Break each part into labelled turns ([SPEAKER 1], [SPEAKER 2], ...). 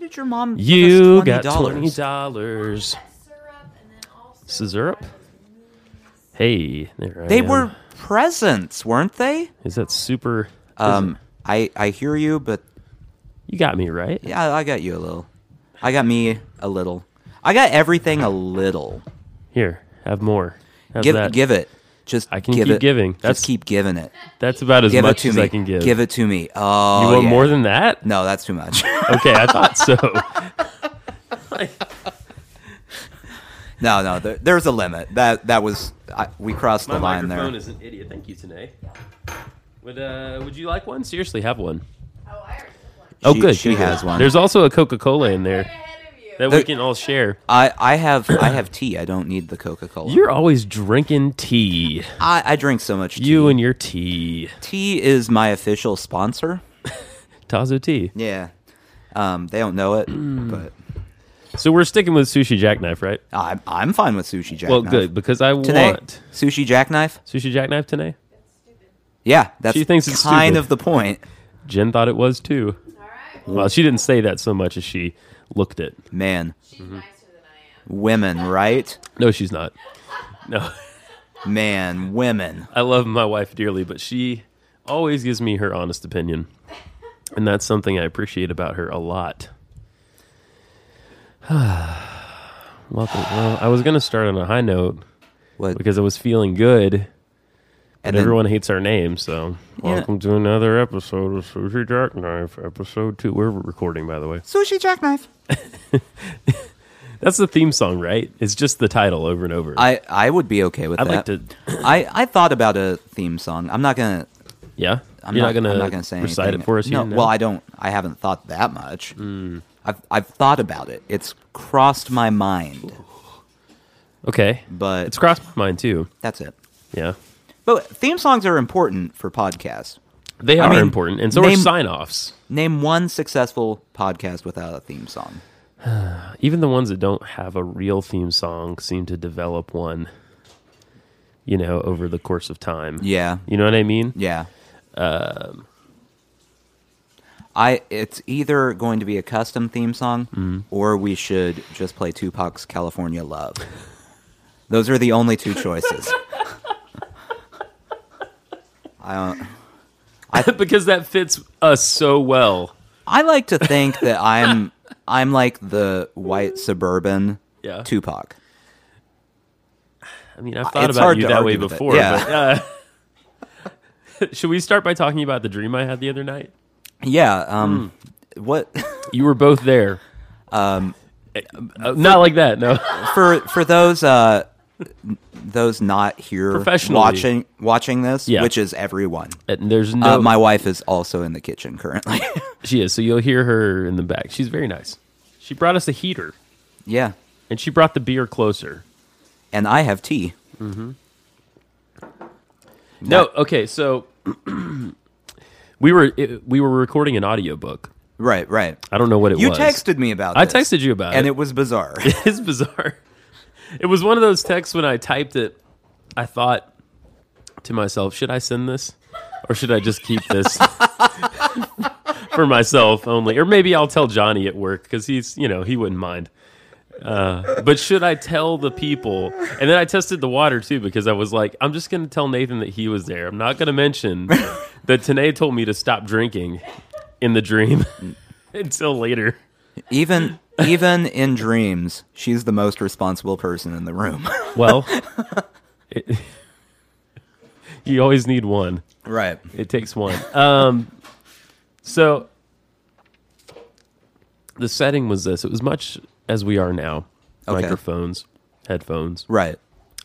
[SPEAKER 1] get your mom
[SPEAKER 2] You
[SPEAKER 1] just
[SPEAKER 2] got twenty
[SPEAKER 1] $20.
[SPEAKER 2] dollars. Syrup. Hey, there I
[SPEAKER 1] They
[SPEAKER 2] am.
[SPEAKER 1] were presents, weren't they?
[SPEAKER 2] Is that super?
[SPEAKER 1] Um, I I hear you, but
[SPEAKER 2] You got me right.
[SPEAKER 1] yeah, I got you a little. I got me a little. I got everything a little.
[SPEAKER 2] Here, have more. Have
[SPEAKER 1] give
[SPEAKER 2] that.
[SPEAKER 1] give it. Just
[SPEAKER 2] I can
[SPEAKER 1] give
[SPEAKER 2] keep
[SPEAKER 1] it.
[SPEAKER 2] giving.
[SPEAKER 1] Just
[SPEAKER 2] That's-
[SPEAKER 1] keep giving it.
[SPEAKER 2] That's about as
[SPEAKER 1] Give it
[SPEAKER 2] much
[SPEAKER 1] to
[SPEAKER 2] as
[SPEAKER 1] me.
[SPEAKER 2] I can give.
[SPEAKER 1] Give it to me. Oh,
[SPEAKER 2] you want
[SPEAKER 1] yeah.
[SPEAKER 2] more than that?
[SPEAKER 1] No, that's too much.
[SPEAKER 2] Okay, I thought so.
[SPEAKER 1] no, no, there, there's a limit. That that was I, we crossed the line there.
[SPEAKER 2] is an idiot. Thank you, Tanae. Would uh, Would you like one? Seriously, have one. Oh,
[SPEAKER 1] She-
[SPEAKER 2] good.
[SPEAKER 1] she
[SPEAKER 2] good, good.
[SPEAKER 1] has one.
[SPEAKER 2] There's also a Coca Cola in there that we
[SPEAKER 1] There-
[SPEAKER 2] can all share.
[SPEAKER 1] I I have I have tea. I don't need the Coca Cola.
[SPEAKER 2] You're always drinking tea.
[SPEAKER 1] I, I drink so much. Tea.
[SPEAKER 2] You and your tea.
[SPEAKER 1] tea is my official sponsor.
[SPEAKER 2] Tazo tea.
[SPEAKER 1] Yeah, um, they don't know it, but
[SPEAKER 2] So we're sticking with sushi jackknife, right?
[SPEAKER 1] I'm I'm fine with sushi jackknife.
[SPEAKER 2] Well, good because I
[SPEAKER 1] Today,
[SPEAKER 2] want
[SPEAKER 1] sushi jackknife.
[SPEAKER 2] sushi jackknife today.
[SPEAKER 1] Yeah, that's
[SPEAKER 2] She thinks it's
[SPEAKER 1] kind
[SPEAKER 2] stupid.
[SPEAKER 1] of the point.
[SPEAKER 2] Jen thought it was too. Well, she didn't say that so much as she looked it.
[SPEAKER 1] Man, women, right?
[SPEAKER 2] No, she's not. No,
[SPEAKER 1] Man, women.
[SPEAKER 2] I love my wife dearly, but she always gives me her honest opinion. And that's something I appreciate about her a lot. Welcome. Well, I was going to start on a high note
[SPEAKER 1] What?
[SPEAKER 2] because I was feeling good.
[SPEAKER 1] and
[SPEAKER 2] And
[SPEAKER 1] then-
[SPEAKER 2] everyone hates our name, so
[SPEAKER 1] Yeah.
[SPEAKER 2] welcome to another episode of Sushi Jackknife, episode two. We're recording, by the way.
[SPEAKER 1] sushi jackknife.
[SPEAKER 2] That's the theme song, right? It's just the title over and over.
[SPEAKER 1] I I would be okay with
[SPEAKER 2] I'd like
[SPEAKER 1] that.
[SPEAKER 2] to.
[SPEAKER 1] I I thought about a theme song. I'm not gonna.
[SPEAKER 2] Yeah,
[SPEAKER 1] I'm
[SPEAKER 2] you're
[SPEAKER 1] not,
[SPEAKER 2] not, gonna
[SPEAKER 1] I'm not gonna say
[SPEAKER 2] recite
[SPEAKER 1] anything.
[SPEAKER 2] it for us. Mm.
[SPEAKER 1] No,
[SPEAKER 2] here,
[SPEAKER 1] well, I don't. I haven't thought that much. I've I've thought about it. It's crossed my mind,
[SPEAKER 2] okay,
[SPEAKER 1] but
[SPEAKER 2] it's crossed my mind too.
[SPEAKER 1] that's it.
[SPEAKER 2] Yeah,
[SPEAKER 1] But theme songs are important for podcasts.
[SPEAKER 2] they
[SPEAKER 1] I
[SPEAKER 2] are
[SPEAKER 1] mean,
[SPEAKER 2] important, and so are
[SPEAKER 1] name-
[SPEAKER 2] sign offs.
[SPEAKER 1] Name one successful podcast without a theme song.
[SPEAKER 2] Even the ones that don't have a real theme song seem to develop one. You know, over the course of time.
[SPEAKER 1] Yeah,
[SPEAKER 2] You know what I mean?
[SPEAKER 1] yeah. Um, I it's either going to be a custom theme song, or we should just play Tupac's "California Love." Those are the only two choices. I don't.
[SPEAKER 2] because that fits us so well.
[SPEAKER 1] I like to think that I'm I'm like the white suburban
[SPEAKER 2] Yeah.
[SPEAKER 1] Tupac.
[SPEAKER 2] I mean, I've thought
[SPEAKER 1] Uh, It's
[SPEAKER 2] about
[SPEAKER 1] hard
[SPEAKER 2] you
[SPEAKER 1] to
[SPEAKER 2] that
[SPEAKER 1] argue
[SPEAKER 2] way
[SPEAKER 1] with it.
[SPEAKER 2] before.
[SPEAKER 1] Yeah.
[SPEAKER 2] But, uh, should we start by talking about the dream I had the other night?
[SPEAKER 1] Yeah. Um.
[SPEAKER 2] Hmm.
[SPEAKER 1] What
[SPEAKER 2] You were both there.
[SPEAKER 1] uh,
[SPEAKER 2] Um, not like that. No.
[SPEAKER 1] for for those uh those not here
[SPEAKER 2] Professionally.
[SPEAKER 1] watching watching this,
[SPEAKER 2] Yeah.
[SPEAKER 1] which is everyone.
[SPEAKER 2] And there's no.
[SPEAKER 1] Uh, my wife is also in the kitchen currently.
[SPEAKER 2] she is. So you'll hear her in the back. She's very nice. She brought us a heater,
[SPEAKER 1] yeah,
[SPEAKER 2] and she brought the beer closer.
[SPEAKER 1] and I have tea.
[SPEAKER 2] No. Okay. So we were it, we were recording an audiobook.
[SPEAKER 1] Right, right.
[SPEAKER 2] I don't know what it
[SPEAKER 1] You
[SPEAKER 2] was.
[SPEAKER 1] texted me about.
[SPEAKER 2] I
[SPEAKER 1] this,
[SPEAKER 2] texted you about
[SPEAKER 1] and
[SPEAKER 2] it.
[SPEAKER 1] it was bizarre.
[SPEAKER 2] It is bizarre. It was one of those texts when I typed it. I thought to myself, should I send this, or should I just keep this for myself only? Or maybe I'll tell Johnny at work because he's you know he wouldn't mind. Uh, but should I tell the people? And then I tested the water too because I was like, I'm just going to tell Nathan that he was there. I'm not going to mention that Tanae told me to stop drinking in the dream until later.
[SPEAKER 1] even even in dreams, she's the most responsible person in the room.
[SPEAKER 2] Well, it, you always need one.
[SPEAKER 1] right.
[SPEAKER 2] It takes one. Um, so the setting was this. It was much as we are now.
[SPEAKER 1] Okay.
[SPEAKER 2] Microphones, headphones,
[SPEAKER 1] Right.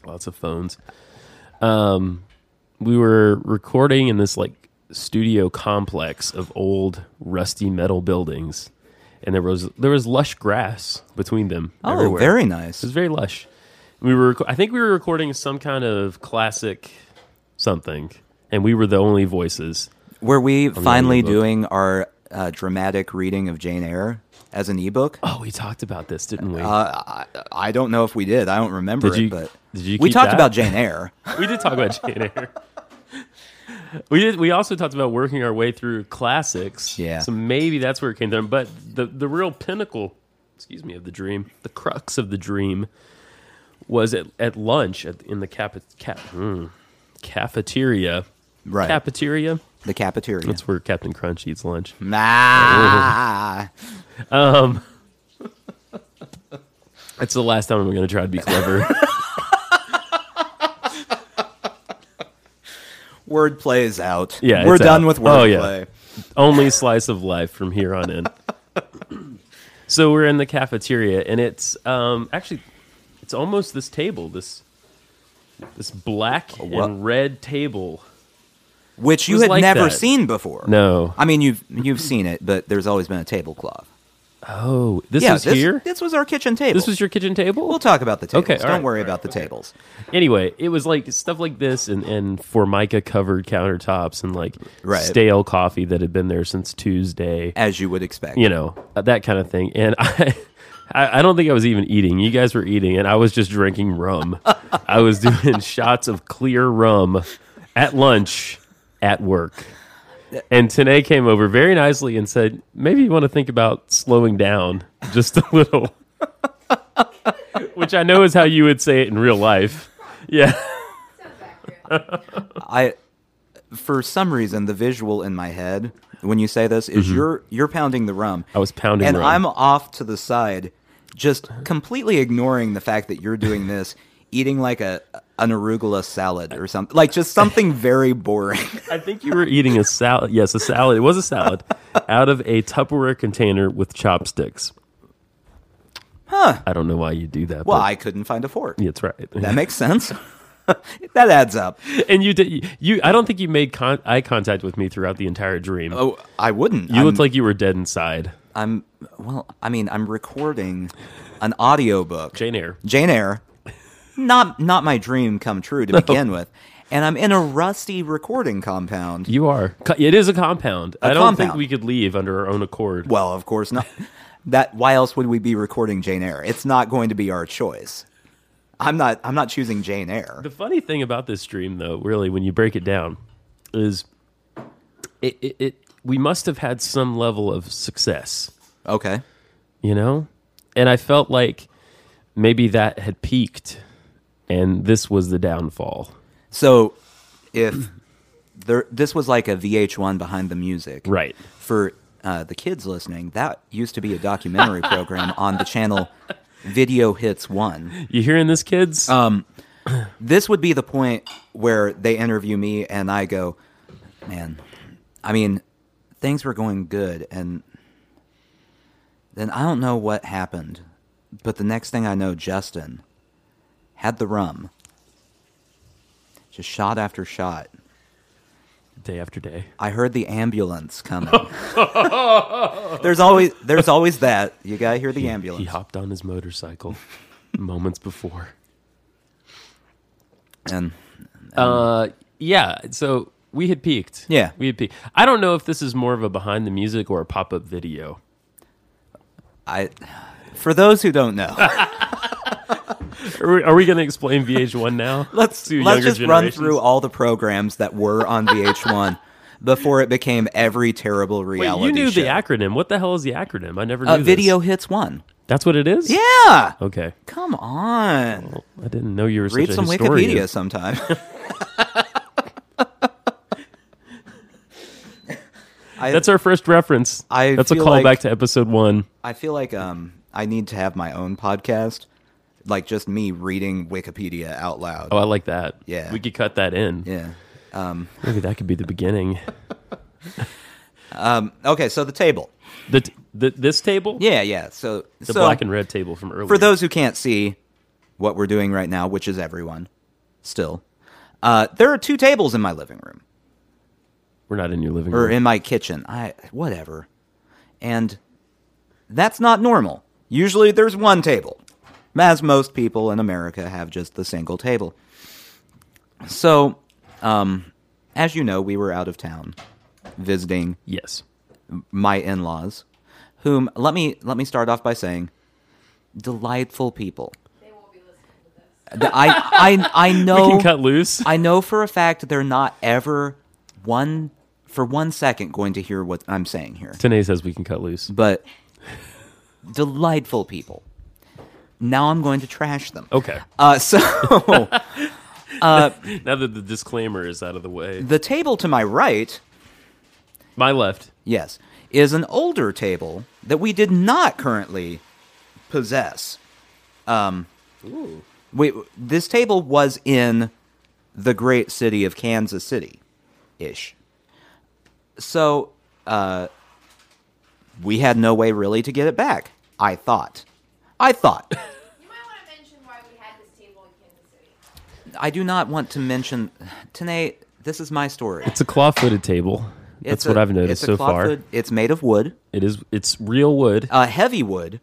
[SPEAKER 2] lots of phones. Um, we were recording in this like studio complex of old rusty metal buildings, and there was there was lush grass between them.
[SPEAKER 1] Oh,
[SPEAKER 2] everywhere.
[SPEAKER 1] very
[SPEAKER 2] It was
[SPEAKER 1] nice.
[SPEAKER 2] very lush. We were, I think we were recording some kind of classic something, and we were the only voices.
[SPEAKER 1] Were we finally
[SPEAKER 2] audiobook.
[SPEAKER 1] doing our uh, dramatic reading of Jane Eyre as an ebook?
[SPEAKER 2] Oh, we talked about this, didn't we?
[SPEAKER 1] Uh, I, I don't know if we did. I don't remember
[SPEAKER 2] Did you-
[SPEAKER 1] it, but
[SPEAKER 2] did you
[SPEAKER 1] we
[SPEAKER 2] keep
[SPEAKER 1] talked
[SPEAKER 2] that?
[SPEAKER 1] about Jane Eyre.
[SPEAKER 2] we did talk about Jane Eyre. We did. We also talked about working our way through classics.
[SPEAKER 1] Yeah.
[SPEAKER 2] So maybe that's where it came from. But the the real pinnacle, excuse me, of the dream, the crux of the dream, was at, at lunch at, in the cafe, ca, mm, cafeteria.
[SPEAKER 1] Right.
[SPEAKER 2] Cafeteria.
[SPEAKER 1] the cafeteria.
[SPEAKER 2] That's where Captain Crunch eats lunch.
[SPEAKER 1] Nah.
[SPEAKER 2] That's the last time I'm going to try to be clever.
[SPEAKER 1] Word plays out.
[SPEAKER 2] Yeah,
[SPEAKER 1] We're
[SPEAKER 2] it's
[SPEAKER 1] done
[SPEAKER 2] out.
[SPEAKER 1] with
[SPEAKER 2] Oh,
[SPEAKER 1] wordplay.
[SPEAKER 2] yeah. only slice of life from here on in. so we're in the cafeteria, and it's um, actually it's almost this table this this black
[SPEAKER 1] what?
[SPEAKER 2] and red table.
[SPEAKER 1] Which you
[SPEAKER 2] was
[SPEAKER 1] had
[SPEAKER 2] like
[SPEAKER 1] never
[SPEAKER 2] that.
[SPEAKER 1] seen before.
[SPEAKER 2] No,
[SPEAKER 1] I mean you've you've seen it, but there's always been a tablecloth.
[SPEAKER 2] oh, this
[SPEAKER 1] yeah,
[SPEAKER 2] is
[SPEAKER 1] this,
[SPEAKER 2] here.
[SPEAKER 1] This was our kitchen table.
[SPEAKER 2] This was your kitchen table.
[SPEAKER 1] We'll talk about the tables.
[SPEAKER 2] Okay, all
[SPEAKER 1] Don't
[SPEAKER 2] right,
[SPEAKER 1] worry
[SPEAKER 2] all
[SPEAKER 1] about the tables.
[SPEAKER 2] anyway, it was like stuff like this and, and formica covered countertops and like
[SPEAKER 1] Right.
[SPEAKER 2] stale coffee that had been there since Tuesday.
[SPEAKER 1] As you would expect.
[SPEAKER 2] you know uh, that kind of thing and i I I don't think I was even eating. You guys were eating, and I was just drinking rum. I was doing shots of clear rum at lunch at work. And Tanae came over very nicely and said, Maybe you want to think about slowing down just a little, which I know is how you would say it in real life. Yeah.
[SPEAKER 3] Sounds accurate.
[SPEAKER 1] I for some reason the visual in my head when you say this is you're you're pounding the rum.
[SPEAKER 2] Mm-hmm. I was pounding
[SPEAKER 1] and
[SPEAKER 2] rum.
[SPEAKER 1] I'm off to the side, just
[SPEAKER 2] Uh-huh.
[SPEAKER 1] completely ignoring the fact that you're doing this, eating like a an arugula salad or something, like just something very boring.
[SPEAKER 2] I think you were eating a salad. Yes, a salad. It was a salad out of a Tupperware container with chopsticks. Huh. I don't know why you do that.
[SPEAKER 1] well,
[SPEAKER 2] but-
[SPEAKER 1] I couldn't find a fork.
[SPEAKER 2] That's right.
[SPEAKER 1] That makes sense. that adds up.
[SPEAKER 2] and you did. You. I don't think you made con- eye contact with me throughout the entire dream.
[SPEAKER 1] Oh, I wouldn't.
[SPEAKER 2] you
[SPEAKER 1] I'm,
[SPEAKER 2] looked like you were dead inside.
[SPEAKER 1] I'm. Well, I mean, I'm recording an audiobook.
[SPEAKER 2] Jane Eyre.
[SPEAKER 1] Jane Eyre, not not my dream come true to begin with, and I'm in a rusty recording compound.
[SPEAKER 2] You are. Co- It is a compound. I
[SPEAKER 1] A
[SPEAKER 2] I don't think
[SPEAKER 1] compound.
[SPEAKER 2] we could leave under our own accord.
[SPEAKER 1] Well, of course not. That why else would we be recording Jane Eyre? It's not going to be our choice. I'm not. I'm not choosing Jane Eyre.
[SPEAKER 2] The funny thing about this dream, though, really, when you break it down, is it, it, it we must have had some level of success.
[SPEAKER 1] Okay.
[SPEAKER 2] you know? And I felt like maybe that had peaked and this was the downfall.
[SPEAKER 1] So, if there, this was like a VH1 behind the music,
[SPEAKER 2] Right.
[SPEAKER 1] For uh, the kids listening, that used to be a documentary program on the channel Video Hits One.
[SPEAKER 2] You hearing this, kids?
[SPEAKER 1] Um, this would be the point where they interview me and I go, man, I mean, things were going good. And then I don't know what happened. But the next thing I know, Justin had the rum. Just shot after shot.
[SPEAKER 2] day after day.
[SPEAKER 1] I heard the ambulance coming. there's always there's always that. You gotta hear the
[SPEAKER 2] He
[SPEAKER 1] ambulance.
[SPEAKER 2] hopped on his motorcycle moments before.
[SPEAKER 1] And
[SPEAKER 2] Uh, yeah. So we had peaked.
[SPEAKER 1] Um, Yeah.
[SPEAKER 2] We had peaked. I don't know if this is more of a behind the music or a pop up video.
[SPEAKER 1] I for those who don't know
[SPEAKER 2] Are we, are we going to explain VH1 now?
[SPEAKER 1] let's
[SPEAKER 2] To
[SPEAKER 1] let's
[SPEAKER 2] younger
[SPEAKER 1] just run
[SPEAKER 2] generations?
[SPEAKER 1] through all the programs that were on VH1 before it became every terrible
[SPEAKER 2] Wait,
[SPEAKER 1] reality
[SPEAKER 2] you knew
[SPEAKER 1] show.
[SPEAKER 2] the acronym. What the hell is the acronym? I never knew.
[SPEAKER 1] Uh,
[SPEAKER 2] this.
[SPEAKER 1] video hits one.
[SPEAKER 2] That's what it is?
[SPEAKER 1] Yeah.
[SPEAKER 2] Okay.
[SPEAKER 1] Come on.
[SPEAKER 2] I didn't know you were
[SPEAKER 1] Read
[SPEAKER 2] such
[SPEAKER 1] some
[SPEAKER 2] a historian.
[SPEAKER 1] Wikipedia sometime. I,
[SPEAKER 2] That's our first reference.
[SPEAKER 1] I
[SPEAKER 2] That's a
[SPEAKER 1] feel
[SPEAKER 2] callback
[SPEAKER 1] like-
[SPEAKER 2] to episode one.
[SPEAKER 1] I feel like um I need to have my own podcast, like just me reading Wikipedia out loud.
[SPEAKER 2] Oh, I like that.
[SPEAKER 1] Yeah.
[SPEAKER 2] we could cut that in.
[SPEAKER 1] Yeah.
[SPEAKER 2] Maybe that could be the beginning.
[SPEAKER 1] Okay, so the table.
[SPEAKER 2] The, t- the this table,
[SPEAKER 1] Yeah, yeah. So
[SPEAKER 2] the
[SPEAKER 1] so,
[SPEAKER 2] black and red table from earlier.
[SPEAKER 1] for those who can't see what we're doing right now, which is everyone, still, uh, there are two tables in my living room
[SPEAKER 2] we're not in your living
[SPEAKER 1] or
[SPEAKER 2] room.
[SPEAKER 1] in my kitchen. I whatever, and that's not normal. Usually, there's one table, as most people in America have just the single table. So, um, as you know, we were out of town visiting
[SPEAKER 2] yes,
[SPEAKER 1] my in-laws, whom let me let me start off by saying, delightful people.
[SPEAKER 3] They won't be listening to this.
[SPEAKER 1] The- I I I
[SPEAKER 2] we
[SPEAKER 1] know
[SPEAKER 2] can cut loose.
[SPEAKER 1] I know for a fact they're not ever one for one second going to hear what I'm saying here.
[SPEAKER 2] Tanae says we can cut loose.
[SPEAKER 1] But delightful people. Now I'm going to trash them.
[SPEAKER 2] Okay.
[SPEAKER 1] Uh, so
[SPEAKER 2] Now that the disclaimer is out of the way,
[SPEAKER 1] the table to my right,
[SPEAKER 2] my left.
[SPEAKER 1] yes, is an older table that we did not currently possess. Um,
[SPEAKER 2] Ooh.
[SPEAKER 1] We, this table was in the great city of Kansas City ish. So uh, we had no way really to get it back. I thought. I thought.
[SPEAKER 3] You might want to mention why we had this table in Kansas City.
[SPEAKER 1] I do not want to mention. Tanae, this is my story.
[SPEAKER 2] It's a claw-footed table. That's
[SPEAKER 1] It's
[SPEAKER 2] what
[SPEAKER 1] i
[SPEAKER 2] I've noticed so far.
[SPEAKER 1] It's made of wood,
[SPEAKER 2] It is. It's real wood.
[SPEAKER 1] uh, heavy wood,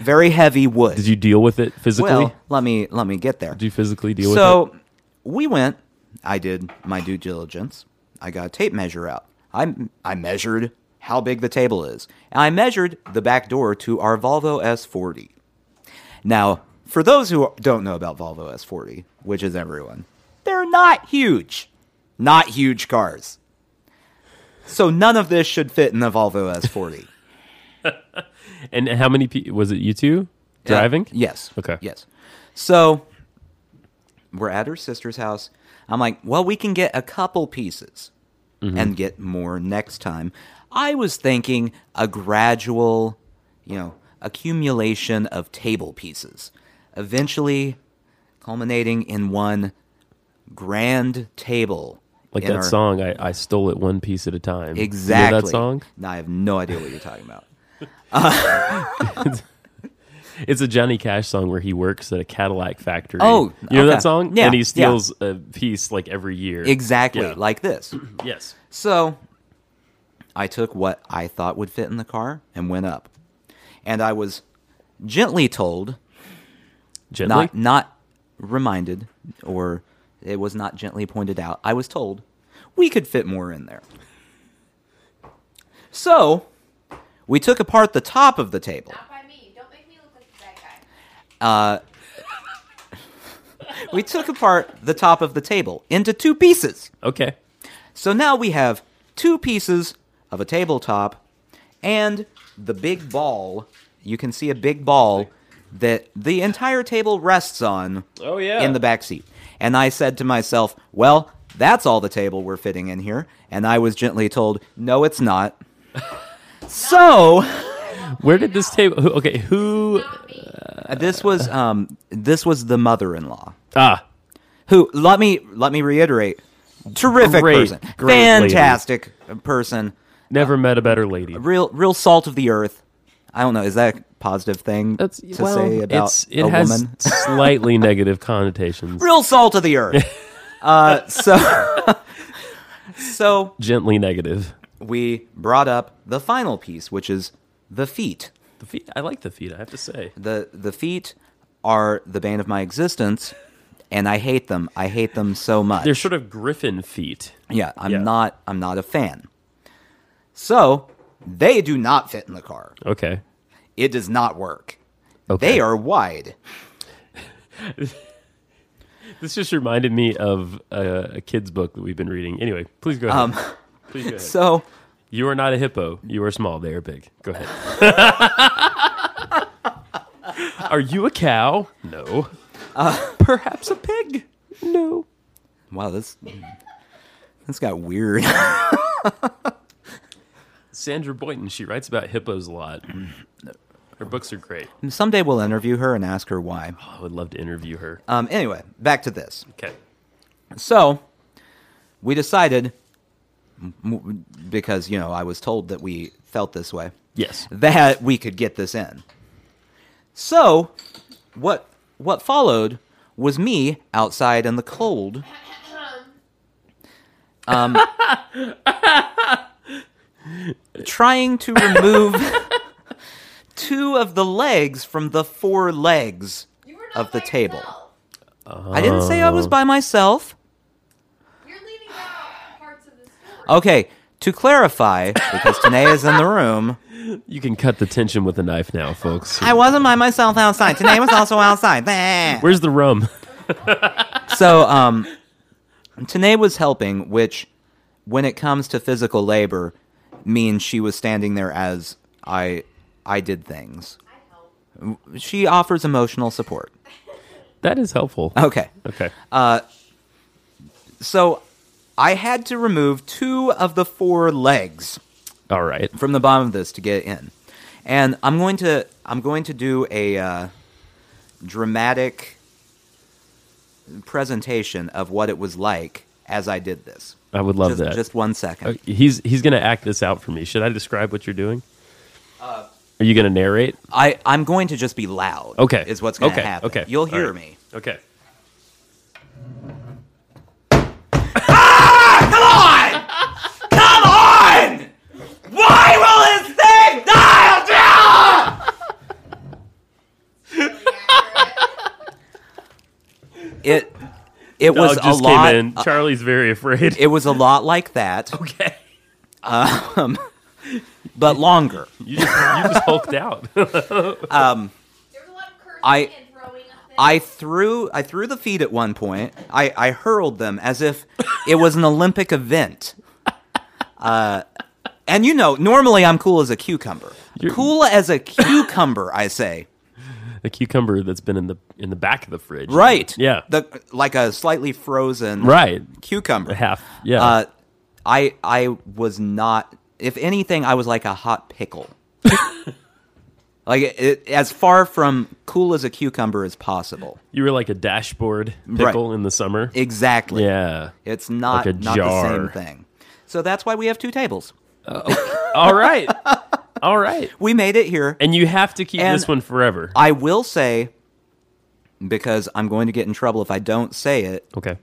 [SPEAKER 1] very heavy wood.
[SPEAKER 2] Did you deal with it physically?
[SPEAKER 1] well, let me let me get there.
[SPEAKER 2] Did you physically deal with
[SPEAKER 1] So we went. I did my due diligence. I got a tape measure out. I I measured how big the table is. And I measured the back door to our Volvo S40. Now, for those who don't know about Volvo S40, which is everyone, they're not huge. Not huge cars. So none of this should fit in the Volvo S40.
[SPEAKER 2] it? And how many pe- was it? You two driving?
[SPEAKER 1] Uh, yes.
[SPEAKER 2] Okay.
[SPEAKER 1] Yes. So we're at her sister's house. I'm like, well, we can get a couple pieces
[SPEAKER 2] Mm-hmm.
[SPEAKER 1] and get more next time. I was thinking a gradual, you know, accumulation of table pieces, eventually culminating in one grand table.
[SPEAKER 2] Like
[SPEAKER 1] in
[SPEAKER 2] that
[SPEAKER 1] our-
[SPEAKER 2] song, I, I stole it one piece at a time. You know
[SPEAKER 1] Exactly.
[SPEAKER 2] that song.
[SPEAKER 1] Now I have no idea what you're talking about.
[SPEAKER 2] It's a Johnny Cash song where he works at a Cadillac factory.
[SPEAKER 1] Oh,
[SPEAKER 2] you know
[SPEAKER 1] okay.
[SPEAKER 2] that song?
[SPEAKER 1] Yeah,
[SPEAKER 2] And he
[SPEAKER 1] yeah.
[SPEAKER 2] steals a piece like every year.
[SPEAKER 1] Exactly
[SPEAKER 2] Yeah.
[SPEAKER 1] like this.
[SPEAKER 2] yes.
[SPEAKER 1] So I took what I thought would fit in the car and went up. And I was gently told,
[SPEAKER 2] Gently.
[SPEAKER 1] not not reminded or it was not gently pointed out. I was told we could fit more in there. So, we took apart the top of the table. Uh,
[SPEAKER 3] Not by me. Don't make me look like the bad guy.
[SPEAKER 1] We took apart the top of the table into two pieces.
[SPEAKER 2] okay.
[SPEAKER 1] So now we have two pieces of a tabletop and the big ball. You can see a big ball that the entire table rests on
[SPEAKER 2] Oh, yeah.
[SPEAKER 1] in the back seat. And I said to myself, well, that's all the table we're fitting in here. And I was gently told, no, it's not. so
[SPEAKER 2] Where did this table? Who, okay. Who?
[SPEAKER 3] Not me.
[SPEAKER 1] this was um, this was the mother-in-law
[SPEAKER 2] Ah.
[SPEAKER 1] who let me let me reiterate terrific
[SPEAKER 2] Great,
[SPEAKER 1] person
[SPEAKER 2] great lady.
[SPEAKER 1] fantastic person
[SPEAKER 2] Never met a better lady.
[SPEAKER 1] real real salt of the earth. I don't know. Is that a positive thing
[SPEAKER 2] That's
[SPEAKER 1] to
[SPEAKER 2] well,
[SPEAKER 1] say about
[SPEAKER 2] it's, it
[SPEAKER 1] a
[SPEAKER 2] has
[SPEAKER 1] woman?
[SPEAKER 2] slightly negative connotations.
[SPEAKER 1] Real salt of the earth. uh, so so
[SPEAKER 2] Gently negative.
[SPEAKER 1] we brought up the final piece, which is the feet.
[SPEAKER 2] The feet. I like the feet. I have to say.
[SPEAKER 1] the The feet are the bane of my existence, and I hate them. I hate them so much.
[SPEAKER 2] They're sort of griffin feet.
[SPEAKER 1] yeah, I'm
[SPEAKER 2] yeah.
[SPEAKER 1] not. I'm not a fan. So they do not fit in the car.
[SPEAKER 2] Okay.
[SPEAKER 1] It does not work.
[SPEAKER 2] Okay.
[SPEAKER 1] They are wide.
[SPEAKER 2] This just reminded me of a, a kid's book that we've been reading. Anyway, please go ahead. please go ahead.
[SPEAKER 1] Um, So
[SPEAKER 2] you are not a hippo. You are small. They are big. Go ahead. are you a cow? No. Perhaps a pig? No.
[SPEAKER 1] Wow, this this got weird.
[SPEAKER 2] Sandra Boynton. She writes about hippos a lot. Her books are great. Oh,
[SPEAKER 1] Someday we'll interview her and ask her why.
[SPEAKER 2] I would love to interview her.
[SPEAKER 1] Um, anyway, back to this.
[SPEAKER 2] Okay.
[SPEAKER 1] So we decided m- because you know I was told that we felt this way
[SPEAKER 2] Yes.
[SPEAKER 1] that we could get this in. So what what followed was me outside in the cold. Um, trying to remove two of the legs from the four legs.
[SPEAKER 3] You were
[SPEAKER 1] Of
[SPEAKER 3] not
[SPEAKER 1] the
[SPEAKER 3] by
[SPEAKER 1] table.
[SPEAKER 3] yourself.
[SPEAKER 1] I didn't say I was by myself.
[SPEAKER 3] You're leaving out parts of the story.
[SPEAKER 1] Okay, to clarify, because Tanae is in the room,
[SPEAKER 2] You can cut the tension with a knife now, folks.
[SPEAKER 1] I wasn't by myself outside. Tanae was also outside. Bah.
[SPEAKER 2] Where's the rum?
[SPEAKER 1] So, um, Tanae was helping, which, when it comes to physical labor, means she was standing there as I I did things.
[SPEAKER 3] I help.
[SPEAKER 1] She offers emotional support.
[SPEAKER 2] That is helpful.
[SPEAKER 1] Okay.
[SPEAKER 2] Okay.
[SPEAKER 1] So I had to remove two of the four legs
[SPEAKER 2] All right.
[SPEAKER 1] from the bottom of this to get in. And I'm going to I'm going to do a uh, dramatic presentation of what it was like as I did this.
[SPEAKER 2] I would love
[SPEAKER 1] just,
[SPEAKER 2] that.
[SPEAKER 1] Just one second.
[SPEAKER 2] Uh, He's he's gonna act this out for me. Should I describe what you're doing? Are you gonna narrate?
[SPEAKER 1] I I'm going to just be loud.
[SPEAKER 2] Okay.
[SPEAKER 1] is what's going to
[SPEAKER 2] Okay,
[SPEAKER 1] happen.
[SPEAKER 2] okay,
[SPEAKER 1] you'll
[SPEAKER 2] all
[SPEAKER 1] hear
[SPEAKER 2] right.
[SPEAKER 1] me.
[SPEAKER 2] Okay.
[SPEAKER 1] Come on! Why will this thing die? It it was
[SPEAKER 2] Dog just
[SPEAKER 1] a lot.
[SPEAKER 2] came in. Charlie's very afraid.
[SPEAKER 1] It was a lot like that,
[SPEAKER 2] okay.
[SPEAKER 1] but longer.
[SPEAKER 2] You just you just hulked out.
[SPEAKER 3] There was a lot of cursing
[SPEAKER 1] I-
[SPEAKER 3] and throwing of things.
[SPEAKER 1] I threw I threw the feet at one point. I, I hurled them as if it was an Olympic event. Uh, and you know, normally I'm cool as a cucumber.
[SPEAKER 2] You're-
[SPEAKER 1] cool as a cucumber, I say.
[SPEAKER 2] a cucumber that's been in the in the back of the fridge.
[SPEAKER 1] Right.
[SPEAKER 2] Yeah.
[SPEAKER 1] The like a slightly frozen
[SPEAKER 2] Right.
[SPEAKER 1] cucumber.
[SPEAKER 2] Half. Yeah.
[SPEAKER 1] Uh, I I was not. If anything, I was like a hot pickle. like it, as far from cool as a cucumber as possible.
[SPEAKER 2] you were like a dashboard
[SPEAKER 1] Right.
[SPEAKER 2] pickle in the summer.
[SPEAKER 1] Exactly.
[SPEAKER 2] yeah.
[SPEAKER 1] It's not
[SPEAKER 2] Like a
[SPEAKER 1] not the same
[SPEAKER 2] jar.
[SPEAKER 1] thing. So that's why we have two tables.
[SPEAKER 2] All right. All right.
[SPEAKER 1] We made it here.
[SPEAKER 2] And you have to keep
[SPEAKER 1] And-
[SPEAKER 2] this one forever.
[SPEAKER 1] I will say, because I'm going to get in trouble if I don't say it,
[SPEAKER 2] okay.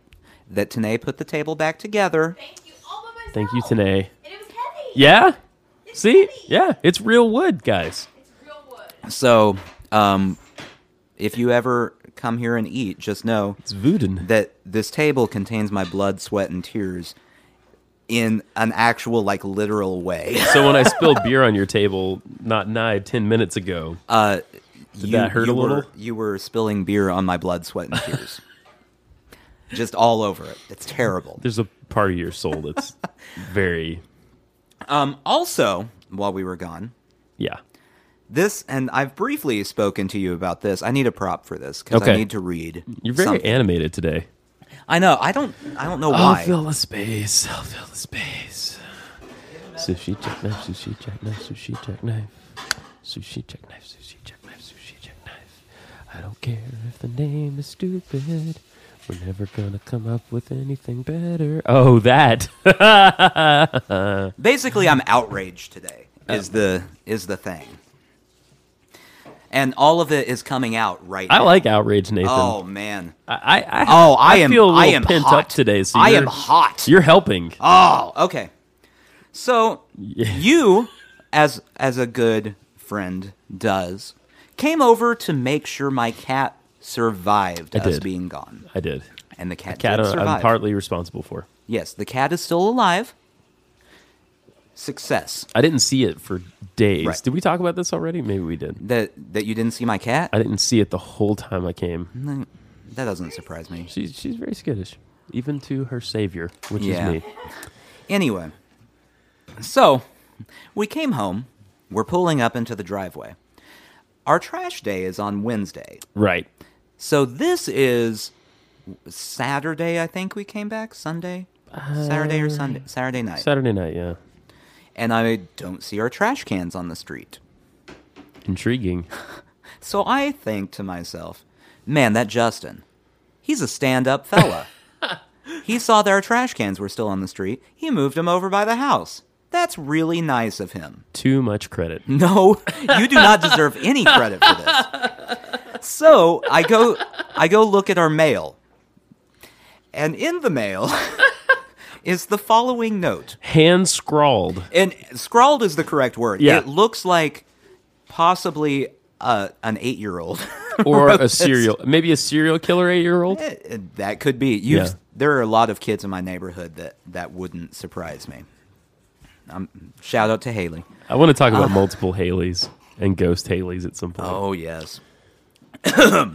[SPEAKER 1] that Tanae put the table back together.
[SPEAKER 3] Thank you all by myself.
[SPEAKER 2] Thank you, Tanae.
[SPEAKER 3] And it was heavy.
[SPEAKER 2] Yeah.
[SPEAKER 3] It's
[SPEAKER 2] See?
[SPEAKER 3] heavy.
[SPEAKER 2] Yeah. It's real wood, guys.
[SPEAKER 3] It's real wood.
[SPEAKER 1] So, um, if you ever come here and eat, just know
[SPEAKER 2] It's voodoo.
[SPEAKER 1] that this table contains my blood, sweat, and tears in an actual, like, literal way.
[SPEAKER 2] So when I spilled beer on your table, not nigh ten minutes ago,
[SPEAKER 1] Uh, Did you,
[SPEAKER 2] that hurt
[SPEAKER 1] you
[SPEAKER 2] a
[SPEAKER 1] were,
[SPEAKER 2] little?
[SPEAKER 1] You were spilling beer on my blood, sweat, and tears. Just all over it. It's terrible.
[SPEAKER 2] there's a part of your soul that's very,
[SPEAKER 1] Um, also, while we were gone,
[SPEAKER 2] yeah.
[SPEAKER 1] this, and I've briefly spoken to you about this. I need a prop for this because I
[SPEAKER 2] Okay.
[SPEAKER 1] need to read.
[SPEAKER 2] You're very Oh,
[SPEAKER 1] something.
[SPEAKER 2] animated today.
[SPEAKER 1] I know. I don't. I don't know
[SPEAKER 2] I'll
[SPEAKER 1] why.
[SPEAKER 2] fill the space. I'll fill the space. Sushi jackknife, sushi jackknife, sushi jackknife. Sushi jackknife, sushi jackknife, sushi jackknife. I don't care if the name is stupid. We're never gonna come up with anything better. Oh, that.
[SPEAKER 1] Basically, I'm outraged today.
[SPEAKER 2] Uh.
[SPEAKER 1] Is the is the thing, and all of it is coming out right.
[SPEAKER 2] I
[SPEAKER 1] now.
[SPEAKER 2] like outrage, Nathan.
[SPEAKER 1] Oh man.
[SPEAKER 2] I, I, I,
[SPEAKER 1] Oh, I, am.
[SPEAKER 2] feel a little
[SPEAKER 1] I am
[SPEAKER 2] pent
[SPEAKER 1] hot
[SPEAKER 2] up today. So
[SPEAKER 1] I
[SPEAKER 2] you're-
[SPEAKER 1] am hot.
[SPEAKER 2] You're helping.
[SPEAKER 1] Oh, okay. So you, as as a good friend does, came over to make sure my cat survived
[SPEAKER 2] I
[SPEAKER 1] us
[SPEAKER 2] did.
[SPEAKER 1] being gone,
[SPEAKER 2] I did.
[SPEAKER 1] and the cat,
[SPEAKER 2] Cat,
[SPEAKER 1] did
[SPEAKER 2] uh,
[SPEAKER 1] survive.
[SPEAKER 2] I'm partly responsible for.
[SPEAKER 1] yes, the cat is still alive. Success
[SPEAKER 2] I didn't see it for days.
[SPEAKER 1] Right.
[SPEAKER 2] Did we talk about this already? Maybe we did.
[SPEAKER 1] that that you didn't see my cat.
[SPEAKER 2] I didn't see it the whole time I came.
[SPEAKER 1] that doesn't surprise me.
[SPEAKER 2] She's she's very skittish, even to her savior, which
[SPEAKER 1] Yeah.
[SPEAKER 2] is me.
[SPEAKER 1] Anyway, so we came home. We're pulling up into the driveway. Our trash day is on Wednesday.
[SPEAKER 2] Right.
[SPEAKER 1] So this is Saturday, I think we came back. Sunday? Saturday or Sunday? Saturday night.
[SPEAKER 2] Saturday night. Yeah.
[SPEAKER 1] and I don't see our trash cans on the street.
[SPEAKER 2] Intriguing.
[SPEAKER 1] So I think to myself, man, that Justin, he's a stand up fella. he saw that our trash cans were still on the street. He moved them over by the house. That's really nice of him.
[SPEAKER 2] Too much credit.
[SPEAKER 1] No, you do not deserve any credit for this. So I go, I go look at our mail, and in the mail is the following note.
[SPEAKER 2] Hand scrawled.
[SPEAKER 1] And scrawled is the correct word.
[SPEAKER 2] Yeah.
[SPEAKER 1] It looks like possibly uh, an eight-year-old.
[SPEAKER 2] Or
[SPEAKER 1] wrote
[SPEAKER 2] a
[SPEAKER 1] this.
[SPEAKER 2] serial, maybe a serial killer eight year old.
[SPEAKER 1] Eh, eh, That could be. You.
[SPEAKER 2] Yeah.
[SPEAKER 1] There are a lot of kids in my neighborhood that that wouldn't surprise me. Um, shout out to Haley.
[SPEAKER 2] I want to talk about multiple Haleys and ghost Haleys at some point.
[SPEAKER 1] Oh, yes.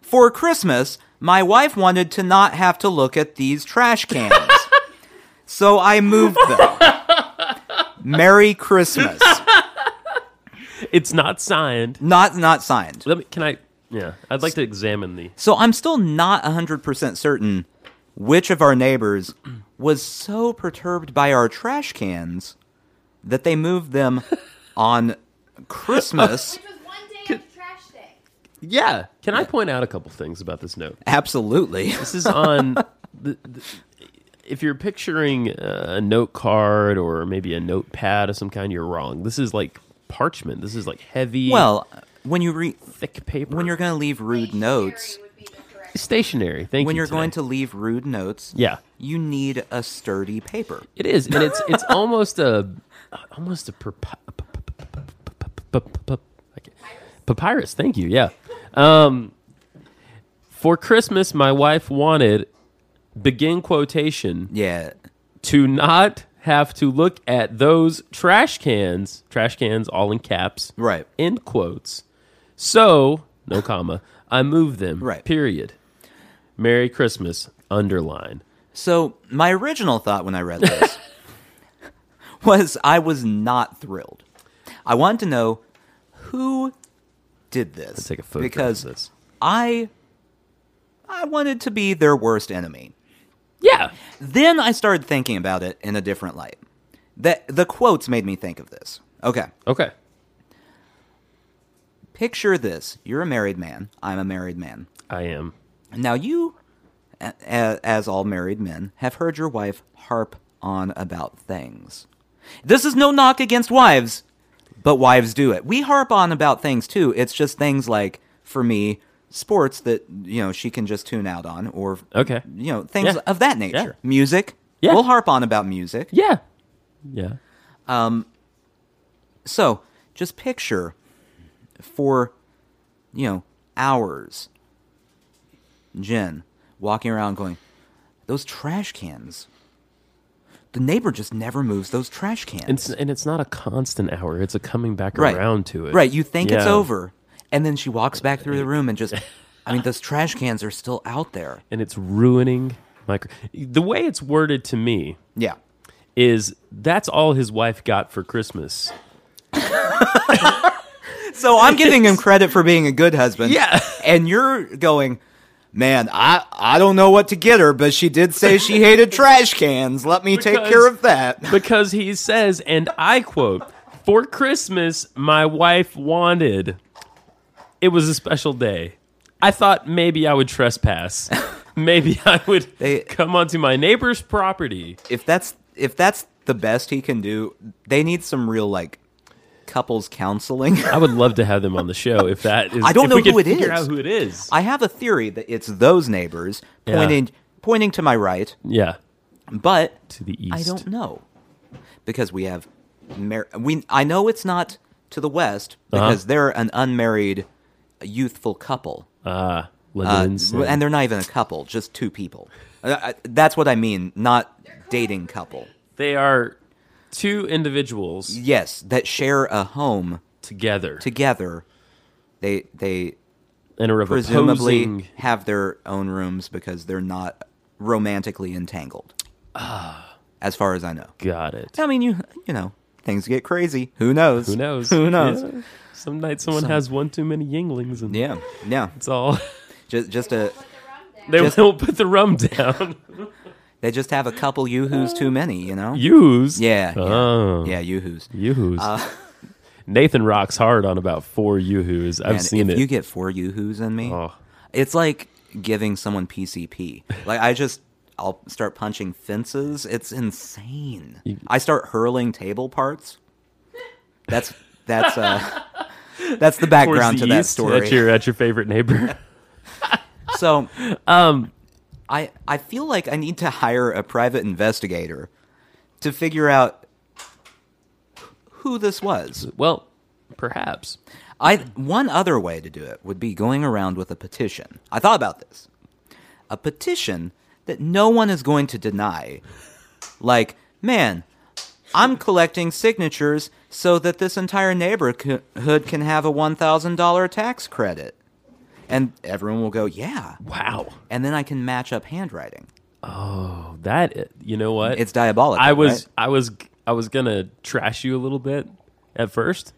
[SPEAKER 1] For Christmas, My wife wanted to not have to look at these trash cans. so I moved them. Merry Christmas. Oh.
[SPEAKER 2] It's not signed.
[SPEAKER 1] Not not signed.
[SPEAKER 2] Let me. Can I? Yeah, I'd like to examine the.
[SPEAKER 1] So I'm still not 100% certain which of our neighbors was so perturbed by our trash cans that they moved them on Christmas.
[SPEAKER 3] Which was one day of trash day.
[SPEAKER 2] Yeah. Can I point out a couple things about this note?
[SPEAKER 1] Absolutely.
[SPEAKER 2] This is on the, the if you're picturing uh, a note card or maybe a notepad of some kind, you're wrong. This is like parchment. This is like heavy,
[SPEAKER 1] Well, when you re-
[SPEAKER 2] thick paper.
[SPEAKER 1] when you're going to leave rude
[SPEAKER 3] Stationery
[SPEAKER 1] notes,
[SPEAKER 3] would be the correct-
[SPEAKER 2] stationary. Thank
[SPEAKER 1] when
[SPEAKER 2] you.
[SPEAKER 1] you're
[SPEAKER 2] today.
[SPEAKER 1] going to leave rude notes,
[SPEAKER 2] Yeah.
[SPEAKER 1] you need a sturdy paper.
[SPEAKER 2] It is, and it's it's almost a almost a perp- p- p- p- p- p- I can't- papyrus. Thank you. Yeah. Um, for Christmas, my wife wanted begin quotation
[SPEAKER 1] Yeah.
[SPEAKER 2] to not have to look at those trash cans. Trash cans, all in caps.
[SPEAKER 1] Right.
[SPEAKER 2] End quotes. So no comma. I move them.
[SPEAKER 1] Right.
[SPEAKER 2] Period. Merry Christmas. Underline.
[SPEAKER 1] So, my original thought when I read this was I was not thrilled. I wanted to know who did this.
[SPEAKER 2] Let's take a photograph
[SPEAKER 1] because
[SPEAKER 2] of this.
[SPEAKER 1] I I wanted to be their worst enemy.
[SPEAKER 2] Yeah.
[SPEAKER 1] Then I started thinking about it in a different light. That the quotes made me think of this. Okay.
[SPEAKER 2] Okay.
[SPEAKER 1] Picture this. You're a married man. I'm a married man.
[SPEAKER 2] I am.
[SPEAKER 1] Now you, a- a- as all married men, have heard your wife harp on about things. This is no knock against wives, but wives do it. We harp on about things too. It's just things like, for me, sports that you know she can just tune out on, or
[SPEAKER 2] Okay.
[SPEAKER 1] you know things
[SPEAKER 2] Uh, Yeah.
[SPEAKER 1] of that nature.
[SPEAKER 2] Yeah.
[SPEAKER 1] Music.
[SPEAKER 2] Yeah.
[SPEAKER 1] We'll harp on about music.
[SPEAKER 2] Yeah. Yeah.
[SPEAKER 1] So just picture for, you know, hours, Jen walking around going, those trash cans. The neighbor just never moves those trash cans.
[SPEAKER 2] It's, and it's not a constant hour. It's a coming back
[SPEAKER 1] right.
[SPEAKER 2] around to it.
[SPEAKER 1] Right. You think it's
[SPEAKER 2] Yeah.
[SPEAKER 1] over. And then she walks back through the room and just, I mean, those trash cans are still out there.
[SPEAKER 2] And it's ruining my. cr- The way it's worded to me
[SPEAKER 1] Yeah.
[SPEAKER 2] is that's all his wife got for Christmas.
[SPEAKER 1] So I'm giving him credit for being a good husband.
[SPEAKER 2] Yeah.
[SPEAKER 1] And you're going, man, I, I don't know what to get her, but she did say she hated trash cans. Let me take
[SPEAKER 2] Because-
[SPEAKER 1] care of that.
[SPEAKER 2] Because he says, and I quote, for Christmas, my wife wanted. It was a special day. I thought maybe I would trespass. maybe I would
[SPEAKER 1] They-
[SPEAKER 2] come onto my neighbor's property.
[SPEAKER 1] if that's if that's the best he can do, they need some real like couples counseling.
[SPEAKER 2] I would love to have them on the show if that is.
[SPEAKER 1] I don't
[SPEAKER 2] if
[SPEAKER 1] know
[SPEAKER 2] we could
[SPEAKER 1] who it
[SPEAKER 2] figure
[SPEAKER 1] is.
[SPEAKER 2] out who it is.
[SPEAKER 1] I have a theory that it's those neighbors pointing pointing to my right,
[SPEAKER 2] yeah.
[SPEAKER 1] but
[SPEAKER 2] To the east.
[SPEAKER 1] I don't know because we have mar- we I know it's not to the west
[SPEAKER 2] Uh-huh.
[SPEAKER 1] because they're an unmarried youthful couple.
[SPEAKER 2] Ah,
[SPEAKER 1] Uh,
[SPEAKER 2] Linden's.
[SPEAKER 1] and they're not even a couple, just two people. Uh, I- That's what I mean, not dating couple.
[SPEAKER 2] they are two individuals
[SPEAKER 1] Yes, that share a home
[SPEAKER 2] together
[SPEAKER 1] together. They they
[SPEAKER 2] and are of
[SPEAKER 1] presumably
[SPEAKER 2] opposing.
[SPEAKER 1] have their own rooms because they're not romantically entangled.
[SPEAKER 2] Ah.
[SPEAKER 1] as far as I know.
[SPEAKER 2] Got it.
[SPEAKER 1] I mean, you you know, things get crazy. Who knows?
[SPEAKER 2] Who knows?
[SPEAKER 1] Who knows?
[SPEAKER 2] Yeah. Some night someone has one too many Yinglings, and
[SPEAKER 1] Yeah, yeah.
[SPEAKER 2] it's all.
[SPEAKER 1] Just just a
[SPEAKER 3] Put the rum down.
[SPEAKER 2] They
[SPEAKER 1] Just-
[SPEAKER 2] will put the rum down.
[SPEAKER 1] they just have a couple yoo-hoos too many, you know.
[SPEAKER 2] Use.
[SPEAKER 1] yeah, Uh, yeah,
[SPEAKER 2] Oh.
[SPEAKER 1] yeah, yoo-hoos.
[SPEAKER 2] Yoo-hoos. Nathan rocks hard on about four yoo-hoos. I've
[SPEAKER 1] Man,
[SPEAKER 2] seen
[SPEAKER 1] if
[SPEAKER 2] it.
[SPEAKER 1] you get four yoo-hoos in me,
[SPEAKER 2] Oh.
[SPEAKER 1] it's like giving someone PCP. Like I just I'll start punching fences. It's insane.
[SPEAKER 2] You-
[SPEAKER 1] I start hurling table parts. That's that's uh that's the
[SPEAKER 2] Towards
[SPEAKER 1] background
[SPEAKER 2] the
[SPEAKER 1] to that
[SPEAKER 2] east
[SPEAKER 1] story.
[SPEAKER 2] At your, at your favorite neighbor.
[SPEAKER 1] So um I I feel like I need to hire a private investigator to figure out who this was.
[SPEAKER 2] well, perhaps.
[SPEAKER 1] I one other way to do it would be going around with a petition. I thought about this. A petition that no one is going to deny. Like, man, I'm collecting signatures so that this entire neighborhood can have a $1,000 tax credit. And everyone will go, yeah.
[SPEAKER 2] Wow.
[SPEAKER 1] And then I can match up handwriting.
[SPEAKER 2] Oh, that i- you know what?
[SPEAKER 1] It's diabolical.
[SPEAKER 2] I was
[SPEAKER 1] right?
[SPEAKER 2] I was I was gonna trash you a little bit at first.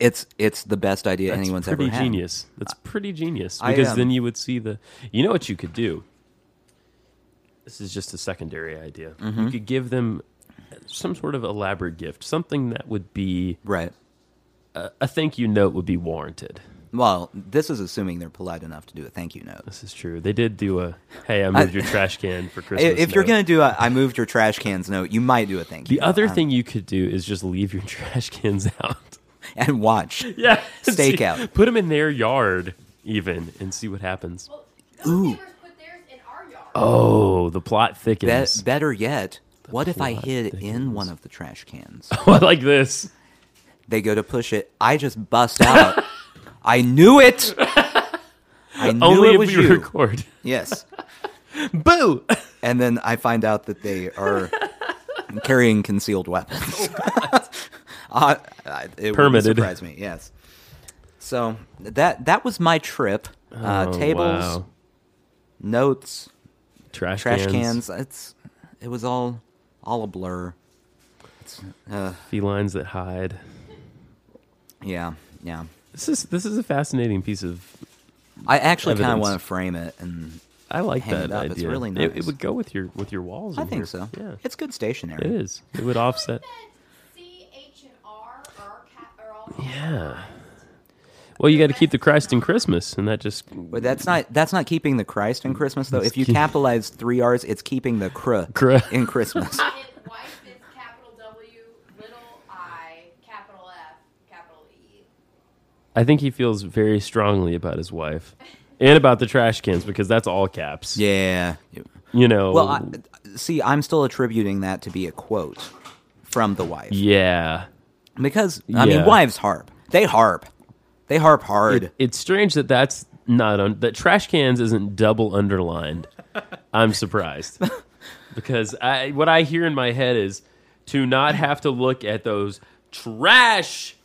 [SPEAKER 1] It's it's the best idea
[SPEAKER 2] That's
[SPEAKER 1] anyone's
[SPEAKER 2] pretty
[SPEAKER 1] ever had.
[SPEAKER 2] genius. That's pretty genius
[SPEAKER 1] I,
[SPEAKER 2] because
[SPEAKER 1] um,
[SPEAKER 2] then you would see the. You know what you could do. This is just a secondary idea.
[SPEAKER 1] Mm-hmm.
[SPEAKER 2] You could give them some sort of elaborate gift, something that would be
[SPEAKER 1] Right.
[SPEAKER 2] a thank you note would be warranted.
[SPEAKER 1] Well, this is assuming they're polite enough to do a thank you note.
[SPEAKER 2] This is true. They did do a hey, I moved your trash can for
[SPEAKER 1] I-
[SPEAKER 2] Christmas.
[SPEAKER 1] If you're
[SPEAKER 2] note.
[SPEAKER 1] gonna do a "I moved your trash cans" note, you might do a thank you.
[SPEAKER 2] the
[SPEAKER 1] note.
[SPEAKER 2] other
[SPEAKER 1] I don't
[SPEAKER 2] thing you could do is just leave your trash cans out.
[SPEAKER 1] know. and watch.
[SPEAKER 2] Yeah,
[SPEAKER 1] Stakeout.
[SPEAKER 2] Put them in their yard, even, and see what happens.
[SPEAKER 3] Well, those
[SPEAKER 1] Ooh.
[SPEAKER 3] neighbors put theirs in our yard.
[SPEAKER 2] Oh, the plot
[SPEAKER 1] Be-
[SPEAKER 2] thickens.
[SPEAKER 1] better yet, what if I
[SPEAKER 2] plot
[SPEAKER 1] hid in
[SPEAKER 2] thickens.
[SPEAKER 1] one of the trash cans?
[SPEAKER 2] I like this.
[SPEAKER 1] They go to push it. I just bust out. I knew it. I knew
[SPEAKER 2] Only
[SPEAKER 1] it
[SPEAKER 2] if
[SPEAKER 1] was
[SPEAKER 2] we
[SPEAKER 1] you.
[SPEAKER 2] record.
[SPEAKER 1] Yes.
[SPEAKER 2] Boo!
[SPEAKER 1] And then I find out that they are carrying concealed weapons. uh, I- it wouldn't
[SPEAKER 2] Permitted.
[SPEAKER 1] Surprise me. Yes. So that that was my trip. Uh,
[SPEAKER 2] Oh,
[SPEAKER 1] tables,
[SPEAKER 2] wow.
[SPEAKER 1] notes,
[SPEAKER 2] trash,
[SPEAKER 1] trash
[SPEAKER 2] cans,
[SPEAKER 1] cans. It's it was all all a blur. It's, uh,
[SPEAKER 2] felines that hide.
[SPEAKER 1] yeah, yeah.
[SPEAKER 2] This is this is a fascinating piece of.
[SPEAKER 1] I actually kind of
[SPEAKER 2] Evidence.
[SPEAKER 1] want to frame it, and
[SPEAKER 2] I like
[SPEAKER 1] Hang
[SPEAKER 2] that
[SPEAKER 1] it up.
[SPEAKER 2] idea.
[SPEAKER 1] It's really
[SPEAKER 2] It- It,
[SPEAKER 1] nice.
[SPEAKER 2] would go with your with your walls.
[SPEAKER 1] I
[SPEAKER 2] in
[SPEAKER 1] think
[SPEAKER 2] here.
[SPEAKER 1] so.
[SPEAKER 2] Yeah,
[SPEAKER 1] It's good stationery.
[SPEAKER 2] it is. It would offset.
[SPEAKER 3] C, H, and R are our cat are all.
[SPEAKER 2] Yeah. Well, you got to keep the Christ in Christmas, and that just
[SPEAKER 1] But that's not that's not keeping the Christ in Christmas though.
[SPEAKER 2] It's
[SPEAKER 1] If you
[SPEAKER 2] keep-
[SPEAKER 1] capitalize three R's, it's keeping the cr,
[SPEAKER 2] Cr.
[SPEAKER 1] in Christmas.
[SPEAKER 3] It- wife is capital W, little I, capital F, capital E.
[SPEAKER 2] I think he feels very strongly about his wife and about the trash cans because that's all caps.
[SPEAKER 1] yeah.
[SPEAKER 2] You know.
[SPEAKER 1] Well, I, see, I'm still attributing that to be a quote from the wife
[SPEAKER 2] yeah.
[SPEAKER 1] because I
[SPEAKER 2] Yeah.
[SPEAKER 1] mean, wives harp. They harp. They harp hard.
[SPEAKER 2] It's strange that that's not on that trash cans isn't double underlined. I'm surprised because I what I hear in my head is to not have to look at those trash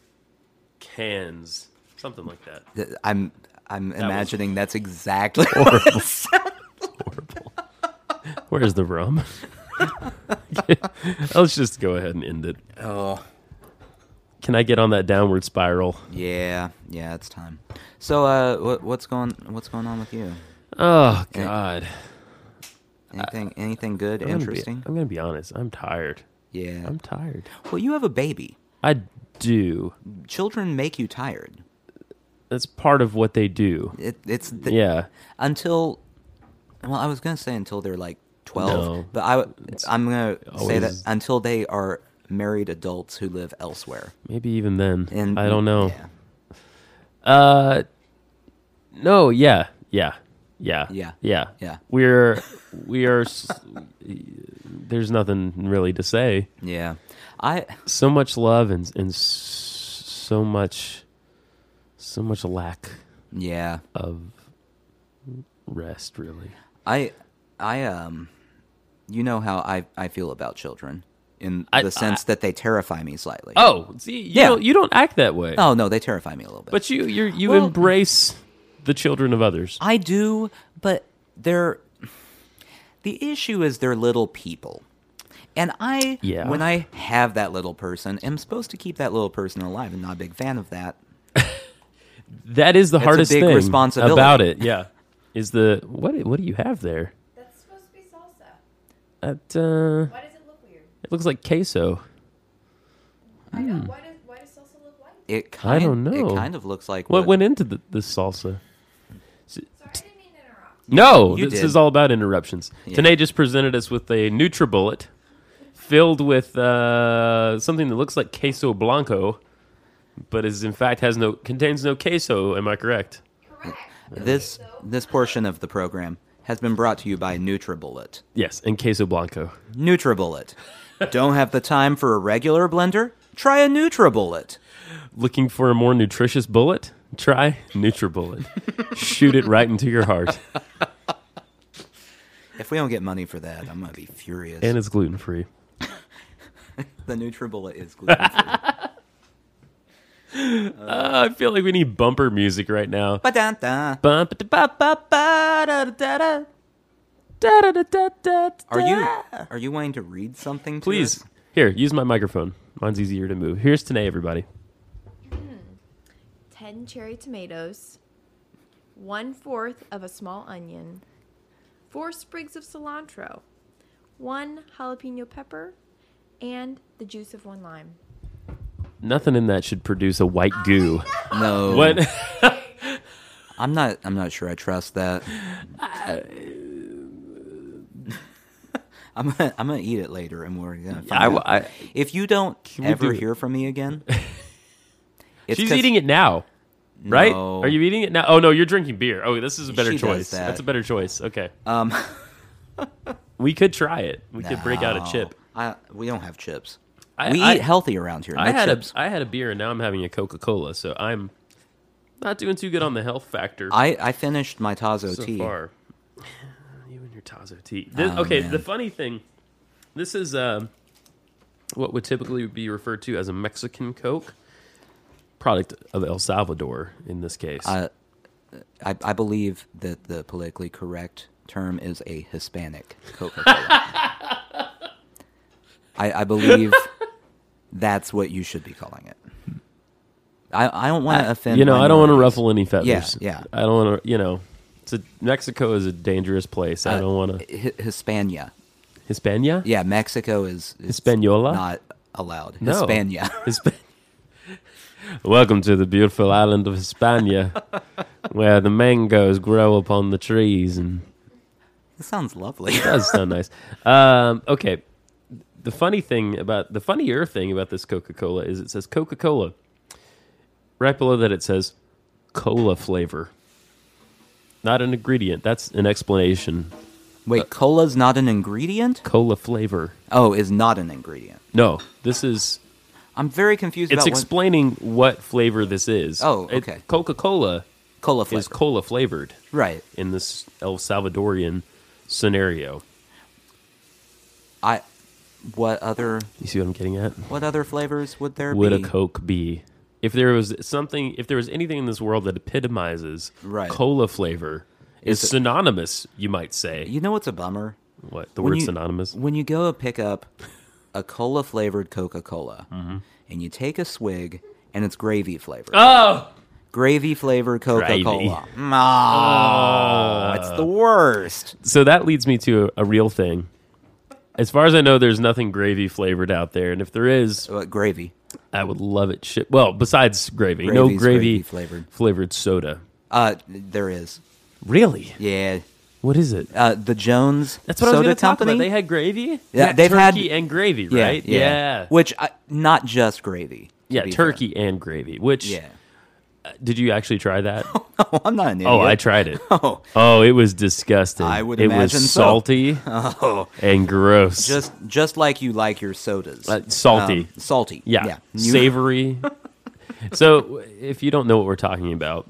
[SPEAKER 2] cans, something like that.
[SPEAKER 1] Th- I'm I'm
[SPEAKER 2] was-
[SPEAKER 1] imagining that's exactly what
[SPEAKER 2] Oh.
[SPEAKER 1] it sounds-
[SPEAKER 2] Where's the rum? Let's just go ahead and end it.
[SPEAKER 1] Oh.
[SPEAKER 2] Can I get on that downward spiral?
[SPEAKER 1] Yeah, yeah, it's time. So, uh, what, what's going what's going on with you?
[SPEAKER 2] Oh God!
[SPEAKER 1] Anything anything good,
[SPEAKER 2] I'm gonna be-
[SPEAKER 1] interesting?
[SPEAKER 2] I'm gonna be honest. I'm tired.
[SPEAKER 1] yeah.
[SPEAKER 2] I'm tired.
[SPEAKER 1] well, you have a baby.
[SPEAKER 2] I do.
[SPEAKER 1] Children make you tired.
[SPEAKER 2] That's part of what they do.
[SPEAKER 1] It, it's the,
[SPEAKER 2] Yeah.
[SPEAKER 1] until well, I was gonna say until they're like twelve,
[SPEAKER 2] No.
[SPEAKER 1] but I w- I'm gonna say that
[SPEAKER 2] always-
[SPEAKER 1] until they are married adults who live elsewhere.
[SPEAKER 2] Maybe even then.
[SPEAKER 1] And
[SPEAKER 2] I don't know.
[SPEAKER 1] Yeah,
[SPEAKER 2] Uh, no. Yeah. Yeah. Yeah.
[SPEAKER 1] Yeah.
[SPEAKER 2] Yeah.
[SPEAKER 1] Yeah.
[SPEAKER 2] We're we are. s- there's nothing really to say.
[SPEAKER 1] yeah. I
[SPEAKER 2] So much love and and s- so much, so much lack
[SPEAKER 1] yeah.
[SPEAKER 2] of rest. Really.
[SPEAKER 1] I I um you know how I I feel about children in
[SPEAKER 2] I-
[SPEAKER 1] the sense that they terrify me slightly.
[SPEAKER 2] Oh, see, you
[SPEAKER 1] Yeah.
[SPEAKER 2] don't, you don't act that way.
[SPEAKER 1] Oh, no, they terrify me a little bit.
[SPEAKER 2] But you you you
[SPEAKER 1] Well-
[SPEAKER 2] embrace the children of others.
[SPEAKER 1] I do, but they're the issue is they're little people. And I
[SPEAKER 2] Yeah.
[SPEAKER 1] when I have that little person, am supposed to keep that little person alive and not a big fan of that.
[SPEAKER 2] That is the
[SPEAKER 1] a
[SPEAKER 2] hardest
[SPEAKER 1] big
[SPEAKER 2] thing
[SPEAKER 1] responsibility.
[SPEAKER 2] about it. Yeah, is the what what do you have there?
[SPEAKER 3] That's supposed to be salsa.
[SPEAKER 2] That uh,
[SPEAKER 3] Why does it look weird?
[SPEAKER 2] it looks like queso.
[SPEAKER 3] I
[SPEAKER 2] Hmm.
[SPEAKER 3] know. Why does why does salsa look white?
[SPEAKER 1] It kind
[SPEAKER 2] don't know.
[SPEAKER 1] it kind of looks like
[SPEAKER 2] What
[SPEAKER 1] what-
[SPEAKER 2] went into the, the salsa?
[SPEAKER 3] Sorry, I didn't mean to interrupt.
[SPEAKER 2] No,
[SPEAKER 1] You
[SPEAKER 2] this
[SPEAKER 1] did.
[SPEAKER 2] is all about interruptions.
[SPEAKER 1] Yeah.
[SPEAKER 2] Tanae just presented us with a NutriBullet filled with uh, something that looks like queso blanco, but is in fact has no contains no queso. Am I correct?
[SPEAKER 3] Correct.
[SPEAKER 1] this this portion of the program has been brought to you by NutriBullet.
[SPEAKER 2] Yes, and queso blanco.
[SPEAKER 1] NutriBullet. Don't have the time for a regular blender? Try a NutriBullet.
[SPEAKER 2] Looking for a more nutritious bullet? Try NutriBullet. Shoot it right into your heart,
[SPEAKER 1] If we don't get money for that, I'm gonna be furious.
[SPEAKER 2] and it's gluten free.
[SPEAKER 1] the NutriBullet is gluten free.
[SPEAKER 2] Uh, I feel like we need bumper music right now.
[SPEAKER 1] Ba-dun-dun.
[SPEAKER 2] Bump da ba ba ba da da da da da da da da da.
[SPEAKER 1] Are you are you wanting to read something? to
[SPEAKER 2] Please
[SPEAKER 1] us?
[SPEAKER 2] here use my microphone. Mine's easier to move. Here's today, everybody.
[SPEAKER 3] 10 cherry tomatoes, one fourth of a small onion, four sprigs of cilantro, one jalapeno pepper, and the juice of one lime.
[SPEAKER 2] Nothing in that should produce a white goo.
[SPEAKER 1] No,
[SPEAKER 2] What?
[SPEAKER 1] I'm not. I'm not sure. I trust that. I'm gonna, I'm gonna eat it later, and we're gonna. Find
[SPEAKER 2] I w-
[SPEAKER 1] out.
[SPEAKER 2] I-
[SPEAKER 1] if you don't
[SPEAKER 2] we do
[SPEAKER 1] ever
[SPEAKER 2] it?
[SPEAKER 1] hear from me again, it's
[SPEAKER 2] She's eating it now, right?
[SPEAKER 1] No.
[SPEAKER 2] Are you eating it now? Oh no, you're drinking beer. Oh, this is a better
[SPEAKER 1] She does
[SPEAKER 2] choice.
[SPEAKER 1] that.
[SPEAKER 2] That's a better choice. Okay,
[SPEAKER 1] Um,
[SPEAKER 2] we could try it. We could break out a chip.
[SPEAKER 1] I, we don't have chips.
[SPEAKER 2] I-
[SPEAKER 1] we
[SPEAKER 2] I-
[SPEAKER 1] eat healthy around here.
[SPEAKER 2] I
[SPEAKER 1] no
[SPEAKER 2] had
[SPEAKER 1] chips.
[SPEAKER 2] a I had a beer and now I'm having a Coca Cola, so I'm not doing too good on the health factor
[SPEAKER 1] I I finished my Tazo
[SPEAKER 2] so
[SPEAKER 1] tea.
[SPEAKER 2] far. You and your Tazo tea. This- okay,
[SPEAKER 1] man.
[SPEAKER 2] the funny thing, this is um, what would typically be referred to as a Mexican Coke, product of El Salvador in this case.
[SPEAKER 1] Uh, I I believe that the politically correct term is a Hispanic Coca-Cola. I, I believe that's what you should be calling it. I I don't want to offend.
[SPEAKER 2] you know, I don't want to
[SPEAKER 1] minorities.
[SPEAKER 2] ruffle any feathers.
[SPEAKER 1] Yeah, yeah.
[SPEAKER 2] I don't want to. You know, it's a, Mexico is a dangerous place. I
[SPEAKER 1] Uh,
[SPEAKER 2] don't want to.
[SPEAKER 1] Hi- Hispania.
[SPEAKER 2] Hispania.
[SPEAKER 1] Yeah, Mexico is, is
[SPEAKER 2] Hispaniola?
[SPEAKER 1] Not allowed.
[SPEAKER 2] No.
[SPEAKER 1] Hispania.
[SPEAKER 2] Hisp- Welcome to the beautiful island of Hispania, where the mangoes grow upon the trees, and
[SPEAKER 1] That sounds lovely.
[SPEAKER 2] that's so nice. Um, okay, the funny thing about the funnier thing about this Coca Cola is it says Coca Cola. Right below that, it says cola flavor. Not an ingredient. That's an explanation.
[SPEAKER 1] Wait, cola's not an ingredient?
[SPEAKER 2] Cola flavor.
[SPEAKER 1] Oh, is not an ingredient.
[SPEAKER 2] No, this is
[SPEAKER 1] I'm very confused
[SPEAKER 2] it's
[SPEAKER 1] about what
[SPEAKER 2] explaining what flavor this is.
[SPEAKER 1] Oh, okay.
[SPEAKER 2] Coca Cola
[SPEAKER 1] cola
[SPEAKER 2] is
[SPEAKER 1] flavor.
[SPEAKER 2] cola flavored
[SPEAKER 1] right.
[SPEAKER 2] in this El Salvadorian scenario.
[SPEAKER 1] I what other
[SPEAKER 2] You see what I'm getting at?
[SPEAKER 1] what other flavors would there
[SPEAKER 2] Would
[SPEAKER 1] be?
[SPEAKER 2] a Coke be? If there was something, if there was anything in this world that epitomizes
[SPEAKER 1] Right.
[SPEAKER 2] cola flavor, is
[SPEAKER 1] Is it-
[SPEAKER 2] synonymous, you might say.
[SPEAKER 1] you know what's a bummer?
[SPEAKER 2] what the
[SPEAKER 1] When
[SPEAKER 2] word
[SPEAKER 1] you-
[SPEAKER 2] synonymous?
[SPEAKER 1] When you go pick up a cola flavored Coca Cola
[SPEAKER 2] Mm-hmm.
[SPEAKER 1] and you take a swig and it's gravy flavored.
[SPEAKER 2] Oh,
[SPEAKER 1] Gravy flavored Coca Cola.
[SPEAKER 2] Gravy.
[SPEAKER 1] No, it's
[SPEAKER 2] Uh.
[SPEAKER 1] the worst.
[SPEAKER 2] so that leads me to a, a real thing. As far as I know, there's nothing gravy flavored out there, and if there is,
[SPEAKER 1] Uh, gravy.
[SPEAKER 2] I would love it. Shit. Well, besides gravy, no
[SPEAKER 1] Gravy's
[SPEAKER 2] gravy,
[SPEAKER 1] gravy flavored.
[SPEAKER 2] soda.
[SPEAKER 1] Uh, there is.
[SPEAKER 2] Really?
[SPEAKER 1] Yeah.
[SPEAKER 2] What is it?
[SPEAKER 1] Uh, the Jones
[SPEAKER 2] That's what I was
[SPEAKER 1] Soda
[SPEAKER 2] going to talk
[SPEAKER 1] Company.
[SPEAKER 2] about. They had gravy.
[SPEAKER 1] Yeah, they've had-
[SPEAKER 2] turkey and gravy,
[SPEAKER 1] yeah,
[SPEAKER 2] right?
[SPEAKER 1] Yeah.
[SPEAKER 2] yeah.
[SPEAKER 1] Which I, not just gravy. to
[SPEAKER 2] Yeah,
[SPEAKER 1] be fair.
[SPEAKER 2] turkey and gravy. Which
[SPEAKER 1] Yeah.
[SPEAKER 2] did you actually try that?
[SPEAKER 1] Oh, I'm not an idiot.
[SPEAKER 2] oh, I tried it.
[SPEAKER 1] Oh,
[SPEAKER 2] Oh, it was disgusting.
[SPEAKER 1] I would
[SPEAKER 2] it
[SPEAKER 1] imagine so.
[SPEAKER 2] was salty
[SPEAKER 1] oh.
[SPEAKER 2] and gross.
[SPEAKER 1] Just just like you like your sodas.
[SPEAKER 2] Uh, salty.
[SPEAKER 1] Um, salty.
[SPEAKER 2] yeah,
[SPEAKER 1] yeah. You-
[SPEAKER 2] savory. so, if you don't know what we're talking about,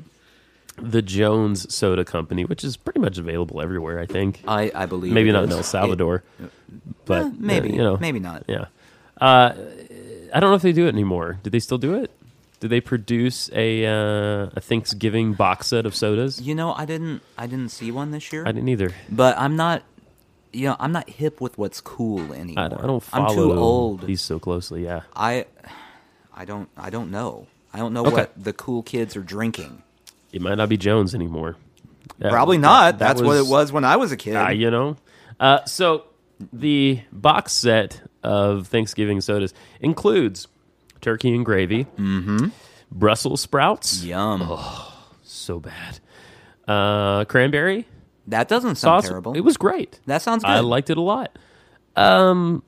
[SPEAKER 2] the Jones Soda Company, which is pretty much available everywhere, I think.
[SPEAKER 1] I, I believe.
[SPEAKER 2] maybe
[SPEAKER 1] Uh, it
[SPEAKER 2] not in
[SPEAKER 1] is.
[SPEAKER 2] El Salvador, but
[SPEAKER 1] Eh, maybe.
[SPEAKER 2] you know,
[SPEAKER 1] Maybe not.
[SPEAKER 2] Yeah, uh, I don't know if they do it anymore. Do they still do it? Do they produce a uh, a Thanksgiving box set of sodas?
[SPEAKER 1] You know, I didn't I didn't see one this year.
[SPEAKER 2] I didn't either.
[SPEAKER 1] but I'm not you know, I'm not hip with what's cool anymore.
[SPEAKER 2] I don't, I don't
[SPEAKER 1] I'm
[SPEAKER 2] follow
[SPEAKER 1] too old.
[SPEAKER 2] these so closely. Yeah,
[SPEAKER 1] I I don't I don't know. I don't know
[SPEAKER 2] Okay.
[SPEAKER 1] what the cool kids are drinking.
[SPEAKER 2] it might not be Jones anymore. That-
[SPEAKER 1] Probably
[SPEAKER 2] that-
[SPEAKER 1] not.
[SPEAKER 2] that
[SPEAKER 1] That's what it was when I was a kid.
[SPEAKER 2] Ah, you know. Uh, so the box set of Thanksgiving sodas includes turkey and gravy, mm-hmm. Brussels sprouts,
[SPEAKER 1] Yum.
[SPEAKER 2] so bad, uh, cranberry
[SPEAKER 1] That doesn't sound
[SPEAKER 2] sauce.
[SPEAKER 1] terrible.
[SPEAKER 2] It was great.
[SPEAKER 1] that sounds good.
[SPEAKER 2] I liked it a lot. Um,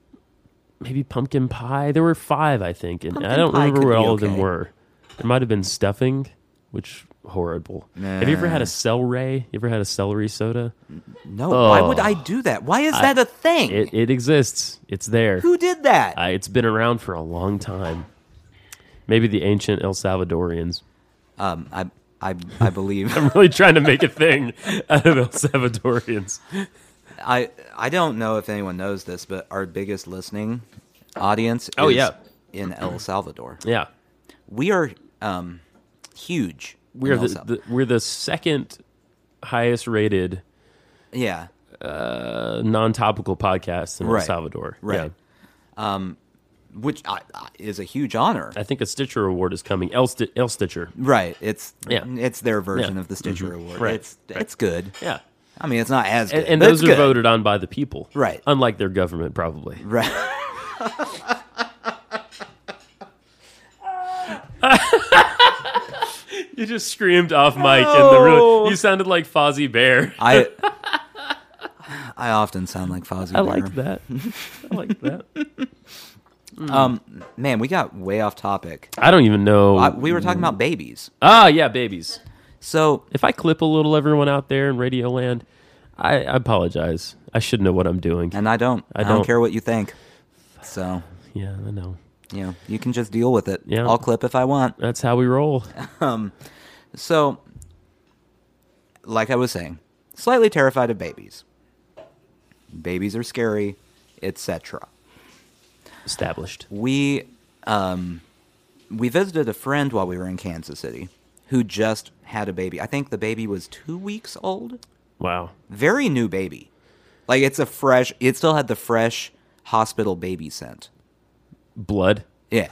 [SPEAKER 2] maybe pumpkin pie. There were five, I think, and I
[SPEAKER 1] Pumpkin
[SPEAKER 2] don't
[SPEAKER 1] pie
[SPEAKER 2] remember
[SPEAKER 1] could
[SPEAKER 2] what
[SPEAKER 1] be
[SPEAKER 2] all of them
[SPEAKER 1] okay.
[SPEAKER 2] were. There might have been stuffing, which horrible. Have you ever had a celery? You ever had a celery soda?
[SPEAKER 1] no, why would I do that? Why is that a thing?
[SPEAKER 2] It it exists. It's there.
[SPEAKER 1] Who did that?
[SPEAKER 2] Uh, it's been around for a long time. Maybe the ancient El Salvadorians.
[SPEAKER 1] um, I I I believe
[SPEAKER 2] I'm really trying to make a thing out of El Salvadorians.
[SPEAKER 1] I I don't know if anyone knows this, but our biggest listening audience
[SPEAKER 2] Oh,
[SPEAKER 1] is
[SPEAKER 2] yeah.
[SPEAKER 1] in El Salvador.
[SPEAKER 2] Yeah.
[SPEAKER 1] We are Um, huge. in
[SPEAKER 2] We're
[SPEAKER 1] El
[SPEAKER 2] the,
[SPEAKER 1] Sal-
[SPEAKER 2] the we're the second highest rated
[SPEAKER 1] yeah,
[SPEAKER 2] uh, non topical podcast in El
[SPEAKER 1] Right.
[SPEAKER 2] Salvador.
[SPEAKER 1] Right. Um, which I, I, is a huge honor.
[SPEAKER 2] I think a Stitcher Award is coming. El, Sti- El Stitcher.
[SPEAKER 1] Right. It's
[SPEAKER 2] Yeah.
[SPEAKER 1] It's their version
[SPEAKER 2] Yeah. Mm-hmm.
[SPEAKER 1] of the Stitcher Award.
[SPEAKER 2] Right.
[SPEAKER 1] It's it's good.
[SPEAKER 2] Yeah.
[SPEAKER 1] I mean, it's not as good.
[SPEAKER 2] And, and
[SPEAKER 1] but
[SPEAKER 2] those
[SPEAKER 1] it's
[SPEAKER 2] are
[SPEAKER 1] good.
[SPEAKER 2] voted on by the people.
[SPEAKER 1] Right.
[SPEAKER 2] Unlike their government, probably.
[SPEAKER 1] Right.
[SPEAKER 2] You just screamed off mic in the
[SPEAKER 1] No.
[SPEAKER 2] room. You sounded like Fozzie Bear.
[SPEAKER 1] I I often sound like Fozzie.
[SPEAKER 2] I
[SPEAKER 1] Bear.
[SPEAKER 2] like that. I like that.
[SPEAKER 1] Um, man, we got way off topic.
[SPEAKER 2] I don't even know.
[SPEAKER 1] I, we were talking about babies.
[SPEAKER 2] ah, yeah, babies.
[SPEAKER 1] So
[SPEAKER 2] If I clip a little everyone out there in Radio Land, I, I apologize. I should know what I'm doing.
[SPEAKER 1] and I don't.
[SPEAKER 2] I
[SPEAKER 1] I don't,
[SPEAKER 2] don't.
[SPEAKER 1] care what you think. So
[SPEAKER 2] Yeah, I know.
[SPEAKER 1] you know, you can just deal with it.
[SPEAKER 2] Yeah.
[SPEAKER 1] I'll clip if I want.
[SPEAKER 2] That's how we roll.
[SPEAKER 1] So, like I was saying, slightly terrified of babies. Babies are scary, etc.
[SPEAKER 2] Established.
[SPEAKER 1] We um, we visited a friend while we were in Kansas City who just had a baby. I think the baby was two weeks old.
[SPEAKER 2] Wow.
[SPEAKER 1] Very new baby. Like it's a fresh. It still had the fresh hospital baby scent.
[SPEAKER 2] Blood.
[SPEAKER 1] Yeah.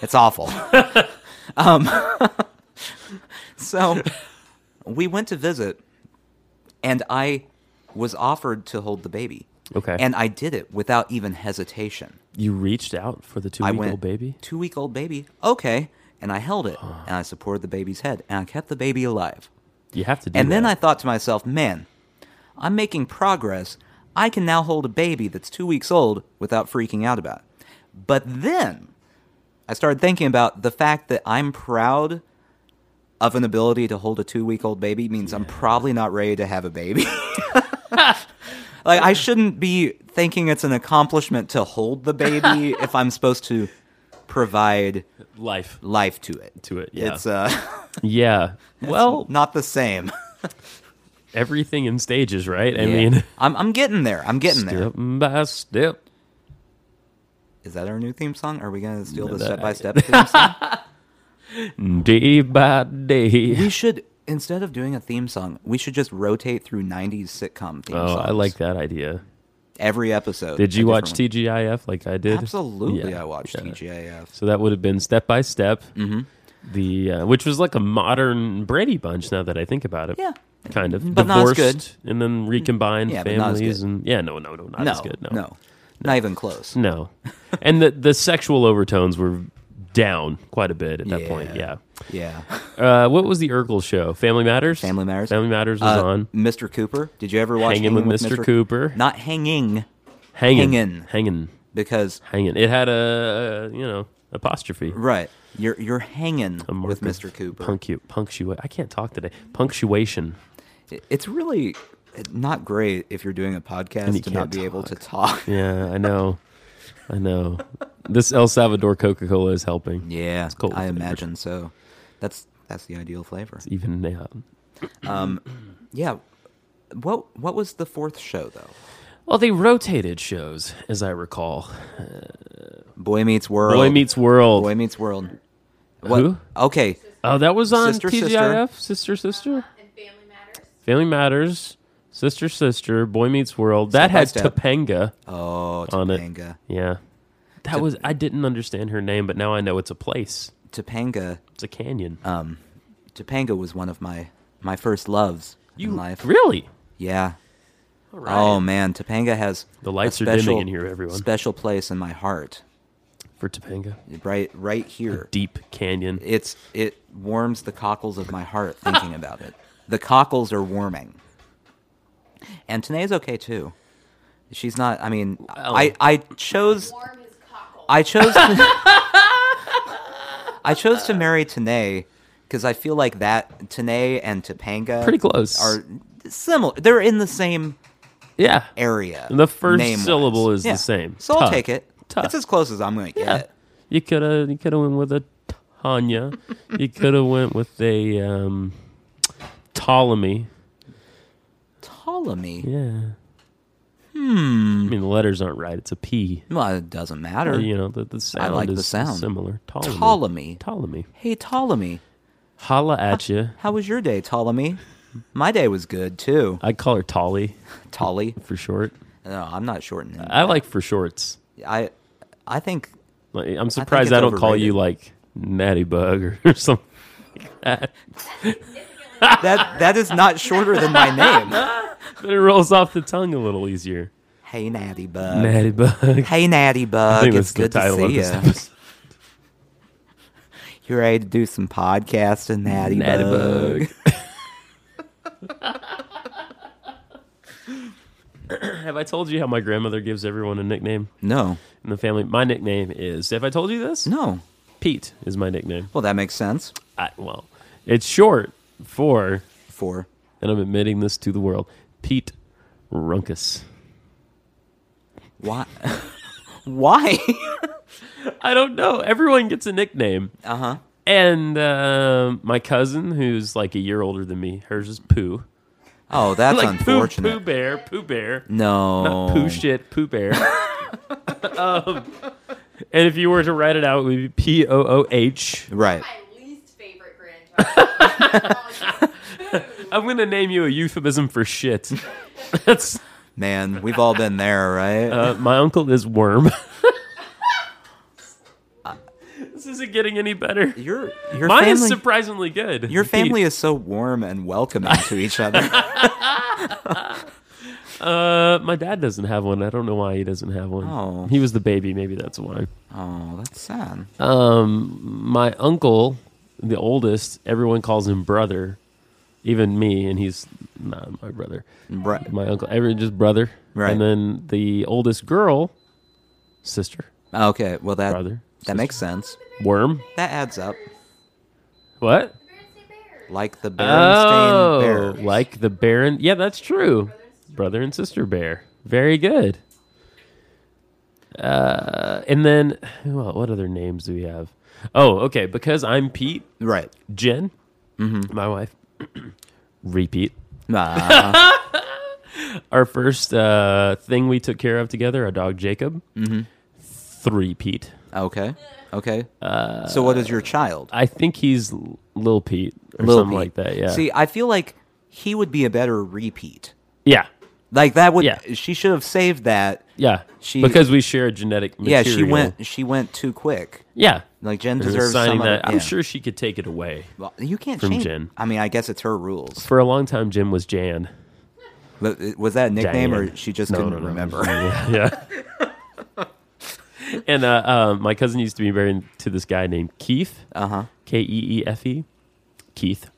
[SPEAKER 1] it's awful. um, so we went to visit, and I was offered to hold the baby.
[SPEAKER 2] Okay.
[SPEAKER 1] And I did it without even hesitation.
[SPEAKER 2] You reached out for the two
[SPEAKER 1] I
[SPEAKER 2] week
[SPEAKER 1] went,
[SPEAKER 2] old baby?
[SPEAKER 1] Two week old baby. Okay. And I held it, and I supported the baby's head, and I kept the baby alive.
[SPEAKER 2] You have to do
[SPEAKER 1] And then I
[SPEAKER 2] that.
[SPEAKER 1] thought to myself, man, I'm making progress. I can now hold a baby that's two weeks old without freaking out about it. But then I started thinking about the fact that I'm proud of an ability to hold a two week old baby means I'm probably not ready to have a baby. like, I shouldn't be thinking it's an accomplishment to hold the baby if I'm supposed to provide
[SPEAKER 2] Life
[SPEAKER 1] life to it.
[SPEAKER 2] to it. Yeah.
[SPEAKER 1] It's uh,
[SPEAKER 2] yeah. Well,
[SPEAKER 1] not the same.
[SPEAKER 2] everything in stages, right? I
[SPEAKER 1] Yeah.
[SPEAKER 2] mean,
[SPEAKER 1] I'm I'm getting there. I'm getting there.
[SPEAKER 2] step by step.
[SPEAKER 1] Is that our new theme song? Are we gonna steal the
[SPEAKER 2] that-
[SPEAKER 1] step by step theme song?
[SPEAKER 2] Day by day.
[SPEAKER 1] We should instead of doing a theme song, we should just rotate through '90s sitcom theme
[SPEAKER 2] Oh,
[SPEAKER 1] songs.
[SPEAKER 2] I like that idea.
[SPEAKER 1] every episode.
[SPEAKER 2] Did you
[SPEAKER 1] a
[SPEAKER 2] watch
[SPEAKER 1] different
[SPEAKER 2] TGIF like I
[SPEAKER 1] one.
[SPEAKER 2] did?
[SPEAKER 1] Absolutely,
[SPEAKER 2] Yeah,
[SPEAKER 1] I watched
[SPEAKER 2] yeah.
[SPEAKER 1] TGIF.
[SPEAKER 2] So that would have been step by step. Mm-hmm. The uh, which was like a modern Brady Bunch. Now that I think about it,
[SPEAKER 1] Yeah.
[SPEAKER 2] kind of
[SPEAKER 1] But not as
[SPEAKER 2] divorced
[SPEAKER 1] good. Mm.
[SPEAKER 2] and then recombined
[SPEAKER 1] Yeah, but not as
[SPEAKER 2] families
[SPEAKER 1] good.
[SPEAKER 2] and yeah, no, no, no, not
[SPEAKER 1] no,
[SPEAKER 2] as good. No,
[SPEAKER 1] no, not even close.
[SPEAKER 2] no. and the the sexual overtones were down quite a bit at that point.
[SPEAKER 1] Yeah.
[SPEAKER 2] Yeah.
[SPEAKER 1] Yeah,
[SPEAKER 2] Uh, what was the Urkel show? Family Matters.
[SPEAKER 1] Family Matters.
[SPEAKER 2] Family Matters was
[SPEAKER 1] Uh,
[SPEAKER 2] on.
[SPEAKER 1] Mr. Cooper. Did you ever watch
[SPEAKER 2] Hanging with Mr. Cooper.
[SPEAKER 1] Not hanging
[SPEAKER 2] Hanging,
[SPEAKER 1] Hangin'.
[SPEAKER 2] hanging,
[SPEAKER 1] because
[SPEAKER 2] hanging. It had a you know apostrophe.
[SPEAKER 1] right, you're you're hanging
[SPEAKER 2] A mark
[SPEAKER 1] with
[SPEAKER 2] of
[SPEAKER 1] Mr. Cooper.
[SPEAKER 2] Puncu- punctua- I can't talk today. Punctuation.
[SPEAKER 1] It- It's really not great if you're doing a podcast
[SPEAKER 2] you
[SPEAKER 1] to not
[SPEAKER 2] can't
[SPEAKER 1] be able to talk.
[SPEAKER 2] Yeah, I know. I know. This El Salvador Coca Cola is helping.
[SPEAKER 1] Yeah,
[SPEAKER 2] cold
[SPEAKER 1] I
[SPEAKER 2] flavored.
[SPEAKER 1] imagine so. That's that's the ideal flavor. Um,
[SPEAKER 2] Even now.
[SPEAKER 1] Yeah. What what was the fourth show though?
[SPEAKER 2] Well, they rotated shows, as I recall.
[SPEAKER 1] Boy Meets World.
[SPEAKER 2] Boy Meets World.
[SPEAKER 1] Boy Meets World.
[SPEAKER 2] Who?
[SPEAKER 1] Okay.
[SPEAKER 2] oh, that was on
[SPEAKER 1] Sister, Sister.
[SPEAKER 2] TGIF? Sister, Sister?
[SPEAKER 3] And Family Matters.
[SPEAKER 2] Family Matters. Sister, Sister. Boy Meets World.
[SPEAKER 1] Step
[SPEAKER 2] that
[SPEAKER 1] by
[SPEAKER 2] had
[SPEAKER 1] Step.
[SPEAKER 2] Topanga
[SPEAKER 1] Oh,
[SPEAKER 2] on it.
[SPEAKER 1] Topanga.
[SPEAKER 2] Yeah. That was, I didn't understand her name, but now I know it's a place.
[SPEAKER 1] Topanga. um,
[SPEAKER 2] It's a canyon.
[SPEAKER 1] Uh, Topanga was one of my my first loves
[SPEAKER 2] you
[SPEAKER 1] in life.
[SPEAKER 2] Really?
[SPEAKER 1] Yeah.
[SPEAKER 2] All
[SPEAKER 1] Oh man, Topanga has
[SPEAKER 2] The
[SPEAKER 1] a
[SPEAKER 2] lights are dimming
[SPEAKER 1] special-
[SPEAKER 2] in here, everyone.
[SPEAKER 1] Special place in my heart.
[SPEAKER 2] For Topanga.
[SPEAKER 1] Right right here.
[SPEAKER 2] Deep canyon.
[SPEAKER 1] it's it warms the cockles of my heart thinking about it. The cockles are warming. And Tanae's okay too. She's not. I mean,
[SPEAKER 2] Oh.
[SPEAKER 1] I I chose
[SPEAKER 3] Warm his cockle.
[SPEAKER 1] I chose I chose to marry Tanae because I feel like that Tanae and Topanga
[SPEAKER 2] Pretty close.
[SPEAKER 1] are similar. They're in the same
[SPEAKER 2] yeah.
[SPEAKER 1] area.
[SPEAKER 2] The first
[SPEAKER 1] name-wise.
[SPEAKER 2] syllable is the
[SPEAKER 1] Yeah.
[SPEAKER 2] same.
[SPEAKER 1] So I'll
[SPEAKER 2] Tuck.
[SPEAKER 1] take it.
[SPEAKER 2] Tuck.
[SPEAKER 1] It's as close as I'm going to get.
[SPEAKER 2] Yeah. You could have you could have went with a Tanya. you could have went with a um, Ptolemy.
[SPEAKER 1] Ptolemy.
[SPEAKER 2] Yeah.
[SPEAKER 1] Hmm.
[SPEAKER 2] I mean, the letters aren't right. It's a P.
[SPEAKER 1] Well, it doesn't matter.
[SPEAKER 2] Uh, You know, the, the sound
[SPEAKER 1] like the
[SPEAKER 2] is
[SPEAKER 1] sound.
[SPEAKER 2] similar. Ptolemy.
[SPEAKER 1] Ptolemy.
[SPEAKER 2] Ptolemy.
[SPEAKER 1] Hey, Ptolemy.
[SPEAKER 2] Holla at you.
[SPEAKER 1] How was your day, Ptolemy? My day was good too.
[SPEAKER 2] I call her Tolly
[SPEAKER 1] Tolly.
[SPEAKER 2] for short.
[SPEAKER 1] No, I'm not shortening.
[SPEAKER 2] I like for shorts.
[SPEAKER 1] I, I think
[SPEAKER 2] Like, I'm surprised I,
[SPEAKER 1] it's
[SPEAKER 2] don't call you like Natty Bug or, or something.
[SPEAKER 1] that that is not shorter than my name.
[SPEAKER 2] But it rolls off the tongue a little easier.
[SPEAKER 1] Hey, Natty Bug.
[SPEAKER 2] Natty Bug.
[SPEAKER 1] Uh, Hey, Natty
[SPEAKER 2] I
[SPEAKER 1] Bug.
[SPEAKER 2] think
[SPEAKER 1] It's
[SPEAKER 2] that's the
[SPEAKER 1] good to
[SPEAKER 2] title of
[SPEAKER 1] see
[SPEAKER 2] this
[SPEAKER 1] you.
[SPEAKER 2] episode.
[SPEAKER 1] You ready to do some podcasting, Natty,
[SPEAKER 2] Natty
[SPEAKER 1] Bug?
[SPEAKER 2] Have I told you how my grandmother gives everyone a nickname
[SPEAKER 1] No,
[SPEAKER 2] in the family? My nickname is. Have I told you this?
[SPEAKER 1] no.
[SPEAKER 2] Pete is my nickname.
[SPEAKER 1] Well, that makes sense.
[SPEAKER 2] I, well, it's short for,
[SPEAKER 1] For
[SPEAKER 2] and I'm admitting this to the world, Pete Runkus.
[SPEAKER 1] why? why?
[SPEAKER 2] I don't know. Everyone gets a nickname.
[SPEAKER 1] uh huh.
[SPEAKER 2] And um my cousin, who's like a year older than me, hers is Pooh.
[SPEAKER 1] Oh, that's
[SPEAKER 2] like Pooh,
[SPEAKER 1] unfortunate.
[SPEAKER 2] Pooh Bear, Pooh Bear.
[SPEAKER 1] No.
[SPEAKER 2] Not Pooh shit, Pooh Bear. um, and if you were to write it out, it would be P O O H.
[SPEAKER 1] Right.
[SPEAKER 4] my least favorite grandchild.
[SPEAKER 2] I'm going to name you a euphemism for shit. That's
[SPEAKER 1] Man, we've all been there, right?
[SPEAKER 2] uh, My uncle is Worm. this isn't getting any better.
[SPEAKER 1] your your
[SPEAKER 2] Mine is
[SPEAKER 1] family
[SPEAKER 2] surprisingly good.
[SPEAKER 1] your
[SPEAKER 2] Pete.
[SPEAKER 1] family is so warm and welcoming to each other.
[SPEAKER 2] Uh, my dad doesn't have one. I don't know why he doesn't have one.
[SPEAKER 1] Oh.
[SPEAKER 2] He was the baby. Maybe that's why.
[SPEAKER 1] Oh, that's sad.
[SPEAKER 2] Um, my uncle, the oldest, everyone calls him brother, even me, and he's not my brother.
[SPEAKER 1] Right.
[SPEAKER 2] My uncle, everyone just brother.
[SPEAKER 1] Right.
[SPEAKER 2] And then the oldest girl, sister,
[SPEAKER 1] Okay. Well, that
[SPEAKER 2] Brother,
[SPEAKER 1] that makes sense.
[SPEAKER 2] worm.
[SPEAKER 1] That adds up.
[SPEAKER 2] What?
[SPEAKER 1] Like the Berenstain
[SPEAKER 2] oh,
[SPEAKER 1] Bear.
[SPEAKER 2] like the Baron. Yeah, that's true. Brother and sister bear. Very good. Uh, and then who el- what other names do we have? Oh, okay. Because I'm Pete,
[SPEAKER 1] Right.
[SPEAKER 2] Jen,
[SPEAKER 1] Mm-hmm.
[SPEAKER 2] my wife, repeat.
[SPEAKER 1] Nah.
[SPEAKER 2] Our first uh, thing we took care of together, our dog Jacob,
[SPEAKER 1] Mm-hmm.
[SPEAKER 2] three Pete.
[SPEAKER 1] okay. Okay.
[SPEAKER 2] Uh,
[SPEAKER 1] so what is your child?
[SPEAKER 2] I think he's L- Lil Pete or
[SPEAKER 1] Lil Pete.
[SPEAKER 2] something like that. Yeah.
[SPEAKER 1] See, I feel like he would be a better repeat.
[SPEAKER 2] yeah.
[SPEAKER 1] Like that would.
[SPEAKER 2] Yeah.
[SPEAKER 1] She should have saved that.
[SPEAKER 2] Yeah.
[SPEAKER 1] She-
[SPEAKER 2] because we share genetic material.
[SPEAKER 1] Yeah. She went. She went too quick.
[SPEAKER 2] Yeah.
[SPEAKER 1] Like Jen
[SPEAKER 2] And
[SPEAKER 1] deserves
[SPEAKER 2] assigning
[SPEAKER 1] some of
[SPEAKER 2] that.
[SPEAKER 1] it,
[SPEAKER 2] I'm
[SPEAKER 1] yeah.
[SPEAKER 2] sure she could take it away.
[SPEAKER 1] Well, you can't
[SPEAKER 2] From
[SPEAKER 1] change.
[SPEAKER 2] Jen.
[SPEAKER 1] I mean, I guess it's her rules.
[SPEAKER 2] For a long time, Jim was Jan.
[SPEAKER 1] But it- was that a nickname,
[SPEAKER 2] Diane.
[SPEAKER 1] or she just
[SPEAKER 2] No,
[SPEAKER 1] couldn't
[SPEAKER 2] no, no.
[SPEAKER 1] remember?
[SPEAKER 2] yeah. and uh, um, my cousin used to be married to this guy named Keith.
[SPEAKER 1] Uh huh.
[SPEAKER 2] K E E F E, Keith.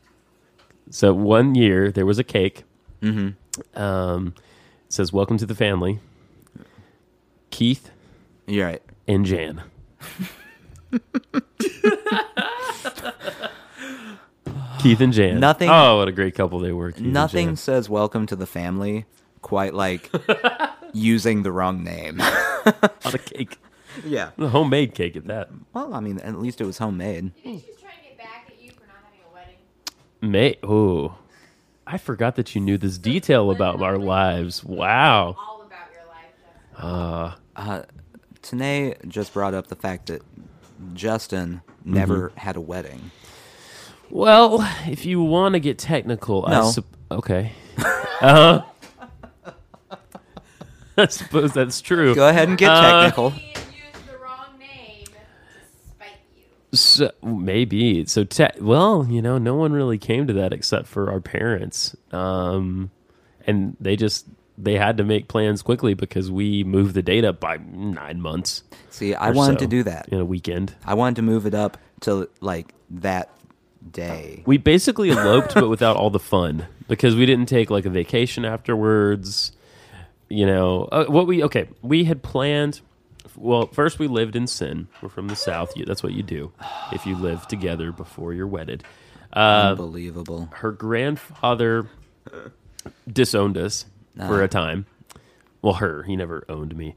[SPEAKER 2] So one year there was a cake. Mm-hmm. Um, it says, "Welcome to the family, Keith
[SPEAKER 1] You're right.
[SPEAKER 2] and Jan." Keith and Jan.
[SPEAKER 1] Nothing-
[SPEAKER 2] Oh, what a great couple they were. Keith and
[SPEAKER 1] Nothing
[SPEAKER 2] Jan.
[SPEAKER 1] says "Welcome to the family" quite like using the wrong name.
[SPEAKER 2] on a cake,
[SPEAKER 1] yeah.
[SPEAKER 2] a homemade cake at that.
[SPEAKER 1] Well, I mean, at least it was homemade.
[SPEAKER 4] Didn't you try to get back at you for not having a wedding?
[SPEAKER 2] May. Oh, I forgot that you knew this detail about our lives. Wow.
[SPEAKER 4] All about your life. That's
[SPEAKER 2] Uh,
[SPEAKER 1] Uh, Tanae just brought up the fact that Justin never
[SPEAKER 2] Mm-hmm.
[SPEAKER 1] had a wedding.
[SPEAKER 2] Well, if you want to get technical, I
[SPEAKER 1] No.
[SPEAKER 2] sup- okay. Uh-huh. I suppose that's true.
[SPEAKER 1] Go ahead and get
[SPEAKER 2] Uh,
[SPEAKER 1] technical.
[SPEAKER 4] he used the wrong name to spite you.
[SPEAKER 2] So, maybe so. Te- well, you know, no one really came to that except for our parents, um, and they just they had to make plans quickly because we moved the date up by nine months.
[SPEAKER 1] See, I
[SPEAKER 2] or
[SPEAKER 1] wanted
[SPEAKER 2] so
[SPEAKER 1] to do that.
[SPEAKER 2] in a weekend.
[SPEAKER 1] I wanted to move it up to like that day.
[SPEAKER 2] We basically eloped, but without all the fun because we didn't take like a vacation afterwards. You know uh, what we okay? We had planned. Well, first we lived in Sin. We're from the South. You- That's what you do if you live together before you're wedded. Uh,
[SPEAKER 1] Unbelievable.
[SPEAKER 2] Her grandfather disowned us
[SPEAKER 1] Uh-huh.
[SPEAKER 2] for a time. Well, her. He never owned me.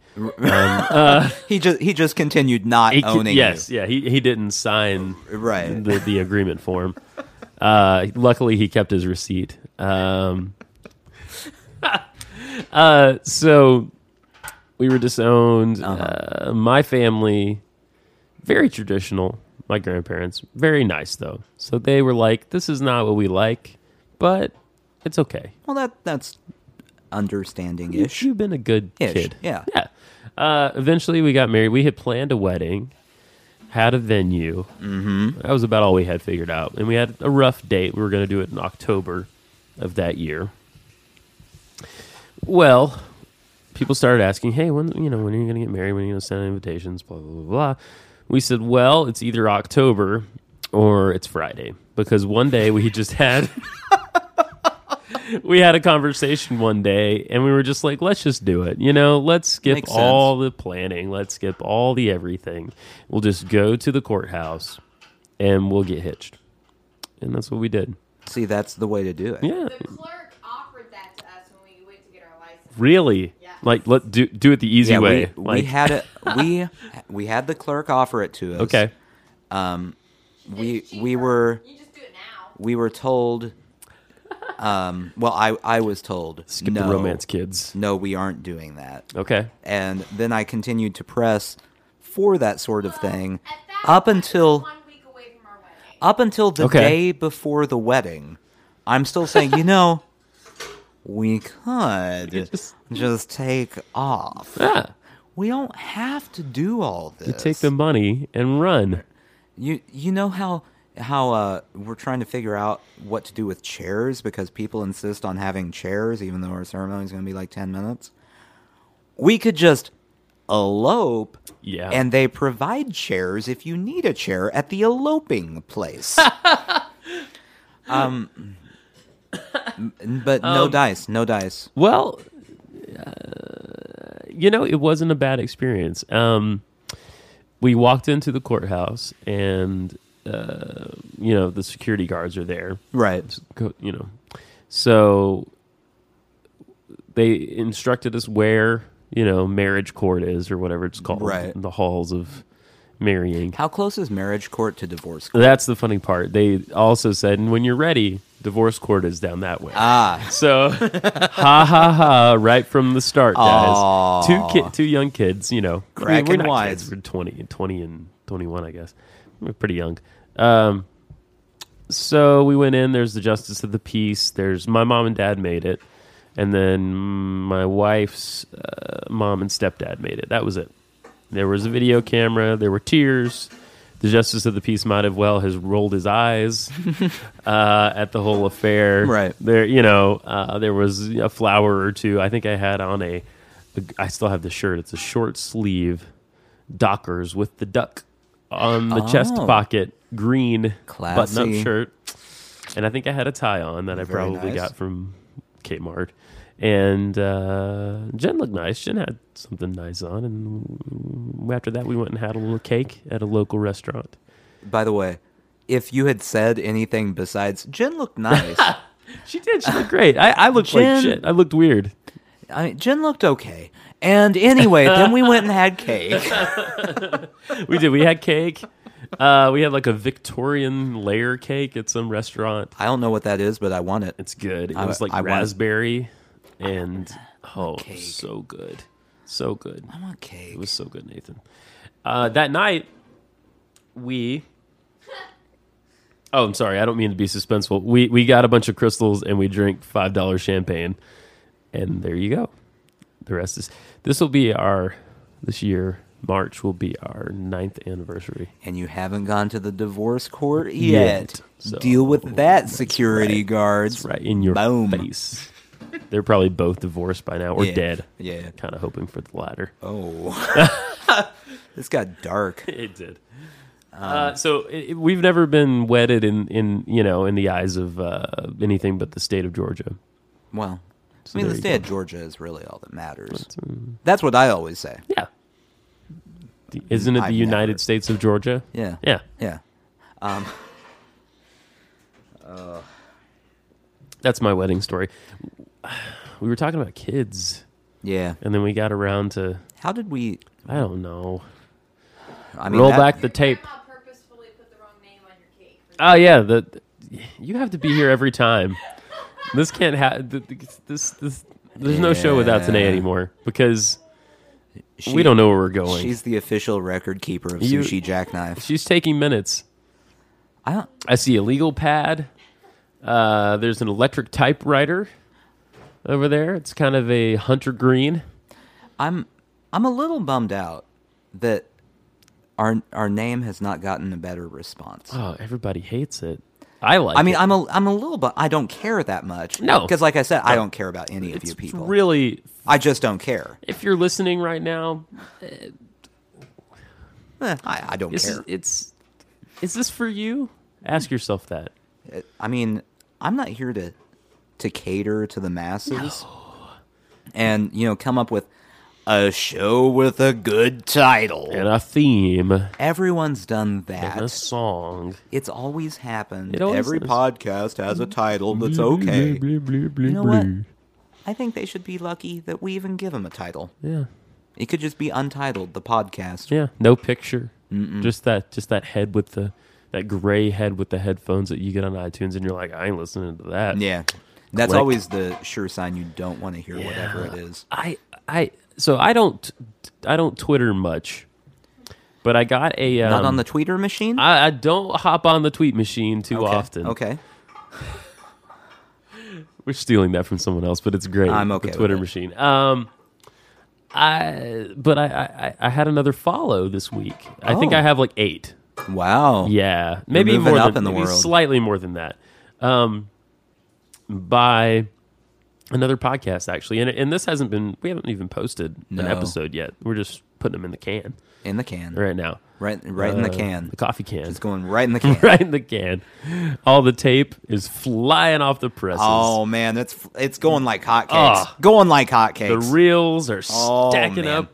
[SPEAKER 1] He just he just continued not
[SPEAKER 2] He-
[SPEAKER 1] owning.
[SPEAKER 2] yes, yeah. He he didn't sign
[SPEAKER 1] you. Right.
[SPEAKER 2] the, the agreement form. Uh, luckily, he kept his receipt. Um, uh, so we were disowned. uh
[SPEAKER 1] Uh-huh.
[SPEAKER 2] my family, very traditional. My grandparents, very nice though. So they were like, "This is not what we like, but it's okay.
[SPEAKER 1] Well, that that's understanding
[SPEAKER 2] You-
[SPEAKER 1] ish.
[SPEAKER 2] You've been a good
[SPEAKER 1] Ish,
[SPEAKER 2] kid.
[SPEAKER 1] yeah.
[SPEAKER 2] Yeah. Uh, eventually, we got married. We had planned a wedding, had a venue. Mm-hmm. That was about all we had figured out. And we had a rough date. We were going to do it in October of that year. Well, people started asking, "Hey, when you know when are you going to get married? When are you going to send invitations?" Blah blah blah blah. We said, "Well, it's either October or it's Friday," because one day we just had we had a conversation one day, and we were just like, "Let's just do it." You know, let's skip
[SPEAKER 1] Makes sense.
[SPEAKER 2] all the planning, let's skip all the everything. We'll just go to the courthouse, and we'll get hitched, and that's what we did.
[SPEAKER 1] See, that's the way to do it.
[SPEAKER 2] Yeah,
[SPEAKER 4] The clerk offered that to us when we went to get our license.
[SPEAKER 2] really.
[SPEAKER 4] Yeah.
[SPEAKER 2] Like, let do do it the easy
[SPEAKER 1] Yeah,
[SPEAKER 2] way.
[SPEAKER 1] we,
[SPEAKER 2] like,
[SPEAKER 1] we had it. We we had the clerk offer it to us.
[SPEAKER 2] okay.
[SPEAKER 1] We
[SPEAKER 4] It's
[SPEAKER 1] we
[SPEAKER 4] cheaper.
[SPEAKER 1] were
[SPEAKER 4] You just do it now.
[SPEAKER 1] we were told. Um. Well, I I was told.
[SPEAKER 2] Skip
[SPEAKER 1] no,
[SPEAKER 2] the romance, kids. Oh.
[SPEAKER 1] No, we aren't doing that.
[SPEAKER 2] Okay.
[SPEAKER 1] And then I continued to press for that sort of thing
[SPEAKER 4] At that
[SPEAKER 1] up
[SPEAKER 4] point,
[SPEAKER 1] until.
[SPEAKER 4] one week away from our wedding.
[SPEAKER 1] up until the
[SPEAKER 2] Okay.
[SPEAKER 1] day before the wedding, I'm still saying, you know, we could just, take off.
[SPEAKER 2] Yeah.
[SPEAKER 1] We don't have to do all this.
[SPEAKER 2] You take the money and run.
[SPEAKER 1] You you know how how uh, we're trying to figure out what to do with chairs because people insist on having chairs, even though our ceremony is going to be like ten minutes. We could just elope,
[SPEAKER 2] Yeah.
[SPEAKER 1] and they provide chairs if you need a chair at the eloping place. um, but no dice, no dice.
[SPEAKER 2] well, uh, you know, it wasn't a bad experience. Um, we walked into the courthouse, and uh, you know, the security guards are there.
[SPEAKER 1] Right.
[SPEAKER 2] go- you know. So they instructed us where, you know, marriage court is or whatever it's called.
[SPEAKER 1] Right.
[SPEAKER 2] The halls of marrying.
[SPEAKER 1] How close is marriage court to divorce court?
[SPEAKER 2] That's the funny part. They also said, and when you're ready, divorce court is down that way.
[SPEAKER 1] Ah,
[SPEAKER 2] So, ha ha ha! Right from the start,
[SPEAKER 1] Aw.
[SPEAKER 2] guys. Two ki- two young kids, you know, I mean,
[SPEAKER 1] Cracking
[SPEAKER 2] we're not
[SPEAKER 1] wise.
[SPEAKER 2] kids. We're 20, 20 and twenty one, I guess. We're pretty young. Um, so we went in. There's the justice of the peace. There's my mom and dad made it, and then my wife's uh, mom and stepdad made it. That was it. There was a video camera. There were tears. The justice of the peace might have well has rolled his eyes uh, at the whole affair.
[SPEAKER 1] Right.
[SPEAKER 2] there, you know, uh, there was a flower or two. I think I had on a, a. I still have the shirt. It's a short sleeve, Dockers with the duck on the chest
[SPEAKER 1] Oh.
[SPEAKER 2] pocket, green button
[SPEAKER 1] Classy.
[SPEAKER 2] up shirt, and I think I had a tie on that I
[SPEAKER 1] Very
[SPEAKER 2] probably
[SPEAKER 1] nice.
[SPEAKER 2] got from Kmart. And uh, Jen looked nice. Jen had something nice on, and after that, we went and had a little cake at a local restaurant.
[SPEAKER 1] by the way, if you had said anything besides Jen looked nice,
[SPEAKER 2] She did. She looked great. I, I looked
[SPEAKER 1] Jen-
[SPEAKER 2] like shit. I looked weird.
[SPEAKER 1] I mean, Jen looked okay. And anyway, then we went and had cake.
[SPEAKER 2] We did. We had cake. Uh, we had like a Victorian layer cake at some restaurant.
[SPEAKER 1] I don't know what that is, but I want it.
[SPEAKER 2] It's good. It
[SPEAKER 1] I-
[SPEAKER 2] was like
[SPEAKER 1] I want-
[SPEAKER 2] raspberry and oh,
[SPEAKER 1] cake.
[SPEAKER 2] so good, so good.
[SPEAKER 1] I want
[SPEAKER 2] It
[SPEAKER 1] cake.
[SPEAKER 2] was so good, Nathan. Uh, that night, we. Oh, I'm sorry. I don't mean to be suspenseful. We we got a bunch of crystals and we drank five dollars champagne, and there you go. The rest is. This will be our this year. March will be our ninth anniversary.
[SPEAKER 1] and you haven't gone to the divorce court yet.
[SPEAKER 2] Yet, so-
[SPEAKER 1] Deal with that, security guards.
[SPEAKER 2] That's right in your
[SPEAKER 1] Boom.
[SPEAKER 2] face. They're probably both divorced by now or
[SPEAKER 1] Yeah,
[SPEAKER 2] dead.
[SPEAKER 1] yeah.
[SPEAKER 2] Kind of hoping for the latter.
[SPEAKER 1] Oh. this got dark.
[SPEAKER 2] it did.
[SPEAKER 1] Um,
[SPEAKER 2] Uh, so it, it- we've never been wedded in, in you know in the eyes of uh, anything but the state of Georgia.
[SPEAKER 1] Well, I mean,
[SPEAKER 2] there
[SPEAKER 1] the
[SPEAKER 2] you
[SPEAKER 1] state
[SPEAKER 2] go. um,
[SPEAKER 1] of Georgia is really all that matters. That's what I always say.
[SPEAKER 2] Yeah, The- isn't it the
[SPEAKER 1] I've
[SPEAKER 2] United
[SPEAKER 1] never-
[SPEAKER 2] States of Georgia?
[SPEAKER 1] Yeah.
[SPEAKER 2] yeah.
[SPEAKER 1] Yeah. Um,
[SPEAKER 2] That's my wedding story. We were talking about kids,
[SPEAKER 1] Yeah.
[SPEAKER 2] and then we got around to
[SPEAKER 1] How did we.
[SPEAKER 2] I don't know.
[SPEAKER 1] I mean,
[SPEAKER 2] Roll
[SPEAKER 1] that-
[SPEAKER 2] back the
[SPEAKER 4] Your
[SPEAKER 2] tape.
[SPEAKER 4] grandma purposefully put the wrong name on your cake.
[SPEAKER 1] Uh,
[SPEAKER 2] Oh yeah, the you have to be here every time. This can't have this this. There's no show without today
[SPEAKER 1] Yeah.
[SPEAKER 2] anymore because
[SPEAKER 1] She,
[SPEAKER 2] we don't know where we're going. She's,
[SPEAKER 1] She's the official record keeper of
[SPEAKER 2] You-
[SPEAKER 1] Sushi Jackknife.
[SPEAKER 2] taking minutes.
[SPEAKER 1] I don't.
[SPEAKER 2] I see a legal pad. Uh, there's an electric typewriter over there. It's kind of a hunter green.
[SPEAKER 1] I'm. I'm a little bummed out that our our name has not gotten a better response.
[SPEAKER 2] Oh, everybody hates it. I like.
[SPEAKER 1] I mean,
[SPEAKER 2] it.
[SPEAKER 1] I'm a I'm a little, but I don't care that much.
[SPEAKER 2] No.
[SPEAKER 1] because like I said, I don't care about any of you
[SPEAKER 2] it's
[SPEAKER 1] people.
[SPEAKER 2] really.
[SPEAKER 1] I just don't care.
[SPEAKER 2] If you're listening right now,
[SPEAKER 1] Eh, I, I don't
[SPEAKER 2] this is,
[SPEAKER 1] care.
[SPEAKER 2] it's. Is this for you? Ask yourself that.
[SPEAKER 1] I mean, I'm not here to to cater to the masses and you know come up with a show with a good title.
[SPEAKER 2] And a theme,
[SPEAKER 1] Everyone's done
[SPEAKER 2] and a
[SPEAKER 1] that.
[SPEAKER 2] song.
[SPEAKER 1] It's always happened.
[SPEAKER 2] It always Mm-hmm.
[SPEAKER 1] Every
[SPEAKER 2] is.
[SPEAKER 1] podcast has a title that's okay.
[SPEAKER 2] You
[SPEAKER 1] know what? I think they should be lucky that we even give them a title.
[SPEAKER 2] Yeah.
[SPEAKER 1] It could just be untitled, the podcast.
[SPEAKER 2] Yeah, no picture. Just that, just that head with the that gray head with the headphones that you get on iTunes, and you're like, I ain't listening to that.
[SPEAKER 1] Yeah. That's
[SPEAKER 2] Click.
[SPEAKER 1] always the sure sign you don't want to hear whatever it is.
[SPEAKER 2] I, I, so I don't, I don't Twitter much, but I got a. Um,
[SPEAKER 1] Not on the tweeter machine?
[SPEAKER 2] I, I don't hop on the tweet machine too
[SPEAKER 1] okay.
[SPEAKER 2] often.
[SPEAKER 1] Okay.
[SPEAKER 2] We're stealing that from someone else, but it's great.
[SPEAKER 1] I'm okay
[SPEAKER 2] The
[SPEAKER 1] with
[SPEAKER 2] Twitter
[SPEAKER 1] it.
[SPEAKER 2] machine. Um, I, but I, I, I- I had another follow this week. I think
[SPEAKER 1] Oh.
[SPEAKER 2] I have like eight.
[SPEAKER 1] Wow.
[SPEAKER 2] Yeah, maybe
[SPEAKER 1] moving
[SPEAKER 2] more
[SPEAKER 1] up
[SPEAKER 2] than,
[SPEAKER 1] in the
[SPEAKER 2] maybe
[SPEAKER 1] world.
[SPEAKER 2] slightly more than that. Um, by another podcast actually, and and this hasn't been we haven't even posted
[SPEAKER 1] No.
[SPEAKER 2] an episode yet. We're just putting them in the can
[SPEAKER 1] In the can.
[SPEAKER 2] right now,
[SPEAKER 1] Right, right in the
[SPEAKER 2] Uh,
[SPEAKER 1] can.
[SPEAKER 2] the coffee can,
[SPEAKER 1] It's going right in the can.
[SPEAKER 2] right in the can. All the tape is flying off the presses.
[SPEAKER 1] Oh man, that's it's going like hotcakes.
[SPEAKER 2] Ah.
[SPEAKER 1] going like
[SPEAKER 2] the
[SPEAKER 1] hotcakes.
[SPEAKER 2] reels are
[SPEAKER 1] Oh,
[SPEAKER 2] stacking
[SPEAKER 1] man.
[SPEAKER 2] up.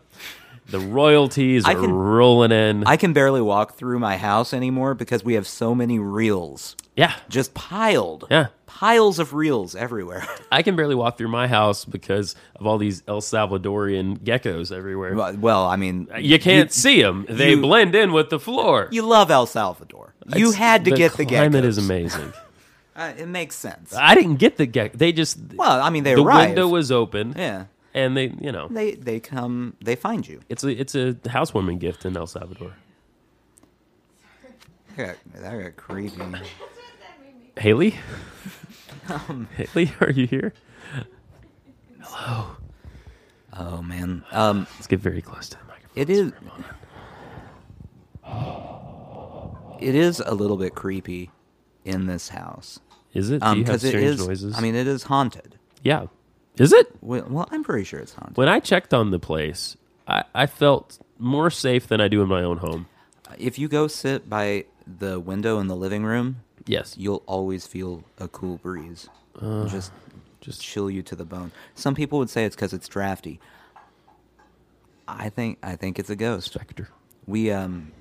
[SPEAKER 2] The royalties
[SPEAKER 1] I
[SPEAKER 2] are
[SPEAKER 1] can-
[SPEAKER 2] rolling in.
[SPEAKER 1] I can barely walk through my house anymore because we have so many reels,
[SPEAKER 2] yeah,
[SPEAKER 1] just piled.
[SPEAKER 2] Yeah.
[SPEAKER 1] piles of reels everywhere.
[SPEAKER 2] I can barely walk through my house because of all these El Salvadorian geckos everywhere.
[SPEAKER 1] Well, well, I mean,
[SPEAKER 2] Uh, You can't 'em. see them. They
[SPEAKER 1] you-
[SPEAKER 2] blend in with the floor.
[SPEAKER 1] You love El Salvador. you
[SPEAKER 2] It's-
[SPEAKER 1] had to get the
[SPEAKER 2] climate
[SPEAKER 1] geckos.
[SPEAKER 2] is amazing.
[SPEAKER 1] Uh, it makes sense.
[SPEAKER 2] I didn't get the gecko. They just
[SPEAKER 1] Well, I mean, they
[SPEAKER 2] the
[SPEAKER 1] arrive.
[SPEAKER 2] window was open.
[SPEAKER 1] yeah,
[SPEAKER 2] and they you know
[SPEAKER 1] they they come, they find you.
[SPEAKER 2] it's a it's a housewarming gift in El Salvador.
[SPEAKER 1] That got, that got creepy.
[SPEAKER 4] That's what that made me.
[SPEAKER 2] Haley,
[SPEAKER 1] Um,
[SPEAKER 2] Haley, are you here?
[SPEAKER 1] Oh man, um,
[SPEAKER 2] Let's get very close to the microphone.
[SPEAKER 1] it is. It is a little bit creepy in this house
[SPEAKER 2] Is it? Do you have
[SPEAKER 1] because Um, it
[SPEAKER 2] strange
[SPEAKER 1] is.
[SPEAKER 2] noises?
[SPEAKER 1] I mean, it is haunted.
[SPEAKER 2] yeah. Is it?
[SPEAKER 1] Well, well, I'm pretty sure it's haunted.
[SPEAKER 2] When I checked on the place, I, I felt more safe than I do in my own home.
[SPEAKER 1] If you go sit by the window in the living room,
[SPEAKER 2] Yes.
[SPEAKER 1] you'll always feel a cool breeze. just
[SPEAKER 2] just-
[SPEAKER 1] just chill you to the bone. Some people would say it's cuz it's drafty. I think I think it's a ghost.
[SPEAKER 2] Spectre.
[SPEAKER 1] We um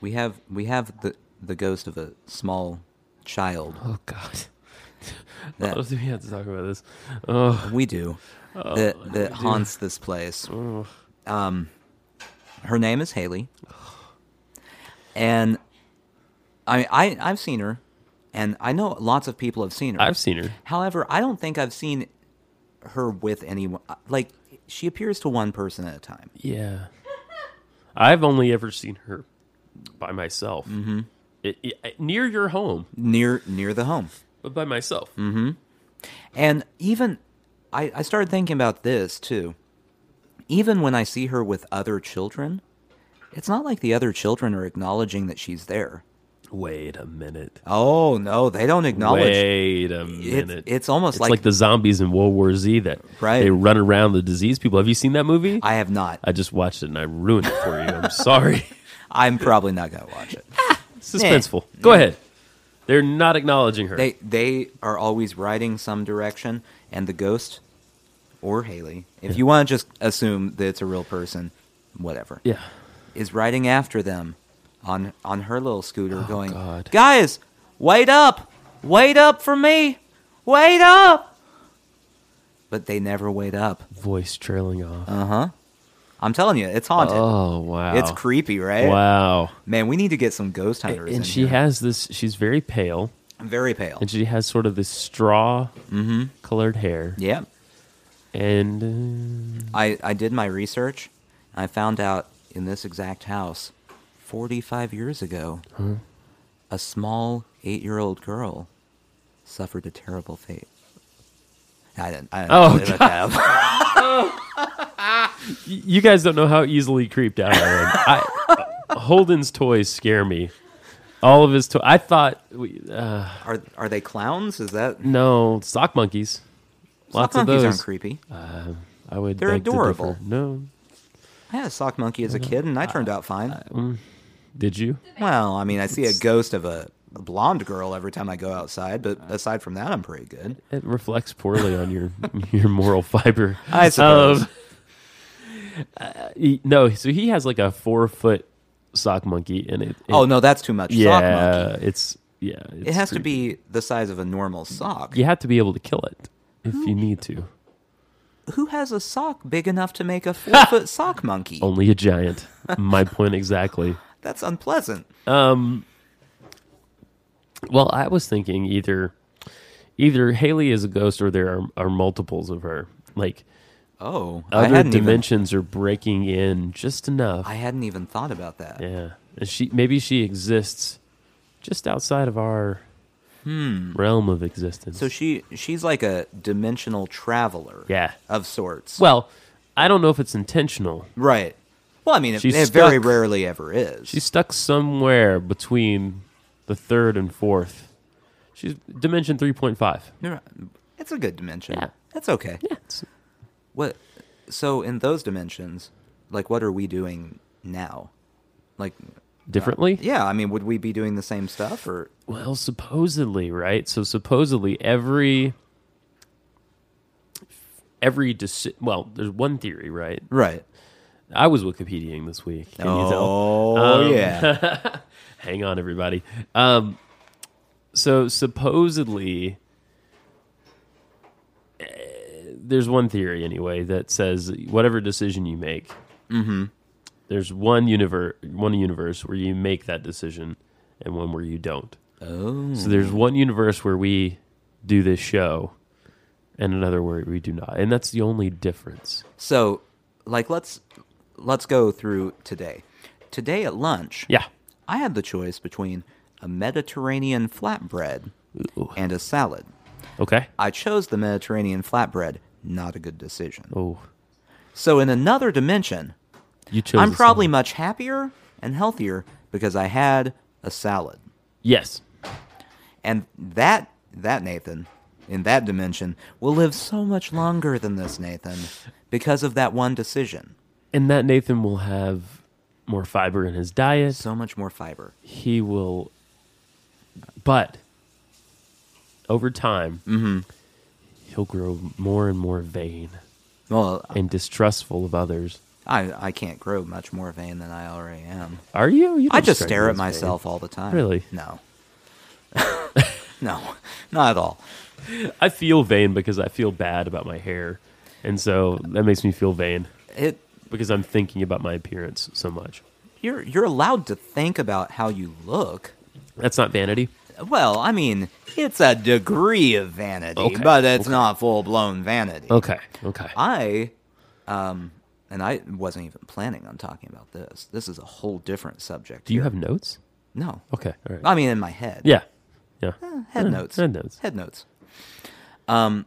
[SPEAKER 1] we have we have the the ghost of a small child.
[SPEAKER 2] Oh God. I
[SPEAKER 1] That-
[SPEAKER 2] don't think we have to talk about this. Oh.
[SPEAKER 1] We do. that that haunts this place. Um, her name is Haley, and I I I've seen her, and I know lots of people have seen her.
[SPEAKER 2] I've seen her.
[SPEAKER 1] However, I don't think I've seen her with anyone. Like she appears to one person at a time.
[SPEAKER 2] Yeah. I've only ever seen her by myself. Mm-hmm. near your home,
[SPEAKER 1] near near the home.
[SPEAKER 2] but by myself.
[SPEAKER 1] Mm-hmm. And even I, I started thinking about this too. Even when I see her with other children, it's not like the other children are acknowledging that she's there.
[SPEAKER 2] Wait a minute.
[SPEAKER 1] Oh no, they don't acknowledge.
[SPEAKER 2] Wait a minute.
[SPEAKER 1] it's almost
[SPEAKER 2] It's
[SPEAKER 1] like-
[SPEAKER 2] the zombies in World War Z that
[SPEAKER 1] Right.
[SPEAKER 2] they run around the disease people. Have you seen that movie?
[SPEAKER 1] I have not.
[SPEAKER 2] I just watched it and I ruined it for you. I'm sorry.
[SPEAKER 1] I'm probably not gonna watch it.
[SPEAKER 2] Suspenseful. Go ahead. They're not acknowledging her.
[SPEAKER 1] They they are always riding some direction, and the ghost or Haley, if you want to just assume that it's a real person, whatever,
[SPEAKER 2] yeah.
[SPEAKER 1] is riding after them on on her little scooter, going,
[SPEAKER 2] Oh, God.
[SPEAKER 1] guys, wait up, wait up for me, wait up. But they never wait up.
[SPEAKER 2] Voice trailing off.
[SPEAKER 1] Uh huh. I'm telling you, it's haunted.
[SPEAKER 2] oh wow.
[SPEAKER 1] It's creepy, right?
[SPEAKER 2] Wow.
[SPEAKER 1] Man, we need to get some ghost hunters. in
[SPEAKER 2] And she
[SPEAKER 1] here.
[SPEAKER 2] has this she's very pale.
[SPEAKER 1] very pale. Mm-hmm.
[SPEAKER 2] and she has sort of this straw colored hair
[SPEAKER 1] Yeah.
[SPEAKER 2] And
[SPEAKER 1] I, I did my research. And I found out in this exact house, 45 years ago,
[SPEAKER 2] Hmm.
[SPEAKER 1] a small eight year old girl suffered a terrible fate. I didn't. I didn't
[SPEAKER 2] Oh,
[SPEAKER 1] I didn't have.
[SPEAKER 2] uh, y- you guys don't know how easily creeped out I am. I, Holden's toys scare me. All of his toys. I thought we, uh,
[SPEAKER 1] Are, are they clowns? Is that.
[SPEAKER 2] no sock monkeys. Lots
[SPEAKER 1] sock
[SPEAKER 2] of
[SPEAKER 1] monkeys
[SPEAKER 2] those.
[SPEAKER 1] aren't creepy.
[SPEAKER 2] I would.
[SPEAKER 1] They're
[SPEAKER 2] beg to differ.
[SPEAKER 1] adorable.
[SPEAKER 2] No,
[SPEAKER 1] I had a sock monkey as a kid, and I turned out
[SPEAKER 2] mm.
[SPEAKER 1] fine.
[SPEAKER 2] did you?
[SPEAKER 1] Well, I mean, I see a ghost of a a blonde girl every time I go outside, but aside from that, I'm pretty good.
[SPEAKER 2] It reflects poorly on your your moral fiber.
[SPEAKER 1] I suppose.
[SPEAKER 2] Um, uh, he- no, so he has like a four foot sock monkey, and it. it-
[SPEAKER 1] Oh no, that's too much.
[SPEAKER 2] yeah,
[SPEAKER 1] sock monkey.
[SPEAKER 2] it's yeah.
[SPEAKER 1] It has to be the size of a normal sock.
[SPEAKER 2] You have to be able to kill it if you need to.
[SPEAKER 1] Who has a sock big enough to make a four foot sock monkey?
[SPEAKER 2] Only a giant. My point exactly.
[SPEAKER 1] That's unpleasant.
[SPEAKER 2] Well, I was thinking either either Haley is a ghost or there are, are multiples of her. Like
[SPEAKER 1] Oh, I
[SPEAKER 2] other
[SPEAKER 1] hadn't
[SPEAKER 2] dimensions are breaking in just enough.
[SPEAKER 1] Even, I hadn't even thought about that.
[SPEAKER 2] Yeah, and she maybe she exists just outside of our realm of existence.
[SPEAKER 1] Hmm. So she she's like a dimensional traveler.
[SPEAKER 2] Yeah.
[SPEAKER 1] Of sorts.
[SPEAKER 2] well, I don't know if it's intentional.
[SPEAKER 1] right. Well, I mean, it,
[SPEAKER 2] She's
[SPEAKER 1] it very
[SPEAKER 2] stuck.
[SPEAKER 1] rarely ever is.
[SPEAKER 2] She's stuck somewhere between the third and fourth. She's dimension three point five.
[SPEAKER 1] You're right. It's a good dimension.
[SPEAKER 2] Yeah.
[SPEAKER 1] That's okay.
[SPEAKER 2] Yeah, it's-
[SPEAKER 1] What? So in those dimensions, like, what are we doing now? Like,
[SPEAKER 2] differently.
[SPEAKER 1] yeah, I mean, would we be doing the same stuff or?
[SPEAKER 2] Well, supposedly, right? So supposedly every every deci- well, there's one theory, right?
[SPEAKER 1] Right.
[SPEAKER 2] I was Wikipediaing this week. Can you tell? Um,
[SPEAKER 1] oh yeah.
[SPEAKER 2] Hang on, everybody. Um, so supposedly, eh, there's one theory anyway that says whatever decision you make,
[SPEAKER 1] Mm-hmm.
[SPEAKER 2] there's one universe, one universe where you make that decision, and one where you don't.
[SPEAKER 1] oh.
[SPEAKER 2] So there's one universe where we do this show, and another where we do not, and that's the only difference.
[SPEAKER 1] So, like, let's let's go through today. Today at lunch,
[SPEAKER 2] Yeah.
[SPEAKER 1] I had the choice between a Mediterranean flatbread
[SPEAKER 2] Ooh.
[SPEAKER 1] and a salad.
[SPEAKER 2] Okay.
[SPEAKER 1] I chose the Mediterranean flatbread. Not a good decision.
[SPEAKER 2] Oh,
[SPEAKER 1] So, in another dimension,
[SPEAKER 2] you chose.
[SPEAKER 1] I'm
[SPEAKER 2] the
[SPEAKER 1] probably
[SPEAKER 2] salad.
[SPEAKER 1] much happier and healthier because I had a salad.
[SPEAKER 2] yes.
[SPEAKER 1] And that that Nathan in that dimension will live so much longer than this Nathan because of that one decision.
[SPEAKER 2] and that Nathan will have more fiber in his diet.
[SPEAKER 1] So much more fiber.
[SPEAKER 2] he will, but over time,
[SPEAKER 1] Mm-hmm.
[SPEAKER 2] he'll grow more and more vain
[SPEAKER 1] Well,
[SPEAKER 2] and distrustful of others.
[SPEAKER 1] I I can't grow much more vain than I already am.
[SPEAKER 2] Are you? you
[SPEAKER 1] I
[SPEAKER 2] don't
[SPEAKER 1] just
[SPEAKER 2] strike
[SPEAKER 1] stare
[SPEAKER 2] me
[SPEAKER 1] at
[SPEAKER 2] as
[SPEAKER 1] myself all the time.
[SPEAKER 2] Really?
[SPEAKER 1] No. no, not at all.
[SPEAKER 2] vain. I feel vain because I feel bad about my hair, and so that makes me feel vain
[SPEAKER 1] It
[SPEAKER 2] because I'm thinking about my appearance so much.
[SPEAKER 1] you're you're allowed to think about how you look.
[SPEAKER 2] That's not vanity.
[SPEAKER 1] Well, I mean, it's a degree of vanity,
[SPEAKER 2] Okay,
[SPEAKER 1] but it's not full blown vanity.
[SPEAKER 2] Okay. Okay.
[SPEAKER 1] I, um, and I wasn't even planning on talking about this. This is a whole different subject.
[SPEAKER 2] Do you
[SPEAKER 1] here.
[SPEAKER 2] have notes?
[SPEAKER 1] no?
[SPEAKER 2] Okay. All right.
[SPEAKER 1] I mean, in my head.
[SPEAKER 2] yeah. Yeah.
[SPEAKER 1] Head
[SPEAKER 2] Yeah,
[SPEAKER 1] notes.
[SPEAKER 2] Head notes.
[SPEAKER 1] Head notes. Um,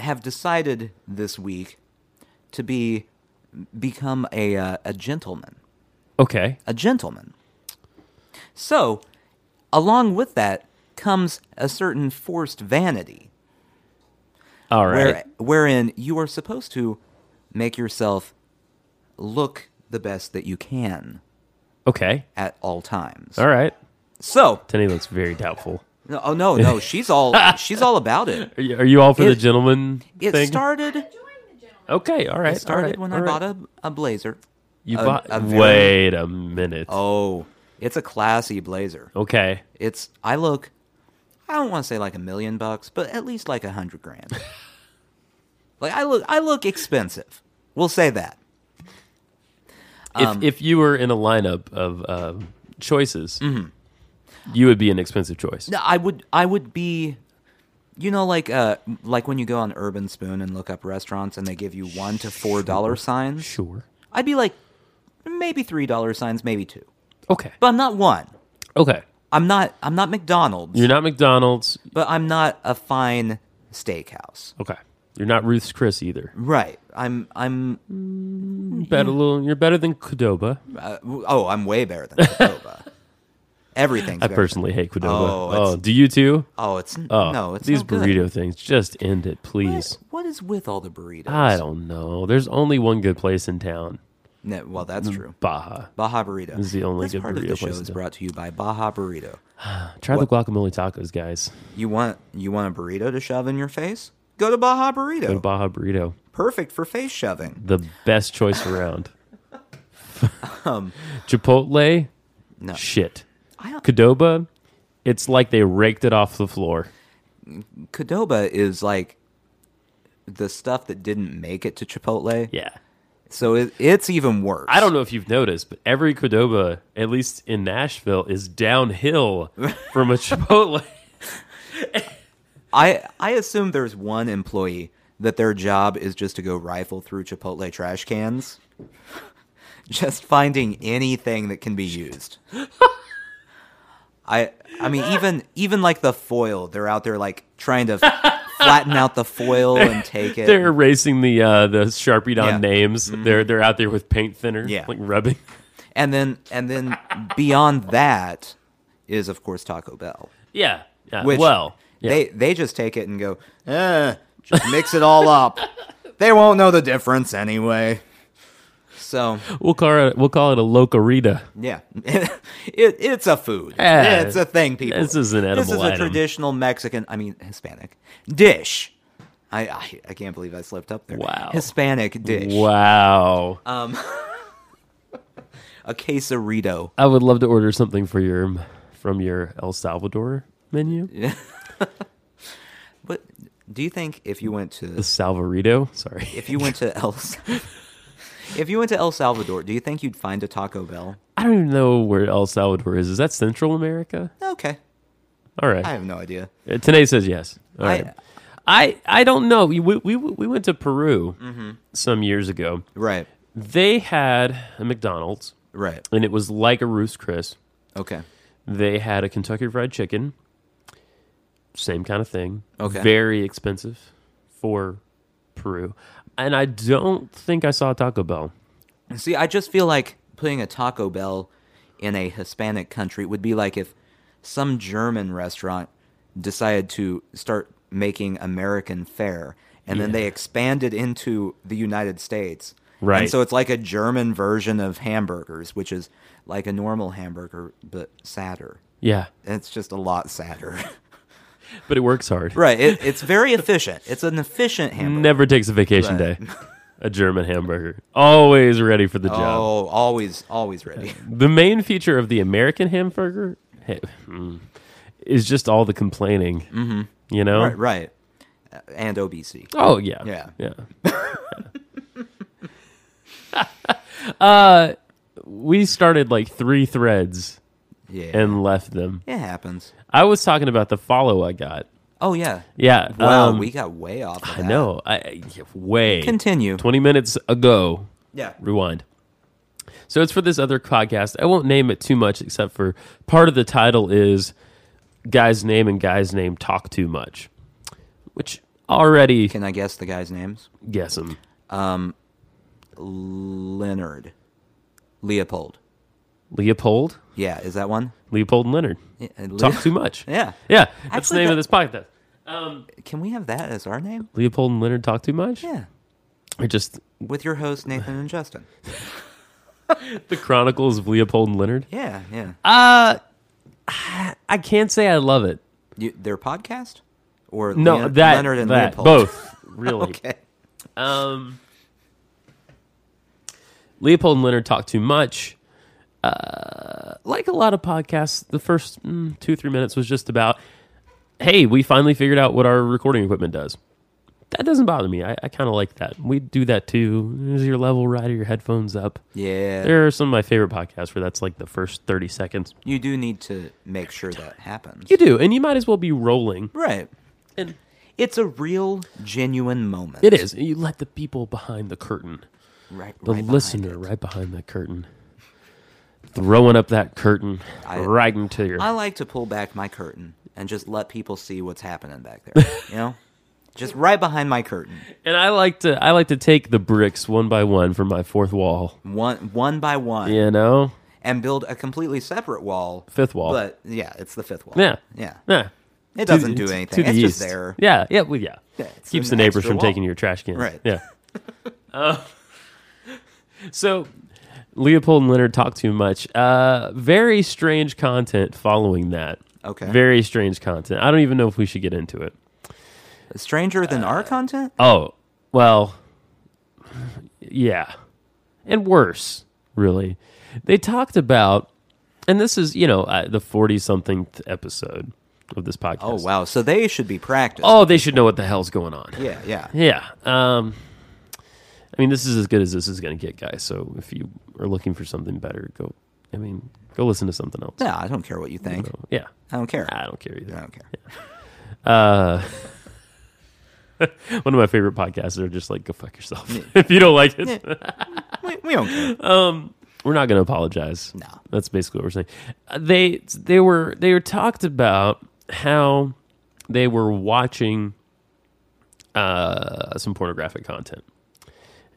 [SPEAKER 1] have decided this week to be become a uh, a gentleman.
[SPEAKER 2] Okay.
[SPEAKER 1] A gentleman. So, along with that comes a certain forced vanity.
[SPEAKER 2] All right.
[SPEAKER 1] where, wherein you are supposed to make yourself look the best that you can
[SPEAKER 2] Okay.
[SPEAKER 1] at all times.
[SPEAKER 2] All right.
[SPEAKER 1] So,
[SPEAKER 2] Tenny looks very doubtful.
[SPEAKER 1] no- oh no, no, she's all she's all about it.
[SPEAKER 2] Are you, are you all for
[SPEAKER 1] It-
[SPEAKER 2] the gentleman
[SPEAKER 1] It
[SPEAKER 2] thing?
[SPEAKER 1] started
[SPEAKER 2] okay. All right.
[SPEAKER 1] it started
[SPEAKER 2] all right,
[SPEAKER 1] when
[SPEAKER 2] all
[SPEAKER 1] I
[SPEAKER 2] right.
[SPEAKER 1] bought a, a blazer.
[SPEAKER 2] You
[SPEAKER 1] a-
[SPEAKER 2] bought.
[SPEAKER 1] a very-
[SPEAKER 2] wait a minute.
[SPEAKER 1] Oh, it's a classy blazer.
[SPEAKER 2] Okay.
[SPEAKER 1] It's I look I don't want to say like a million bucks, but at least like a hundred grand. like I look I look expensive. We'll say that. Um,
[SPEAKER 2] if if you were in a lineup of um,
[SPEAKER 1] Mm-hmm.
[SPEAKER 2] choices, you would be an expensive choice.
[SPEAKER 1] No, I would I would be You know, like uh, like when you go on Urban Spoon and look up restaurants, and they give you one to four dollar signs.
[SPEAKER 2] Sure.
[SPEAKER 1] I'd be like, maybe three dollar signs, maybe two,
[SPEAKER 2] Okay.
[SPEAKER 1] but I'm not one.
[SPEAKER 2] Okay.
[SPEAKER 1] I'm not. I'm not McDonald's,
[SPEAKER 2] You're not McDonald's.
[SPEAKER 1] but I'm not a fine steakhouse.
[SPEAKER 2] Okay. You're not Ruth's Chris either.
[SPEAKER 1] Right. I'm. I'm. Mm-hmm.
[SPEAKER 2] You're better, a little, you're better than Qdoba.
[SPEAKER 1] Uh, oh, I'm way better than Qdoba. Everything's.
[SPEAKER 2] I
[SPEAKER 1] better.
[SPEAKER 2] personally hate Qdoba.
[SPEAKER 1] Oh,
[SPEAKER 2] Oh,
[SPEAKER 1] it's-
[SPEAKER 2] do you too?
[SPEAKER 1] Oh, it's n-
[SPEAKER 2] Oh,
[SPEAKER 1] no. It's
[SPEAKER 2] these
[SPEAKER 1] no good.
[SPEAKER 2] burrito things. Just end it, please.
[SPEAKER 1] What, what is with all the burritos?
[SPEAKER 2] I don't know. There's only one good place in town.
[SPEAKER 1] No, well, that's true.
[SPEAKER 2] Baja.
[SPEAKER 1] Baja Burrito
[SPEAKER 2] Mm. is the only
[SPEAKER 1] this
[SPEAKER 2] good
[SPEAKER 1] part of
[SPEAKER 2] burrito
[SPEAKER 1] the show
[SPEAKER 2] place in
[SPEAKER 1] is
[SPEAKER 2] town.
[SPEAKER 1] brought to you by Baja Burrito.
[SPEAKER 2] Try the guacamole tacos, guys.
[SPEAKER 1] You want you want a burrito to shove in your face? Go to Baja Burrito.
[SPEAKER 2] Go to Baja Burrito.
[SPEAKER 1] Perfect for face shoving.
[SPEAKER 2] The best choice around. Chipotle?
[SPEAKER 1] Um, No.
[SPEAKER 2] Shit.
[SPEAKER 1] I don't,
[SPEAKER 2] Qdoba? It's like they raked it off the floor.
[SPEAKER 1] Qdoba is like the stuff that didn't make it to Chipotle.
[SPEAKER 2] Yeah.
[SPEAKER 1] So it, it's even worse.
[SPEAKER 2] I don't know if you've noticed, but every Qdoba, at least in Nashville, is downhill from a Chipotle.
[SPEAKER 1] I I assume there's one employee that their job is just to go rifle through Chipotle trash cans, just finding anything that can be used. I I mean even even like the foil, they're out there like trying to flatten out the foil and take it.
[SPEAKER 2] they're erasing the uh, the Sharpie on
[SPEAKER 1] Yeah. Mm-hmm.
[SPEAKER 2] names. They're they're out there with paint thinner,
[SPEAKER 1] Yeah.
[SPEAKER 2] like rubbing.
[SPEAKER 1] and then and then beyond that is of course Taco Bell.
[SPEAKER 2] Yeah. yeah.
[SPEAKER 1] Which
[SPEAKER 2] well, yeah.
[SPEAKER 1] They they just take it and go, eh, just mix it all up. They won't know the difference anyway. So
[SPEAKER 2] we'll call it we'll call it a locarita.
[SPEAKER 1] yeah, it, it's a food.
[SPEAKER 2] Yeah.
[SPEAKER 1] it's a thing. People,
[SPEAKER 2] This is an
[SPEAKER 1] This is
[SPEAKER 2] edible
[SPEAKER 1] a
[SPEAKER 2] item.
[SPEAKER 1] traditional Mexican, I mean Hispanic dish. I, I I can't believe I slipped up there.
[SPEAKER 2] Wow.
[SPEAKER 1] Hispanic dish.
[SPEAKER 2] Wow.
[SPEAKER 1] Uh, A quesarito.
[SPEAKER 2] I would love to order something for your from your El Salvador menu.
[SPEAKER 1] But do you think if you went
[SPEAKER 2] The
[SPEAKER 1] to
[SPEAKER 2] Salvarito. Sorry.
[SPEAKER 1] if you went to El if you went to El Salvador, do you think you'd find a Taco Bell?
[SPEAKER 2] I don't even know where El Salvador is. Is that Central America?
[SPEAKER 1] Okay,
[SPEAKER 2] All right.
[SPEAKER 1] I have no idea.
[SPEAKER 2] Uh, Tanae says yes. All
[SPEAKER 1] I-
[SPEAKER 2] right. I, I don't know. We we we- we went to Peru
[SPEAKER 1] Mm-hmm.
[SPEAKER 2] some years ago.
[SPEAKER 1] Right.
[SPEAKER 2] They had a McDonald's,
[SPEAKER 1] Right.
[SPEAKER 2] and it was like a Ruth's Chris.
[SPEAKER 1] Okay.
[SPEAKER 2] They had a Kentucky Fried Chicken, same kind of thing.
[SPEAKER 1] Okay.
[SPEAKER 2] Very expensive for Peru, and I don't think I saw Taco Bell.
[SPEAKER 1] See, I just feel like putting a Taco Bell in a Hispanic country would be like if some German restaurant decided to start making American fare and then they expanded into the United States.
[SPEAKER 2] Right.
[SPEAKER 1] And so it's like a German version of hamburgers, which is like a normal hamburger but sadder.
[SPEAKER 2] Yeah,
[SPEAKER 1] And it's just a lot sadder.
[SPEAKER 2] but it works hard.
[SPEAKER 1] right. It, it's very efficient. It's an efficient hamburger.
[SPEAKER 2] Never takes a vacation
[SPEAKER 1] Right.
[SPEAKER 2] day. A German hamburger, always ready for the job.
[SPEAKER 1] Oh, always, always ready.
[SPEAKER 2] The main feature of the American hamburger hey, mm, is just all the complaining. Mm-hmm. You know?
[SPEAKER 1] Right, right. Uh, And obesity.
[SPEAKER 2] Oh yeah.
[SPEAKER 1] Yeah.
[SPEAKER 2] Yeah. uh, Uh, we started like three threads
[SPEAKER 1] Yeah.
[SPEAKER 2] and left them.
[SPEAKER 1] it happens.
[SPEAKER 2] I was talking about the follow I got.
[SPEAKER 1] Oh yeah.
[SPEAKER 2] Yeah.
[SPEAKER 1] Wow,
[SPEAKER 2] um,
[SPEAKER 1] we got way off. Of
[SPEAKER 2] I
[SPEAKER 1] that.
[SPEAKER 2] know. I- I way
[SPEAKER 1] Continue.
[SPEAKER 2] twenty minutes ago.
[SPEAKER 1] Yeah.
[SPEAKER 2] rewind. So it's for this other podcast. I won't name it too much, except for part of the title is "Guy's Name" and "Guy's Name Talk Too Much," which already
[SPEAKER 1] Can I guess the guys' names?
[SPEAKER 2] guess him.
[SPEAKER 1] Leonard, Leopold.
[SPEAKER 2] Leopold,
[SPEAKER 1] Yeah, is that one?
[SPEAKER 2] Leopold and Leonard.
[SPEAKER 1] Yeah, Le-
[SPEAKER 2] Talk too much.
[SPEAKER 1] Yeah.
[SPEAKER 2] yeah. That's
[SPEAKER 1] Actually,
[SPEAKER 2] the name
[SPEAKER 1] that-
[SPEAKER 2] of this podcast.
[SPEAKER 1] Can we have that as our name?
[SPEAKER 2] Leopold and Leonard talk too much.
[SPEAKER 1] Yeah.
[SPEAKER 2] Or just
[SPEAKER 1] With your host Nathan and Justin.
[SPEAKER 2] the Chronicles of Leopold and Leonard.
[SPEAKER 1] Yeah, yeah.
[SPEAKER 2] Uh, I can't say I love it.
[SPEAKER 1] You, their podcast or
[SPEAKER 2] No,
[SPEAKER 1] Leon-
[SPEAKER 2] that
[SPEAKER 1] Leonard and
[SPEAKER 2] that
[SPEAKER 1] Leopold.
[SPEAKER 2] both really.
[SPEAKER 1] Okay.
[SPEAKER 2] Um, Leopold and Leonard talk too much. Uh, like a lot of podcasts, the first mm, two three minutes was just about, hey, we finally figured out what our recording equipment does. That doesn't bother me. I, I kind of like that. We do that too. There's your level right of your headphones up.
[SPEAKER 1] Yeah.
[SPEAKER 2] There are some of my favorite podcasts where that's like the first 30 seconds.
[SPEAKER 1] you do need to make sure that happens.
[SPEAKER 2] You do, and you might as well be rolling.
[SPEAKER 1] Right.
[SPEAKER 2] And
[SPEAKER 1] It's a real, genuine moment.
[SPEAKER 2] It is. You let the people behind the curtain,
[SPEAKER 1] Right,
[SPEAKER 2] the
[SPEAKER 1] right behind
[SPEAKER 2] listener
[SPEAKER 1] it.
[SPEAKER 2] right behind the curtain, throwing up that curtain
[SPEAKER 1] I-
[SPEAKER 2] right into your.
[SPEAKER 1] I like to pull back my curtain and just let people see what's happening back there. You know, just right behind my curtain,
[SPEAKER 2] and I like to I like to take the bricks one by one from my fourth wall.
[SPEAKER 1] one one by one,
[SPEAKER 2] You know,
[SPEAKER 1] and build a completely separate wall.
[SPEAKER 2] Fifth wall.
[SPEAKER 1] But yeah, it's the fifth wall.
[SPEAKER 2] Yeah.
[SPEAKER 1] yeah.
[SPEAKER 2] yeah.
[SPEAKER 1] It doesn't
[SPEAKER 2] To-
[SPEAKER 1] do
[SPEAKER 2] to-
[SPEAKER 1] anything.
[SPEAKER 2] to the
[SPEAKER 1] it's just
[SPEAKER 2] east.
[SPEAKER 1] there.
[SPEAKER 2] Yeah, yeah, well, yeah.
[SPEAKER 1] Yeah, it's
[SPEAKER 2] Keeps the
[SPEAKER 1] an
[SPEAKER 2] neighbors
[SPEAKER 1] extra
[SPEAKER 2] from
[SPEAKER 1] wall.
[SPEAKER 2] taking your trash can.
[SPEAKER 1] Right.
[SPEAKER 2] Yeah. Uh, so, Leopold and Leonard talk too much. Uh, very strange content following that.
[SPEAKER 1] Okay.
[SPEAKER 2] Very strange content. I don't even know if we should get into it.
[SPEAKER 1] Stranger than our content.
[SPEAKER 2] Oh, well, yeah. And worse, really. They talked about, and this is, you know, uh, the 40 something episode of this podcast.
[SPEAKER 1] Oh wow. So they should be practiced.
[SPEAKER 2] Oh, they should know what the hell's going on.
[SPEAKER 1] Yeah, yeah.
[SPEAKER 2] Yeah. Um, I mean, this is as good as this is going to get, guys. So if you are looking for something better, go. I mean, go listen to something else.
[SPEAKER 1] No, I don't care what you think.
[SPEAKER 2] So, yeah.
[SPEAKER 1] I don't care.
[SPEAKER 2] I don't care either.
[SPEAKER 1] I don't care.
[SPEAKER 2] Uh, one of my favorite podcasts are just like, go fuck yourself. if you don't like it,
[SPEAKER 1] We, we don't care.
[SPEAKER 2] Uh, we're not going to apologize.
[SPEAKER 1] No.
[SPEAKER 2] That's basically what we're saying. Uh, They they were they were talked about how they were watching uh, some pornographic content.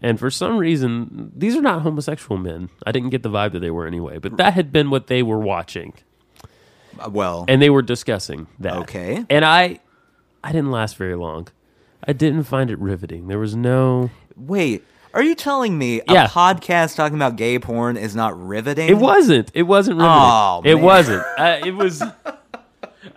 [SPEAKER 2] And for some reason, these are not homosexual men. I didn't get the vibe that they were anyway, but that had been what they were watching
[SPEAKER 1] Uh, well,
[SPEAKER 2] and they were discussing that.
[SPEAKER 1] Okay.
[SPEAKER 2] And I I didn't last very long. I didn't find it riveting. There was no
[SPEAKER 1] wait. Are you telling me
[SPEAKER 2] Yeah.
[SPEAKER 1] a podcast talking about gay porn is not riveting?
[SPEAKER 2] It wasn't. It wasn't riveting.
[SPEAKER 1] Oh,
[SPEAKER 2] it
[SPEAKER 1] man.
[SPEAKER 2] wasn't. Uh, it was.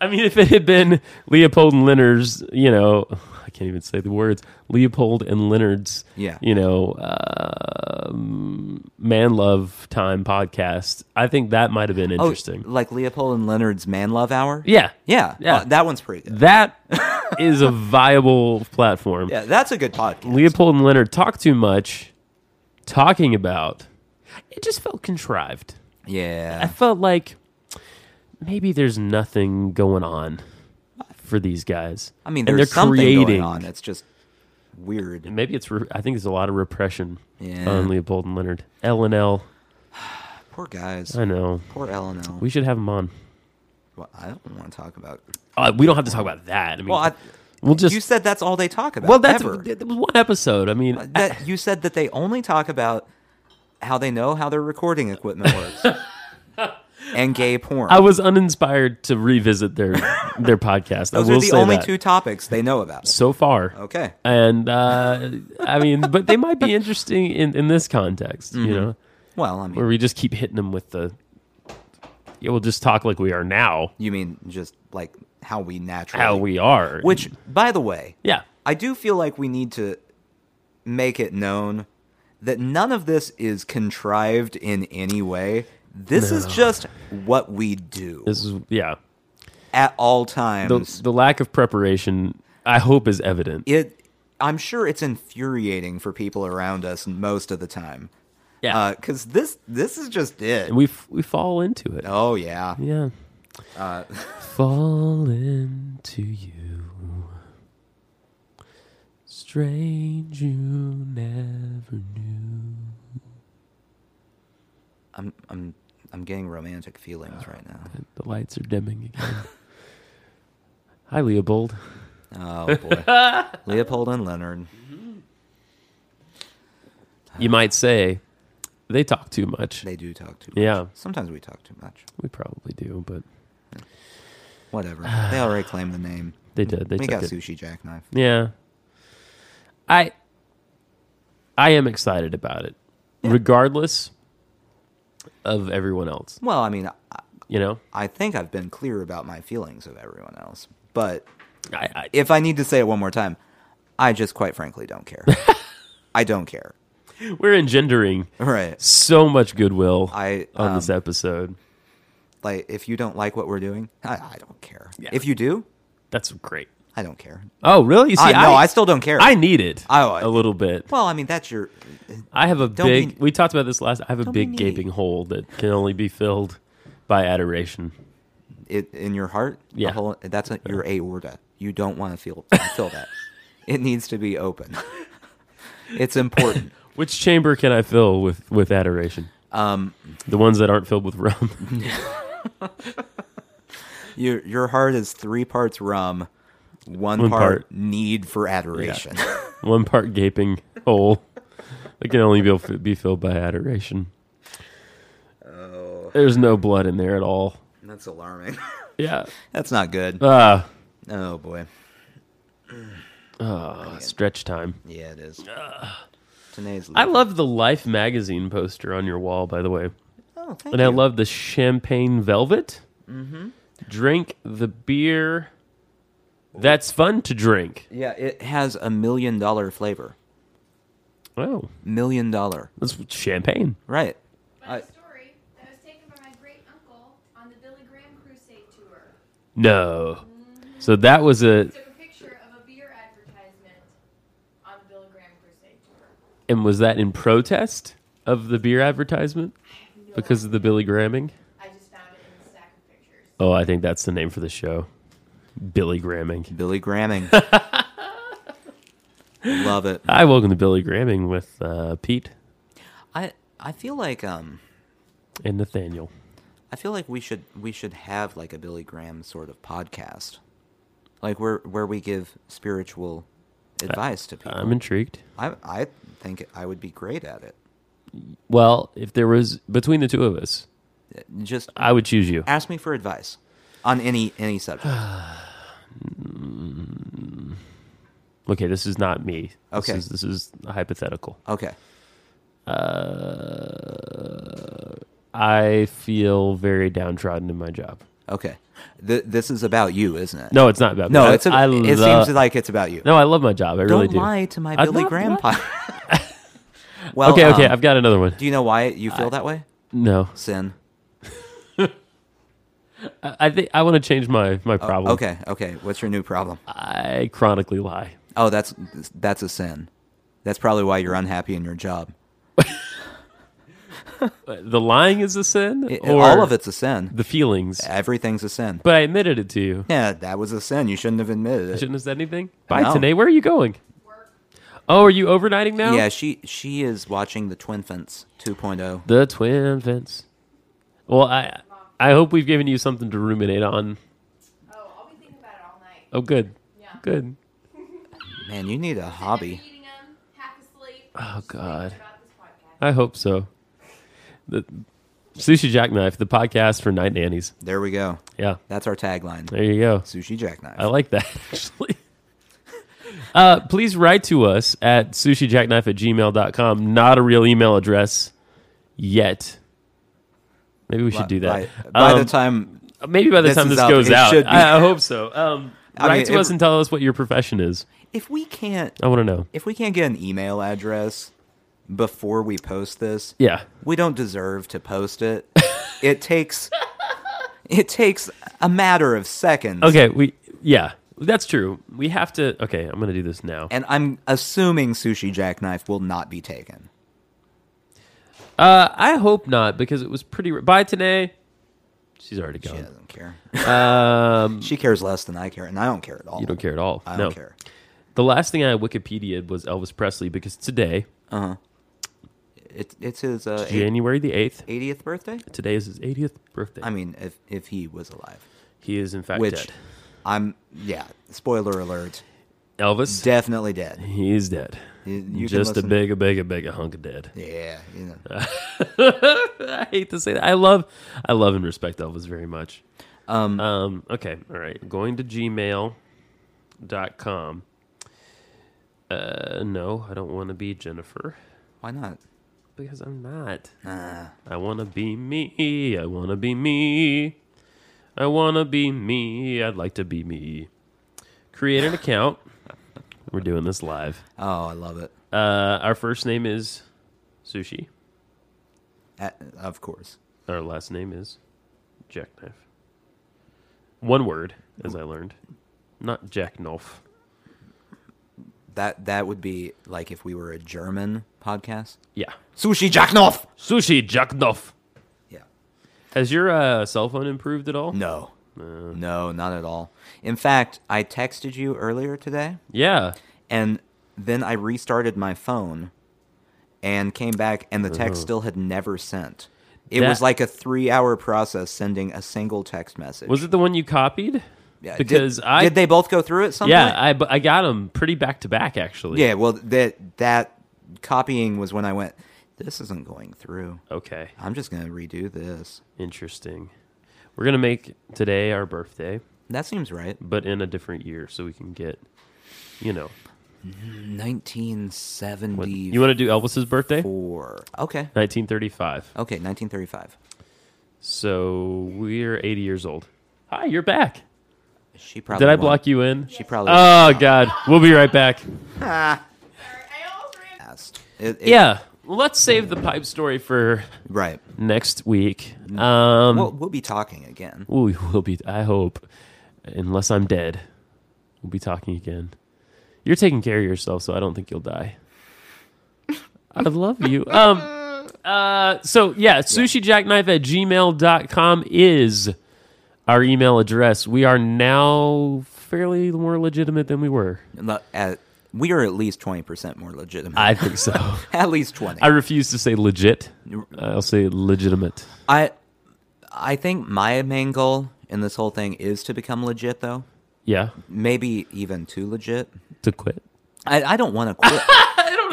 [SPEAKER 2] I mean, if it had been Leopold and Leonard's, you know, I can't even say the words. Leopold and Leonard's,
[SPEAKER 1] Yeah.
[SPEAKER 2] you know, um man love time podcast. I think that might have been
[SPEAKER 1] Oh,
[SPEAKER 2] interesting.
[SPEAKER 1] like Leopold and Leonard's Man Love Hour?
[SPEAKER 2] yeah,
[SPEAKER 1] Yeah.
[SPEAKER 2] Yeah.
[SPEAKER 1] Oh, that one's pretty good.
[SPEAKER 2] that is a viable platform.
[SPEAKER 1] Yeah, that's a good podcast.
[SPEAKER 2] Leopold and Leonard talk too much, talking about. It just felt contrived. I
[SPEAKER 1] yeah.
[SPEAKER 2] felt like maybe there's nothing going on for these guys.
[SPEAKER 1] I mean,
[SPEAKER 2] And
[SPEAKER 1] there's
[SPEAKER 2] they're
[SPEAKER 1] something
[SPEAKER 2] creating.
[SPEAKER 1] going on that's just weird.
[SPEAKER 2] Maybe it's. Re- I think there's a lot of repression
[SPEAKER 1] Yeah.
[SPEAKER 2] on Leopold and Leonard. L and L.
[SPEAKER 1] Poor guys.
[SPEAKER 2] I know.
[SPEAKER 1] Poor LNL.
[SPEAKER 2] We should have them on.
[SPEAKER 1] well, I don't want to talk about.
[SPEAKER 2] Uh, we don't have to talk about that. I mean,
[SPEAKER 1] Well, I,
[SPEAKER 2] we'll just.
[SPEAKER 1] you said that's all they talk about.
[SPEAKER 2] well, that's
[SPEAKER 1] ever.
[SPEAKER 2] that was one episode. I mean,
[SPEAKER 1] that you said that they only talk about how they know how their recording equipment works and gay porn.
[SPEAKER 2] I was uninspired to revisit their their podcast.
[SPEAKER 1] Those
[SPEAKER 2] I will
[SPEAKER 1] are the
[SPEAKER 2] say
[SPEAKER 1] only
[SPEAKER 2] that.
[SPEAKER 1] two topics they know about.
[SPEAKER 2] so far.
[SPEAKER 1] Okay.
[SPEAKER 2] And uh, I mean, but they might be interesting in, in this context,
[SPEAKER 1] Mm-hmm.
[SPEAKER 2] you know,
[SPEAKER 1] Well, I mean,
[SPEAKER 2] where we just keep hitting them with the. Yeah, we'll just talk like we are now,
[SPEAKER 1] you mean just like how we naturally
[SPEAKER 2] how we are.
[SPEAKER 1] Which, by the way,
[SPEAKER 2] yeah,
[SPEAKER 1] I do feel like we need to make it known that none of this is contrived in any way. This is just what we do
[SPEAKER 2] this is yeah.
[SPEAKER 1] at all
[SPEAKER 2] The
[SPEAKER 1] times.
[SPEAKER 2] the lack of preparation, I hope, is evident.
[SPEAKER 1] it I'm sure it's infuriating for people around us most of the time.
[SPEAKER 2] Yeah,
[SPEAKER 1] Because this this is just it.
[SPEAKER 2] and we f- we fall into it.
[SPEAKER 1] oh yeah.
[SPEAKER 2] Yeah,
[SPEAKER 1] Uh,
[SPEAKER 2] fall into you, strange you never knew.
[SPEAKER 1] I'm I'm I'm getting romantic feelings right now.
[SPEAKER 2] The lights are dimming again. Hi, Leopold.
[SPEAKER 1] Oh boy, Leopold and Leonard.
[SPEAKER 2] You might say they talk too much.
[SPEAKER 1] They do talk too much.
[SPEAKER 2] Yeah,
[SPEAKER 1] Sometimes we talk too much.
[SPEAKER 2] we probably do, but
[SPEAKER 1] Whatever. They already claimed the name.
[SPEAKER 2] they did. They
[SPEAKER 1] we
[SPEAKER 2] took
[SPEAKER 1] got
[SPEAKER 2] it.
[SPEAKER 1] sushi jackknife.
[SPEAKER 2] Yeah. I I am excited about it, regardless of everyone else.
[SPEAKER 1] Well, I mean, I,
[SPEAKER 2] You know,
[SPEAKER 1] I think I've been clear about my feelings of everyone else, but
[SPEAKER 2] I, I,
[SPEAKER 1] if I need to say it one more time, I just quite frankly don't care. I don't care.
[SPEAKER 2] we're engendering
[SPEAKER 1] Right.
[SPEAKER 2] so much goodwill
[SPEAKER 1] I,
[SPEAKER 2] on this
[SPEAKER 1] um,
[SPEAKER 2] episode.
[SPEAKER 1] Like, if you don't like what we're doing, I, I don't care.
[SPEAKER 2] Yeah.
[SPEAKER 1] If you do,
[SPEAKER 2] That's great.
[SPEAKER 1] I don't care.
[SPEAKER 2] Oh, really? See,
[SPEAKER 1] I, no, I still don't care.
[SPEAKER 2] I need it
[SPEAKER 1] Oh, I-
[SPEAKER 2] a little bit.
[SPEAKER 1] well, I mean, that's your.
[SPEAKER 2] I have a
[SPEAKER 1] Don't
[SPEAKER 2] big.
[SPEAKER 1] be-
[SPEAKER 2] we talked about this last. I have a
[SPEAKER 1] don't be
[SPEAKER 2] big
[SPEAKER 1] needy.
[SPEAKER 2] gaping hole that can only be filled by adoration.
[SPEAKER 1] It, in your heart? a
[SPEAKER 2] Yeah.
[SPEAKER 1] Whole, that's a, your aorta. You don't want to feel feel that. It needs to be open. it's important.
[SPEAKER 2] Which chamber can I fill with with adoration?
[SPEAKER 1] Um,
[SPEAKER 2] The ones that aren't filled with rum.
[SPEAKER 1] your your heart is three parts rum, one,
[SPEAKER 2] One
[SPEAKER 1] part,
[SPEAKER 2] part.
[SPEAKER 1] need for adoration.
[SPEAKER 2] One part gaping hole that can only be, be filled by adoration.
[SPEAKER 1] oh,
[SPEAKER 2] There's no blood in there at all.
[SPEAKER 1] that's alarming.
[SPEAKER 2] Yeah.
[SPEAKER 1] that's not good.
[SPEAKER 2] Uh,
[SPEAKER 1] Oh boy.
[SPEAKER 2] uh, stretch time.
[SPEAKER 1] Yeah, it is. Today's
[SPEAKER 2] uh, I love the Life magazine poster on your wall, by the way.
[SPEAKER 1] Oh, thank
[SPEAKER 2] And I love the champagne velvet. Mm-hmm. Drink the beer. That's fun to drink.
[SPEAKER 1] Yeah, it has a million dollar flavor.
[SPEAKER 2] Oh,
[SPEAKER 1] Million dollar.
[SPEAKER 2] that's champagne.
[SPEAKER 1] Right.
[SPEAKER 4] Funny
[SPEAKER 1] I-
[SPEAKER 4] story that was taken by my great uncle on the Billy Graham crusade tour.
[SPEAKER 2] No. So that was
[SPEAKER 4] He
[SPEAKER 2] a
[SPEAKER 4] took a picture of a beer advertisement on the Billy Graham crusade tour.
[SPEAKER 2] and was that in protest of the beer advertisement
[SPEAKER 4] No,
[SPEAKER 2] because of the Billy Gramming?
[SPEAKER 4] I just found it in the stack of pictures.
[SPEAKER 2] Oh, I think that's the name for the show. Billy Gramming.
[SPEAKER 1] Billy Gramming. love it.
[SPEAKER 2] I welcome to Billy Gramming with uh, Pete
[SPEAKER 1] I I feel like um
[SPEAKER 2] and Nathaniel.
[SPEAKER 1] I feel like we should we should have like a Billy Graham sort of podcast. Like where where we give spiritual advice to people.
[SPEAKER 2] I'm intrigued.
[SPEAKER 1] I I think I would be great at it.
[SPEAKER 2] Well, if there was between the two of us,
[SPEAKER 1] Just
[SPEAKER 2] I would choose you.
[SPEAKER 1] ask me for advice on any any subject.
[SPEAKER 2] Okay, this is not me. This
[SPEAKER 1] Okay.
[SPEAKER 2] is, this is hypothetical.
[SPEAKER 1] Okay.
[SPEAKER 2] Uh, I feel very downtrodden in my job.
[SPEAKER 1] Okay. Th- this is about you, isn't it?
[SPEAKER 2] No, it's not about me.
[SPEAKER 1] No,
[SPEAKER 2] I-
[SPEAKER 1] it's a,
[SPEAKER 2] I
[SPEAKER 1] it
[SPEAKER 2] lo-
[SPEAKER 1] seems like it's about you.
[SPEAKER 2] no, I love my job. I
[SPEAKER 1] Don't
[SPEAKER 2] really do.
[SPEAKER 1] lie to my
[SPEAKER 2] I
[SPEAKER 1] Billy
[SPEAKER 2] love-
[SPEAKER 1] Graham
[SPEAKER 2] what?
[SPEAKER 1] podcast. well,
[SPEAKER 2] okay, okay,
[SPEAKER 1] um,
[SPEAKER 2] I've got another one.
[SPEAKER 1] do you know why you feel that way?
[SPEAKER 2] No,
[SPEAKER 1] Sin.
[SPEAKER 2] I, I think I want to change my my
[SPEAKER 1] Oh,
[SPEAKER 2] problem.
[SPEAKER 1] okay, okay. What's your new problem?
[SPEAKER 2] I chronically lie.
[SPEAKER 1] Oh, that's that's a sin. That's probably why you're unhappy in your job.
[SPEAKER 2] The lying is a sin,
[SPEAKER 1] It-
[SPEAKER 2] or
[SPEAKER 1] all of it's a sin.
[SPEAKER 2] the feelings.
[SPEAKER 1] Everything's a sin.
[SPEAKER 2] But I admitted it to you.
[SPEAKER 1] Yeah, that was a sin. You shouldn't have admitted it.
[SPEAKER 2] Shouldn't have said anything. Bye,
[SPEAKER 1] No.
[SPEAKER 2] Tanae. Where are you going? Oh, are you overnighting now?
[SPEAKER 1] Yeah, she she is watching the Twin Fence oh. 2.0.
[SPEAKER 2] The twin fence. Well, I I hope we've given you something to ruminate on.
[SPEAKER 4] Oh, I'll be thinking about it all night.
[SPEAKER 2] Oh, good,
[SPEAKER 4] Yeah.
[SPEAKER 2] good.
[SPEAKER 1] Man, you need a hobby.
[SPEAKER 4] Eating them, half asleep.
[SPEAKER 2] Oh God,
[SPEAKER 4] About this podcast.
[SPEAKER 2] I hope so. The sushi jackknife, the podcast for night nannies.
[SPEAKER 1] There we go.
[SPEAKER 2] Yeah,
[SPEAKER 1] That's our tagline.
[SPEAKER 2] there you go.
[SPEAKER 1] Sushi jackknife.
[SPEAKER 2] I like that actually. Uh, please write to us at sushijackknife at gmail.com. Not a real email address yet. Maybe we should do that.
[SPEAKER 1] By, by
[SPEAKER 2] Um,
[SPEAKER 1] the time
[SPEAKER 2] maybe by the
[SPEAKER 1] this
[SPEAKER 2] time
[SPEAKER 1] is
[SPEAKER 2] this
[SPEAKER 1] up,
[SPEAKER 2] goes
[SPEAKER 1] it
[SPEAKER 2] out,
[SPEAKER 1] should be.
[SPEAKER 2] I, I hope so. Um,
[SPEAKER 1] I
[SPEAKER 2] write
[SPEAKER 1] mean,
[SPEAKER 2] to
[SPEAKER 1] it-
[SPEAKER 2] us and tell us what your profession is.
[SPEAKER 1] if we can't
[SPEAKER 2] I want to know.
[SPEAKER 1] if we can't get an email address before we post this,
[SPEAKER 2] Yeah,
[SPEAKER 1] we don't deserve to post it. it takes it takes a matter of seconds.
[SPEAKER 2] Okay, we yeah, that's true. We have to. Okay, I'm gonna do this now.
[SPEAKER 1] And I'm assuming sushi jackknife will not be taken.
[SPEAKER 2] Uh, I hope not because it was pretty. Bye, today. She's already
[SPEAKER 1] She
[SPEAKER 2] gone.
[SPEAKER 1] doesn't care.
[SPEAKER 2] Um,
[SPEAKER 1] she cares less than I care, and I don't care at all.
[SPEAKER 2] you don't care at all.
[SPEAKER 1] Oh, I
[SPEAKER 2] no.
[SPEAKER 1] don't care.
[SPEAKER 2] The last thing I Wikipedia was Elvis Presley because today,
[SPEAKER 1] It's it's his uh, eight-
[SPEAKER 2] January the eighth,
[SPEAKER 1] 80th birthday.
[SPEAKER 2] today is his 80th birthday.
[SPEAKER 1] I mean, if if he was alive,
[SPEAKER 2] he is in fact
[SPEAKER 1] which
[SPEAKER 2] dead.
[SPEAKER 1] I'm yeah. Spoiler alert,
[SPEAKER 2] Elvis,
[SPEAKER 1] definitely dead.
[SPEAKER 2] he is dead.
[SPEAKER 1] You- you can
[SPEAKER 2] Just a
[SPEAKER 1] listen-
[SPEAKER 2] big, a big, a big, a hunk of dead.
[SPEAKER 1] Yeah, you know.
[SPEAKER 2] I hate to say that. I love, I love and respect Elvis very much. Um, okay, all right. Going to gmail.com. Uh, no, I don't want to be Jennifer
[SPEAKER 1] Why not?
[SPEAKER 2] because I'm not.
[SPEAKER 1] Uh,
[SPEAKER 2] I want to be me. I want to be me. I want to be me. I'd like to be me. Create an account. We're doing this live.
[SPEAKER 1] oh, I love it.
[SPEAKER 2] Uh, our first name is Sushi.
[SPEAKER 1] Uh, of course.
[SPEAKER 2] Our last name is Jackknife. One word, as I learned. Not Jackknife.
[SPEAKER 1] That that would be like if we were a German podcast.
[SPEAKER 2] Yeah.
[SPEAKER 1] Sushi Jacknoff.
[SPEAKER 2] Sushi Jackknife.
[SPEAKER 1] Yeah.
[SPEAKER 2] Has your uh, cell phone improved at all?
[SPEAKER 1] No. No, not at all. In fact, I texted you earlier today,
[SPEAKER 2] Yeah.
[SPEAKER 1] and then I restarted my phone and came back, and the text still had never sent. It was
[SPEAKER 2] Uh-huh. That-
[SPEAKER 1] like a three hour process sending a single text message.
[SPEAKER 2] Was it the one you copied?
[SPEAKER 1] Yeah, did-
[SPEAKER 2] because I
[SPEAKER 1] Did they both go through it some
[SPEAKER 2] Yeah,
[SPEAKER 1] point?
[SPEAKER 2] I, bu- I got them pretty back to back actually.
[SPEAKER 1] Yeah, well, that, that copying was when I went, this isn't going through.
[SPEAKER 2] Okay.
[SPEAKER 1] I'm just going to redo this.
[SPEAKER 2] Interesting. We're going to make today our birthday,
[SPEAKER 1] That seems right.
[SPEAKER 2] but in a different year so we can get you know. what-
[SPEAKER 1] 1974.
[SPEAKER 2] you want to do Elvis's birthday?
[SPEAKER 1] Okay.
[SPEAKER 2] 1935.
[SPEAKER 1] Okay, 1935.
[SPEAKER 2] So we're 80 years old. Hi, you're back.
[SPEAKER 1] She probably
[SPEAKER 2] Did I
[SPEAKER 1] won.
[SPEAKER 2] block you in?
[SPEAKER 1] She probably
[SPEAKER 2] Oh god. We'll be right back.
[SPEAKER 4] Sorry, I almost ran.
[SPEAKER 1] asked. It- it-
[SPEAKER 2] Yeah. Let's save the pipe story for
[SPEAKER 1] Right.
[SPEAKER 2] next week.
[SPEAKER 1] Mm-hmm.
[SPEAKER 2] Um
[SPEAKER 1] Well, we'll be talking again.
[SPEAKER 2] we will be I hope unless I'm dead. We'll be talking again. You're taking care of yourself, so I don't think you'll die. I love you. Um uh so yeah, sushijackknife at gmail.com is our email address. We are now fairly more legitimate than we were.
[SPEAKER 1] Look, At, we are at least 20% more legitimate.
[SPEAKER 2] I think so.
[SPEAKER 1] at least 20.
[SPEAKER 2] I refuse to say legit. I'll say legitimate.
[SPEAKER 1] I I think my main goal in this whole thing is to become legit though.
[SPEAKER 2] Yeah,
[SPEAKER 1] Maybe even too legit.
[SPEAKER 2] to quit.
[SPEAKER 1] I, I don't want to quit.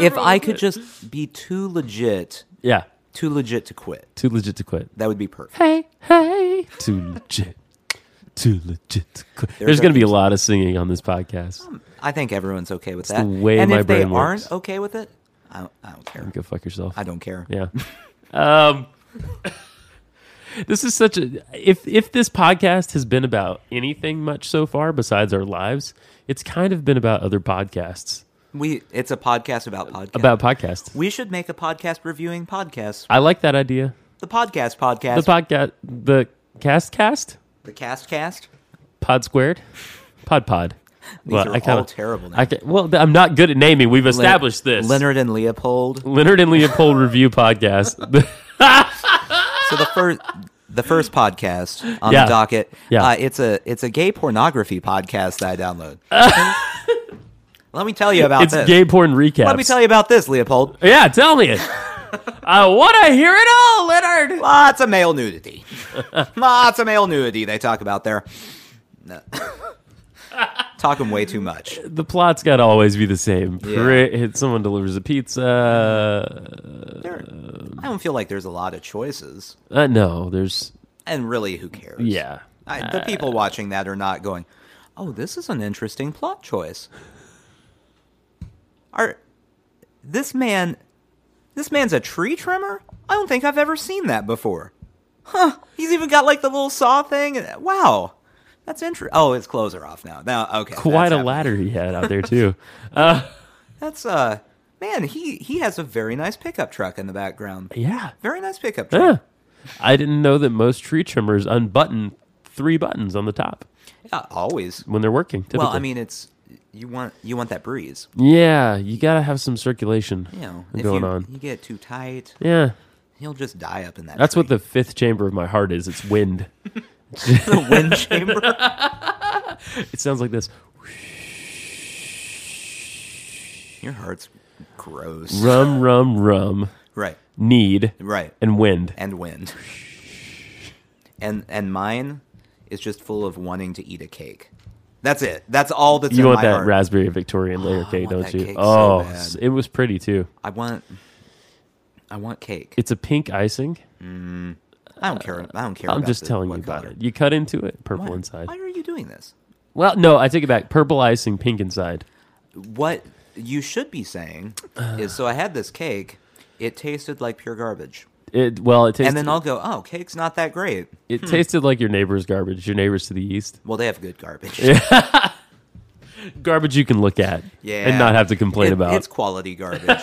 [SPEAKER 1] if I could just be too legit,
[SPEAKER 2] Yeah,
[SPEAKER 1] too legit to quit.
[SPEAKER 2] too legit to quit.
[SPEAKER 1] That would be perfect.
[SPEAKER 2] Hey, hey, too legit, too legit to quit.
[SPEAKER 1] There
[SPEAKER 2] There's going to be a
[SPEAKER 1] goes.
[SPEAKER 2] lot of singing on this podcast.
[SPEAKER 1] I think everyone's okay with
[SPEAKER 2] the
[SPEAKER 1] that.
[SPEAKER 2] way
[SPEAKER 1] and
[SPEAKER 2] my
[SPEAKER 1] if they
[SPEAKER 2] brain
[SPEAKER 1] aren't
[SPEAKER 2] works.
[SPEAKER 1] okay with it, I don't, I don't care.
[SPEAKER 2] Go fuck yourself.
[SPEAKER 1] I don't care.
[SPEAKER 2] Yeah. Um, this is such a if if this podcast has been about anything much so far besides our lives, it's kind of been about other podcasts
[SPEAKER 1] We it's a podcast about podcasts.
[SPEAKER 2] about podcasts.
[SPEAKER 1] we should make a podcast reviewing podcasts.
[SPEAKER 2] I like that idea.
[SPEAKER 1] The podcast podcast.
[SPEAKER 2] The podcast, the cast, cast.
[SPEAKER 1] The cast cast.
[SPEAKER 2] Pod squared, pod pod.
[SPEAKER 1] These are all terrible
[SPEAKER 2] I
[SPEAKER 1] names.
[SPEAKER 2] ca- well, th- I'm not good at naming. We've
[SPEAKER 1] Leonard-
[SPEAKER 2] established this.
[SPEAKER 1] Leonard and Leopold.
[SPEAKER 2] Leonard and Leopold review podcast.
[SPEAKER 1] So the first the first podcast on
[SPEAKER 2] Yeah.
[SPEAKER 1] the docket.
[SPEAKER 2] Yeah.
[SPEAKER 1] Uh, it's a it's a gay pornography podcast that I download. Let me tell you about
[SPEAKER 2] it's
[SPEAKER 1] this.
[SPEAKER 2] gay porn recaps.
[SPEAKER 1] Let me tell you about this, Leopold.
[SPEAKER 2] Yeah, tell me it. I want to hear it all, Leonard.
[SPEAKER 1] Lots of male nudity. Lots of male nudity they talk about there. No. Talking way too much.
[SPEAKER 2] The plot's got to always be the same.
[SPEAKER 1] Yeah.
[SPEAKER 2] Pre- Someone delivers a pizza.
[SPEAKER 1] There, I don't feel like there's a lot of choices.
[SPEAKER 2] Uh, no, there's
[SPEAKER 1] And really, who cares?
[SPEAKER 2] yeah.
[SPEAKER 1] I,
[SPEAKER 2] Uh,
[SPEAKER 1] the people watching that are not going, oh, this is an interesting plot choice. Are this man, this man's a tree trimmer? I don't think I've ever seen that before. Huh? He's even got like the little saw thing. Wow, that's interesting. Oh, his clothes are off now. Now, okay,
[SPEAKER 2] Quite
[SPEAKER 1] that's
[SPEAKER 2] a
[SPEAKER 1] happening.
[SPEAKER 2] ladder he had out there too.
[SPEAKER 1] That's uh, man, he he has a very nice pickup truck in the background.
[SPEAKER 2] yeah.
[SPEAKER 1] Very nice pickup truck.
[SPEAKER 2] Yeah. I didn't know that most tree trimmers unbutton three buttons on the top
[SPEAKER 1] Yeah, always.
[SPEAKER 2] when they're working. Typically.
[SPEAKER 1] Well, I mean, it's you want you want that breeze.
[SPEAKER 2] yeah, you gotta have some circulation
[SPEAKER 1] You know, if
[SPEAKER 2] going
[SPEAKER 1] you,
[SPEAKER 2] on.
[SPEAKER 1] you get too tight,
[SPEAKER 2] Yeah,
[SPEAKER 1] he'll just die up in that.
[SPEAKER 2] that's what
[SPEAKER 1] tree.
[SPEAKER 2] the fifth chamber of my heart is. It's wind.
[SPEAKER 1] the wind chamber.
[SPEAKER 2] It sounds like this.
[SPEAKER 1] Your heart's gross.
[SPEAKER 2] Rum, rum, rum.
[SPEAKER 1] Right,
[SPEAKER 2] Need
[SPEAKER 1] right,
[SPEAKER 2] and wind.
[SPEAKER 1] and wind. And and mine is just full of wanting to eat a cake. That's it. That's all that's
[SPEAKER 2] You
[SPEAKER 1] in
[SPEAKER 2] want
[SPEAKER 1] my
[SPEAKER 2] that
[SPEAKER 1] heart.
[SPEAKER 2] raspberry Victorian layer
[SPEAKER 1] I want
[SPEAKER 2] cake, don't
[SPEAKER 1] that
[SPEAKER 2] you?
[SPEAKER 1] cake so
[SPEAKER 2] oh,
[SPEAKER 1] bad.
[SPEAKER 2] s- it was pretty too.
[SPEAKER 1] I want. I want cake.
[SPEAKER 2] It's a pink icing.
[SPEAKER 1] I don't care. I don't care.
[SPEAKER 2] I'm
[SPEAKER 1] about
[SPEAKER 2] just
[SPEAKER 1] the-
[SPEAKER 2] telling
[SPEAKER 1] what
[SPEAKER 2] you about
[SPEAKER 1] color.
[SPEAKER 2] it. You cut into it, purple
[SPEAKER 1] Why?
[SPEAKER 2] inside.
[SPEAKER 1] Why are you doing this?
[SPEAKER 2] Well, no, I take it back. Purple icing, pink inside.
[SPEAKER 1] What you should be saying is, so I had this cake. It tasted like pure garbage.
[SPEAKER 2] It well, it tastes.
[SPEAKER 1] And then I'll Hmm. go, oh, cake's not that great.
[SPEAKER 2] It tasted like your neighbor's garbage. Your neighbors to the east,
[SPEAKER 1] Well, they have good garbage.
[SPEAKER 2] garbage you can look at,
[SPEAKER 1] Yeah.
[SPEAKER 2] and not have to complain
[SPEAKER 1] It-
[SPEAKER 2] about.
[SPEAKER 1] It's
[SPEAKER 2] It's,
[SPEAKER 1] quality garbage.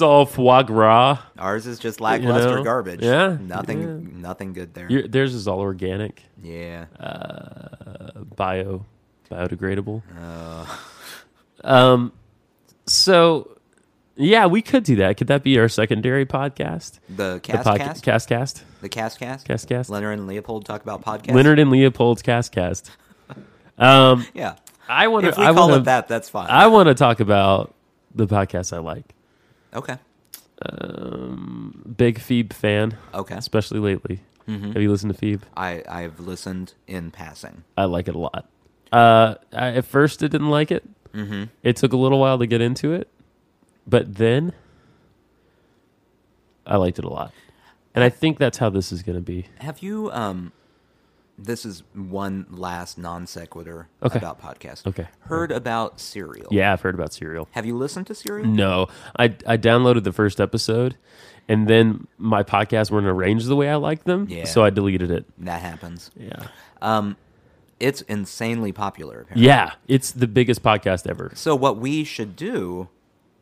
[SPEAKER 2] all foie gras.
[SPEAKER 1] Ours is just lackluster
[SPEAKER 2] know?
[SPEAKER 1] garbage.
[SPEAKER 2] Yeah.
[SPEAKER 1] Nothing
[SPEAKER 2] Yeah. Uh,
[SPEAKER 1] nothing good there.
[SPEAKER 2] Your, theirs is all organic,
[SPEAKER 1] yeah.
[SPEAKER 2] bio,
[SPEAKER 1] Uh.
[SPEAKER 2] biodegradable. Um, so Yeah, we could do that. Could that be our secondary podcast?
[SPEAKER 1] The
[SPEAKER 2] The
[SPEAKER 1] cast
[SPEAKER 2] podcast,
[SPEAKER 1] cast?
[SPEAKER 2] cast, cast.
[SPEAKER 1] the cast cast?
[SPEAKER 2] Cast cast?
[SPEAKER 1] Leonard and Leopold talk about podcasts.
[SPEAKER 2] Leonard and Leopold's cast, cast. Um,
[SPEAKER 1] Yeah.
[SPEAKER 2] I want
[SPEAKER 1] If
[SPEAKER 2] to.
[SPEAKER 1] we
[SPEAKER 2] I
[SPEAKER 1] call
[SPEAKER 2] want
[SPEAKER 1] it
[SPEAKER 2] to.
[SPEAKER 1] that, that's fine.
[SPEAKER 2] I want to talk about the podcast I like.
[SPEAKER 1] okay.
[SPEAKER 2] Big Phoebe fan,
[SPEAKER 1] Okay. Mm-hmm.
[SPEAKER 2] especially lately. Have you listened to Phoebe?
[SPEAKER 1] I, I've listened in passing.
[SPEAKER 2] I like it a lot. Uh, I, at first, I didn't like it. Mm-hmm. It took a little while to get into it, but then I liked it a lot, and I think that's how this is going to be.
[SPEAKER 1] Have you um this is one last non sequitur
[SPEAKER 2] Okay.
[SPEAKER 1] about podcasts.
[SPEAKER 2] Okay.
[SPEAKER 1] Heard about Serial.
[SPEAKER 2] Yeah, I've heard about Serial.
[SPEAKER 1] Have you listened to Serial?
[SPEAKER 2] No, I I downloaded the first episode, and then my podcasts weren't arranged the way I liked them,
[SPEAKER 1] Yeah.
[SPEAKER 2] so I deleted it.
[SPEAKER 1] That happens.
[SPEAKER 2] Yeah,
[SPEAKER 1] Um, It's insanely popular apparently.
[SPEAKER 2] yeah, it's the biggest podcast ever.
[SPEAKER 1] So what we should do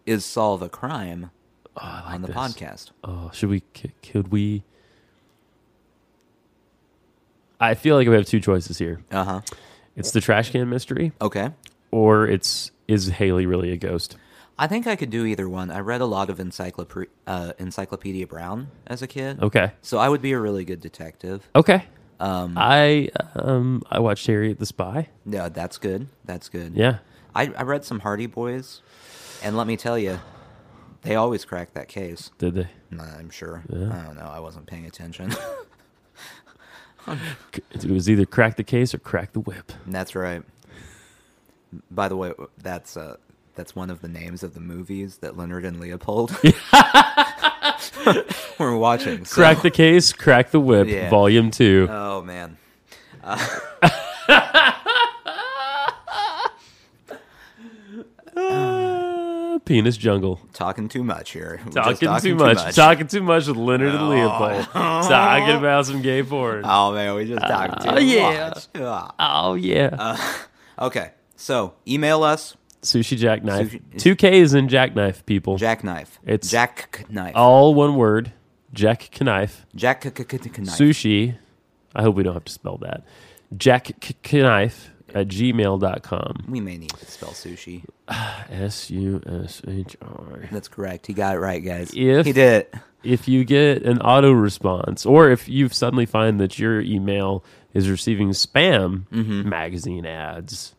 [SPEAKER 1] is solve a crime on the
[SPEAKER 2] Oh, this.
[SPEAKER 1] podcast.
[SPEAKER 2] Oh, should we? c- Could we? I feel like we have two choices here.
[SPEAKER 1] Uh huh.
[SPEAKER 2] It's the trash can mystery,
[SPEAKER 1] Okay.
[SPEAKER 2] or it's is Haley really a ghost?
[SPEAKER 1] I think I could do either one. I read a lot of encyclopre- uh, Encyclopedia Brown as a kid.
[SPEAKER 2] Okay,
[SPEAKER 1] So I would be a really good detective.
[SPEAKER 2] okay.
[SPEAKER 1] Um,
[SPEAKER 2] I um I watched Harriet the Spy.
[SPEAKER 1] no, that's good. That's good.
[SPEAKER 2] Yeah,
[SPEAKER 1] I, I read some Hardy Boys, and let me tell you, they always crack that case.
[SPEAKER 2] did they?
[SPEAKER 1] Nah, I'm sure. I don't know. I wasn't paying attention.
[SPEAKER 2] C- It was either crack the case or crack the whip.
[SPEAKER 1] that's right. By the way, that's uh, that's one of the names of the movies that Leonard and Leopold were watching. so-
[SPEAKER 2] Crack the case, crack the whip.
[SPEAKER 1] Yeah.
[SPEAKER 2] Volume two.
[SPEAKER 1] Oh man.
[SPEAKER 2] Uh, penis jungle.
[SPEAKER 1] talking too much here. We're just
[SPEAKER 2] Talking, too, much. Talking too much with Leonard and Leopold. Talking about some gay porn.
[SPEAKER 1] oh man, we just talked too
[SPEAKER 2] yeah.
[SPEAKER 1] much. Ah.
[SPEAKER 2] Oh yeah.
[SPEAKER 1] Okay, so email us
[SPEAKER 2] Sushi Jackknife.
[SPEAKER 1] Sushi-
[SPEAKER 2] Two K's in Jackknife, people.
[SPEAKER 1] jackknife.
[SPEAKER 2] It's-
[SPEAKER 1] jackknife.
[SPEAKER 2] All one word. Jack Knife.
[SPEAKER 1] Jack knife.
[SPEAKER 2] Sushi. I hope we don't have to spell that. Jack Knife at gmail.com.
[SPEAKER 1] We may need to spell sushi.
[SPEAKER 2] S U S H R.
[SPEAKER 1] That's correct. He got it right, guys.
[SPEAKER 2] If-
[SPEAKER 1] he did it.
[SPEAKER 2] If you get an auto response, or if you suddenly find that your email is receiving spam
[SPEAKER 1] Mm-hmm.
[SPEAKER 2] magazine ads,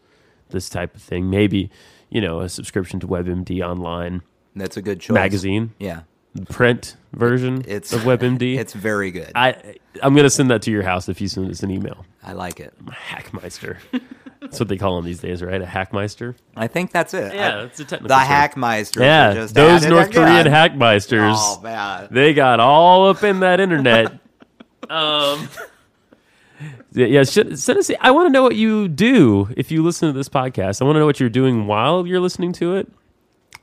[SPEAKER 2] this type of thing, maybe, you know, a subscription to WebMD Online
[SPEAKER 1] That's a good choice.
[SPEAKER 2] magazine,
[SPEAKER 1] Yeah.
[SPEAKER 2] print version
[SPEAKER 1] It's
[SPEAKER 2] of WebMD.
[SPEAKER 1] It's very good. I,
[SPEAKER 2] I I'm gonna send that to your house if you send us an email.
[SPEAKER 1] like it.
[SPEAKER 2] I'm a hackmeister. That's what they call them these days, right? A hackmeister.
[SPEAKER 1] I think that's it.
[SPEAKER 2] Yeah,
[SPEAKER 1] I-
[SPEAKER 2] that's a technical
[SPEAKER 1] the
[SPEAKER 2] term.
[SPEAKER 1] hackmeister.
[SPEAKER 2] yeah,
[SPEAKER 1] just
[SPEAKER 2] those
[SPEAKER 1] added
[SPEAKER 2] North Korean
[SPEAKER 1] again.
[SPEAKER 2] hackmeisters.
[SPEAKER 1] Oh man.
[SPEAKER 2] They got all up in that internet. um. Yeah, yeah, should, send us. I want to know what you do if you listen to this podcast. I want to know what you're doing while you're listening to it.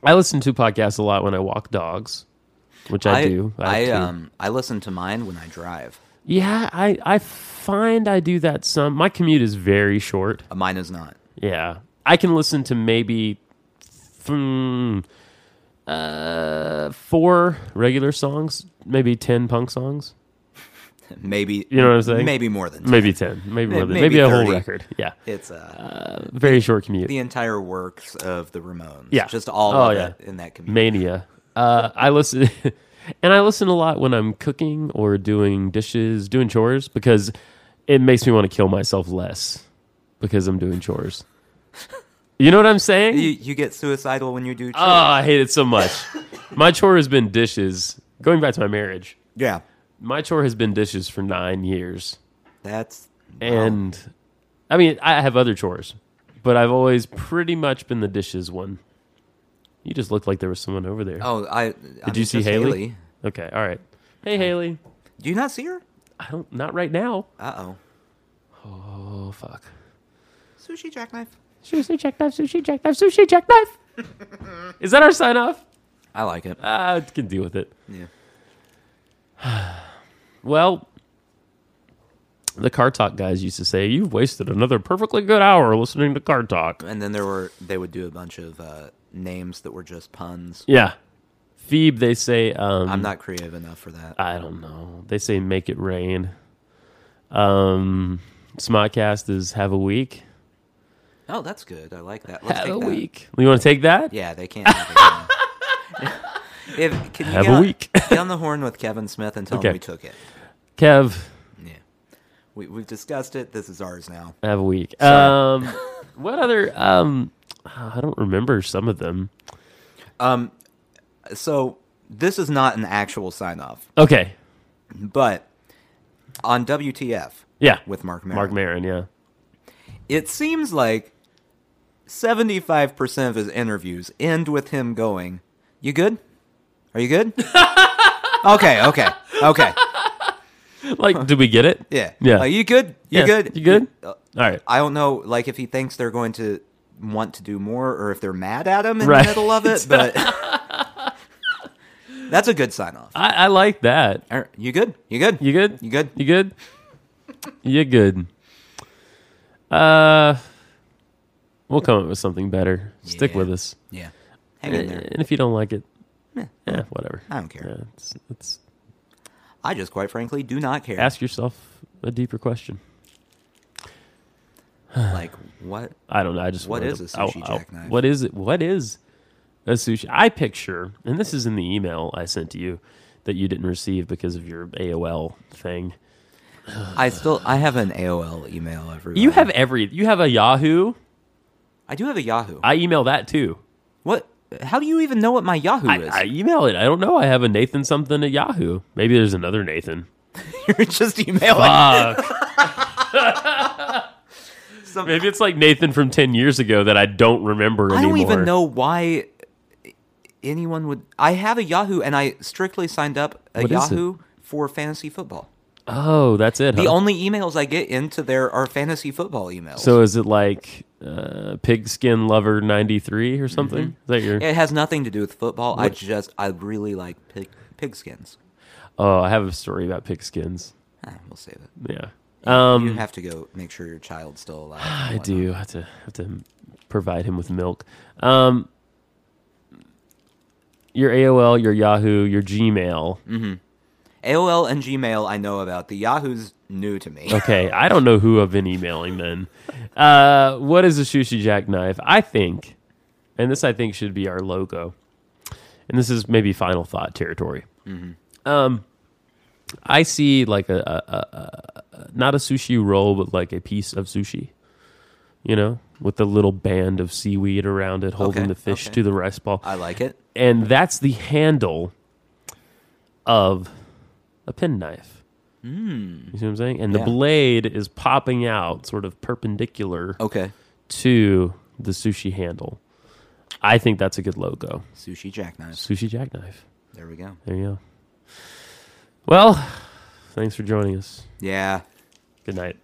[SPEAKER 2] I listen to podcasts a lot when I walk dogs, which I, do. have
[SPEAKER 1] I,
[SPEAKER 2] two.
[SPEAKER 1] um I listen to mine when I drive.
[SPEAKER 2] yeah, I I find I do that some. My commute is very short.
[SPEAKER 1] Uh, Mine is not.
[SPEAKER 2] Yeah, I can listen to maybe hmm, uh, four regular songs, maybe ten punk songs,
[SPEAKER 1] Maybe
[SPEAKER 2] You know what I'm saying?
[SPEAKER 1] Maybe more than 10.
[SPEAKER 2] maybe ten, maybe more than,
[SPEAKER 1] maybe
[SPEAKER 2] maybe a
[SPEAKER 1] 30.
[SPEAKER 2] whole record. Yeah,
[SPEAKER 1] It's uh,
[SPEAKER 2] very short commute.
[SPEAKER 1] the entire works of the Ramones.
[SPEAKER 2] Yeah.
[SPEAKER 1] just all
[SPEAKER 2] Oh,
[SPEAKER 1] of
[SPEAKER 2] yeah.
[SPEAKER 1] it in that community.
[SPEAKER 2] Mania. Uh, I listen, and I listen a lot when I'm cooking or doing dishes, doing chores, because it makes me want to kill myself less because I'm doing chores. You know what I'm saying?
[SPEAKER 1] You, you get suicidal when you do.
[SPEAKER 2] Oh, I hate it so much. my chore has been dishes. Going back to my marriage,
[SPEAKER 1] yeah,
[SPEAKER 2] my chore has been dishes for nine years.
[SPEAKER 1] that's
[SPEAKER 2] And I mean, I have other chores, but I've always pretty much been the dishes one. You just looked like there was someone over there.
[SPEAKER 1] Oh, I did
[SPEAKER 2] Did you see Haley? Okay, all right. Hey, Haley.
[SPEAKER 1] Do you not see her?
[SPEAKER 2] I don't, not right now.
[SPEAKER 1] Uh oh,
[SPEAKER 2] Oh, fuck.
[SPEAKER 1] sushi jackknife.
[SPEAKER 2] Sushi jackknife, sushi jackknife, sushi jackknife. Is that our sign off? Ah,
[SPEAKER 1] I like it.
[SPEAKER 2] I can deal with it.
[SPEAKER 1] Yeah.
[SPEAKER 2] Well, the car talk guys used to say, "You've wasted another perfectly good hour listening to car talk."
[SPEAKER 1] And then there were they would do a bunch of uh, names that were just puns.
[SPEAKER 2] Yeah, Phoebe, they say, um,
[SPEAKER 1] I'm not creative enough for that.
[SPEAKER 2] I don't know. They say, "Make it rain." Um, Smodcast is have a week.
[SPEAKER 1] Oh, that's good. I like that. Let's
[SPEAKER 2] have
[SPEAKER 1] take
[SPEAKER 2] a
[SPEAKER 1] that.
[SPEAKER 2] week. You want to take that?
[SPEAKER 1] Yeah, they can't. have it, yeah. If, can you
[SPEAKER 2] Have
[SPEAKER 1] get
[SPEAKER 2] a
[SPEAKER 1] on-
[SPEAKER 2] week.
[SPEAKER 1] get on the horn with Kevin Smith and tell
[SPEAKER 2] Okay.
[SPEAKER 1] him we took it.
[SPEAKER 2] Kev,
[SPEAKER 1] Yeah, we we've discussed it. This is ours now.
[SPEAKER 2] have a week. Um, what other? Um, I don't remember some of them.
[SPEAKER 1] Um, so this is not an actual sign off,
[SPEAKER 2] Okay,
[SPEAKER 1] but on WTF
[SPEAKER 2] yeah,
[SPEAKER 1] with Mark Maron,
[SPEAKER 2] Mark Maron. Yeah,
[SPEAKER 1] it seems like seventy-five percent of his interviews end with him going, "You good? Are you good? okay, okay, okay,
[SPEAKER 2] like, did we get it?
[SPEAKER 1] yeah,
[SPEAKER 2] Yeah.
[SPEAKER 1] Like, you good? You
[SPEAKER 2] Yeah.
[SPEAKER 1] good?
[SPEAKER 2] You good?
[SPEAKER 1] Uh,
[SPEAKER 2] All right.
[SPEAKER 1] I don't know, like if he thinks they're going to want to do more, or if they're mad at him in
[SPEAKER 2] Right.
[SPEAKER 1] the middle of it. But that's a good sign off.
[SPEAKER 2] I, I like that.
[SPEAKER 1] All right, you good? You good?
[SPEAKER 2] You good?
[SPEAKER 1] You good?
[SPEAKER 2] You good? you good? Uh, we'll come up with something better. Stick
[SPEAKER 1] Yeah.
[SPEAKER 2] with us.
[SPEAKER 1] Yeah. Hang in there.
[SPEAKER 2] And if you don't like it, yeah, whatever.
[SPEAKER 1] I don't care.
[SPEAKER 2] Yeah, it's, it's,
[SPEAKER 1] I just quite frankly do not care.
[SPEAKER 2] ask yourself a deeper question.
[SPEAKER 1] Like what?
[SPEAKER 2] I don't know. I just
[SPEAKER 1] What
[SPEAKER 2] wanted
[SPEAKER 1] is
[SPEAKER 2] to-
[SPEAKER 1] a sushi
[SPEAKER 2] I'll- I'll-
[SPEAKER 1] jackknife?
[SPEAKER 2] What is it? What is a sushi? I picture, and this is in the email I sent to you that you didn't receive because of your AOL thing.
[SPEAKER 1] I still I have an AOL email every.
[SPEAKER 2] You have every. You have a Yahoo.
[SPEAKER 1] I do have a Yahoo.
[SPEAKER 2] I email that too.
[SPEAKER 1] what? How do you even know what my Yahoo
[SPEAKER 2] I,
[SPEAKER 1] is?
[SPEAKER 2] I email it. I don't know. I have a Nathan something at Yahoo. Maybe there's another Nathan.
[SPEAKER 1] You're just emailing
[SPEAKER 2] Fuck.
[SPEAKER 1] some-
[SPEAKER 2] Maybe it's like Nathan from ten years ago that I don't remember
[SPEAKER 1] I
[SPEAKER 2] anymore.
[SPEAKER 1] don't even know why anyone would. I have a Yahoo, and I strictly signed up a
[SPEAKER 2] What is it?
[SPEAKER 1] Yahoo for fantasy football.
[SPEAKER 2] Oh, that's it.
[SPEAKER 1] The
[SPEAKER 2] huh?
[SPEAKER 1] only emails I get into there are fantasy football emails.
[SPEAKER 2] So is it like uh, pigskin lover ninety three or something?
[SPEAKER 1] Mm-hmm.
[SPEAKER 2] Is that your?
[SPEAKER 1] it has nothing to do with football. I just I really like pig, pigskins.
[SPEAKER 2] Oh, I have a story about pigskins.
[SPEAKER 1] Ah, we'll save it.
[SPEAKER 2] Yeah. Um,
[SPEAKER 1] you have to go make sure your child's still alive. and
[SPEAKER 2] I
[SPEAKER 1] whatnot.
[SPEAKER 2] do have to have to provide him with milk. Um, your AOL, your Yahoo, your Gmail.
[SPEAKER 1] AOL and Gmail, I know about. The Yahoo's new to me.
[SPEAKER 2] Okay, I don't know who I've been emailing then. Uh, what is a sushi jackknife? I think, and this I think should be our logo, and this is maybe final thought territory.
[SPEAKER 1] Mm-hmm.
[SPEAKER 2] Um, I see like a, a, a, a not a sushi roll, but like a piece of sushi. You know, with the little band of seaweed around it, holding
[SPEAKER 1] Okay,
[SPEAKER 2] the fish
[SPEAKER 1] okay.
[SPEAKER 2] to the rice ball,
[SPEAKER 1] I like it.
[SPEAKER 2] and that's the handle of a penknife. You see what I'm saying? And the
[SPEAKER 1] Yeah.
[SPEAKER 2] blade is popping out, sort of perpendicular
[SPEAKER 1] Okay.
[SPEAKER 2] to the sushi handle. I think that's a good logo.
[SPEAKER 1] Sushi jackknife.
[SPEAKER 2] Sushi jackknife.
[SPEAKER 1] There we go.
[SPEAKER 2] There you go. Well, thanks for joining us.
[SPEAKER 1] Yeah.
[SPEAKER 2] Good night.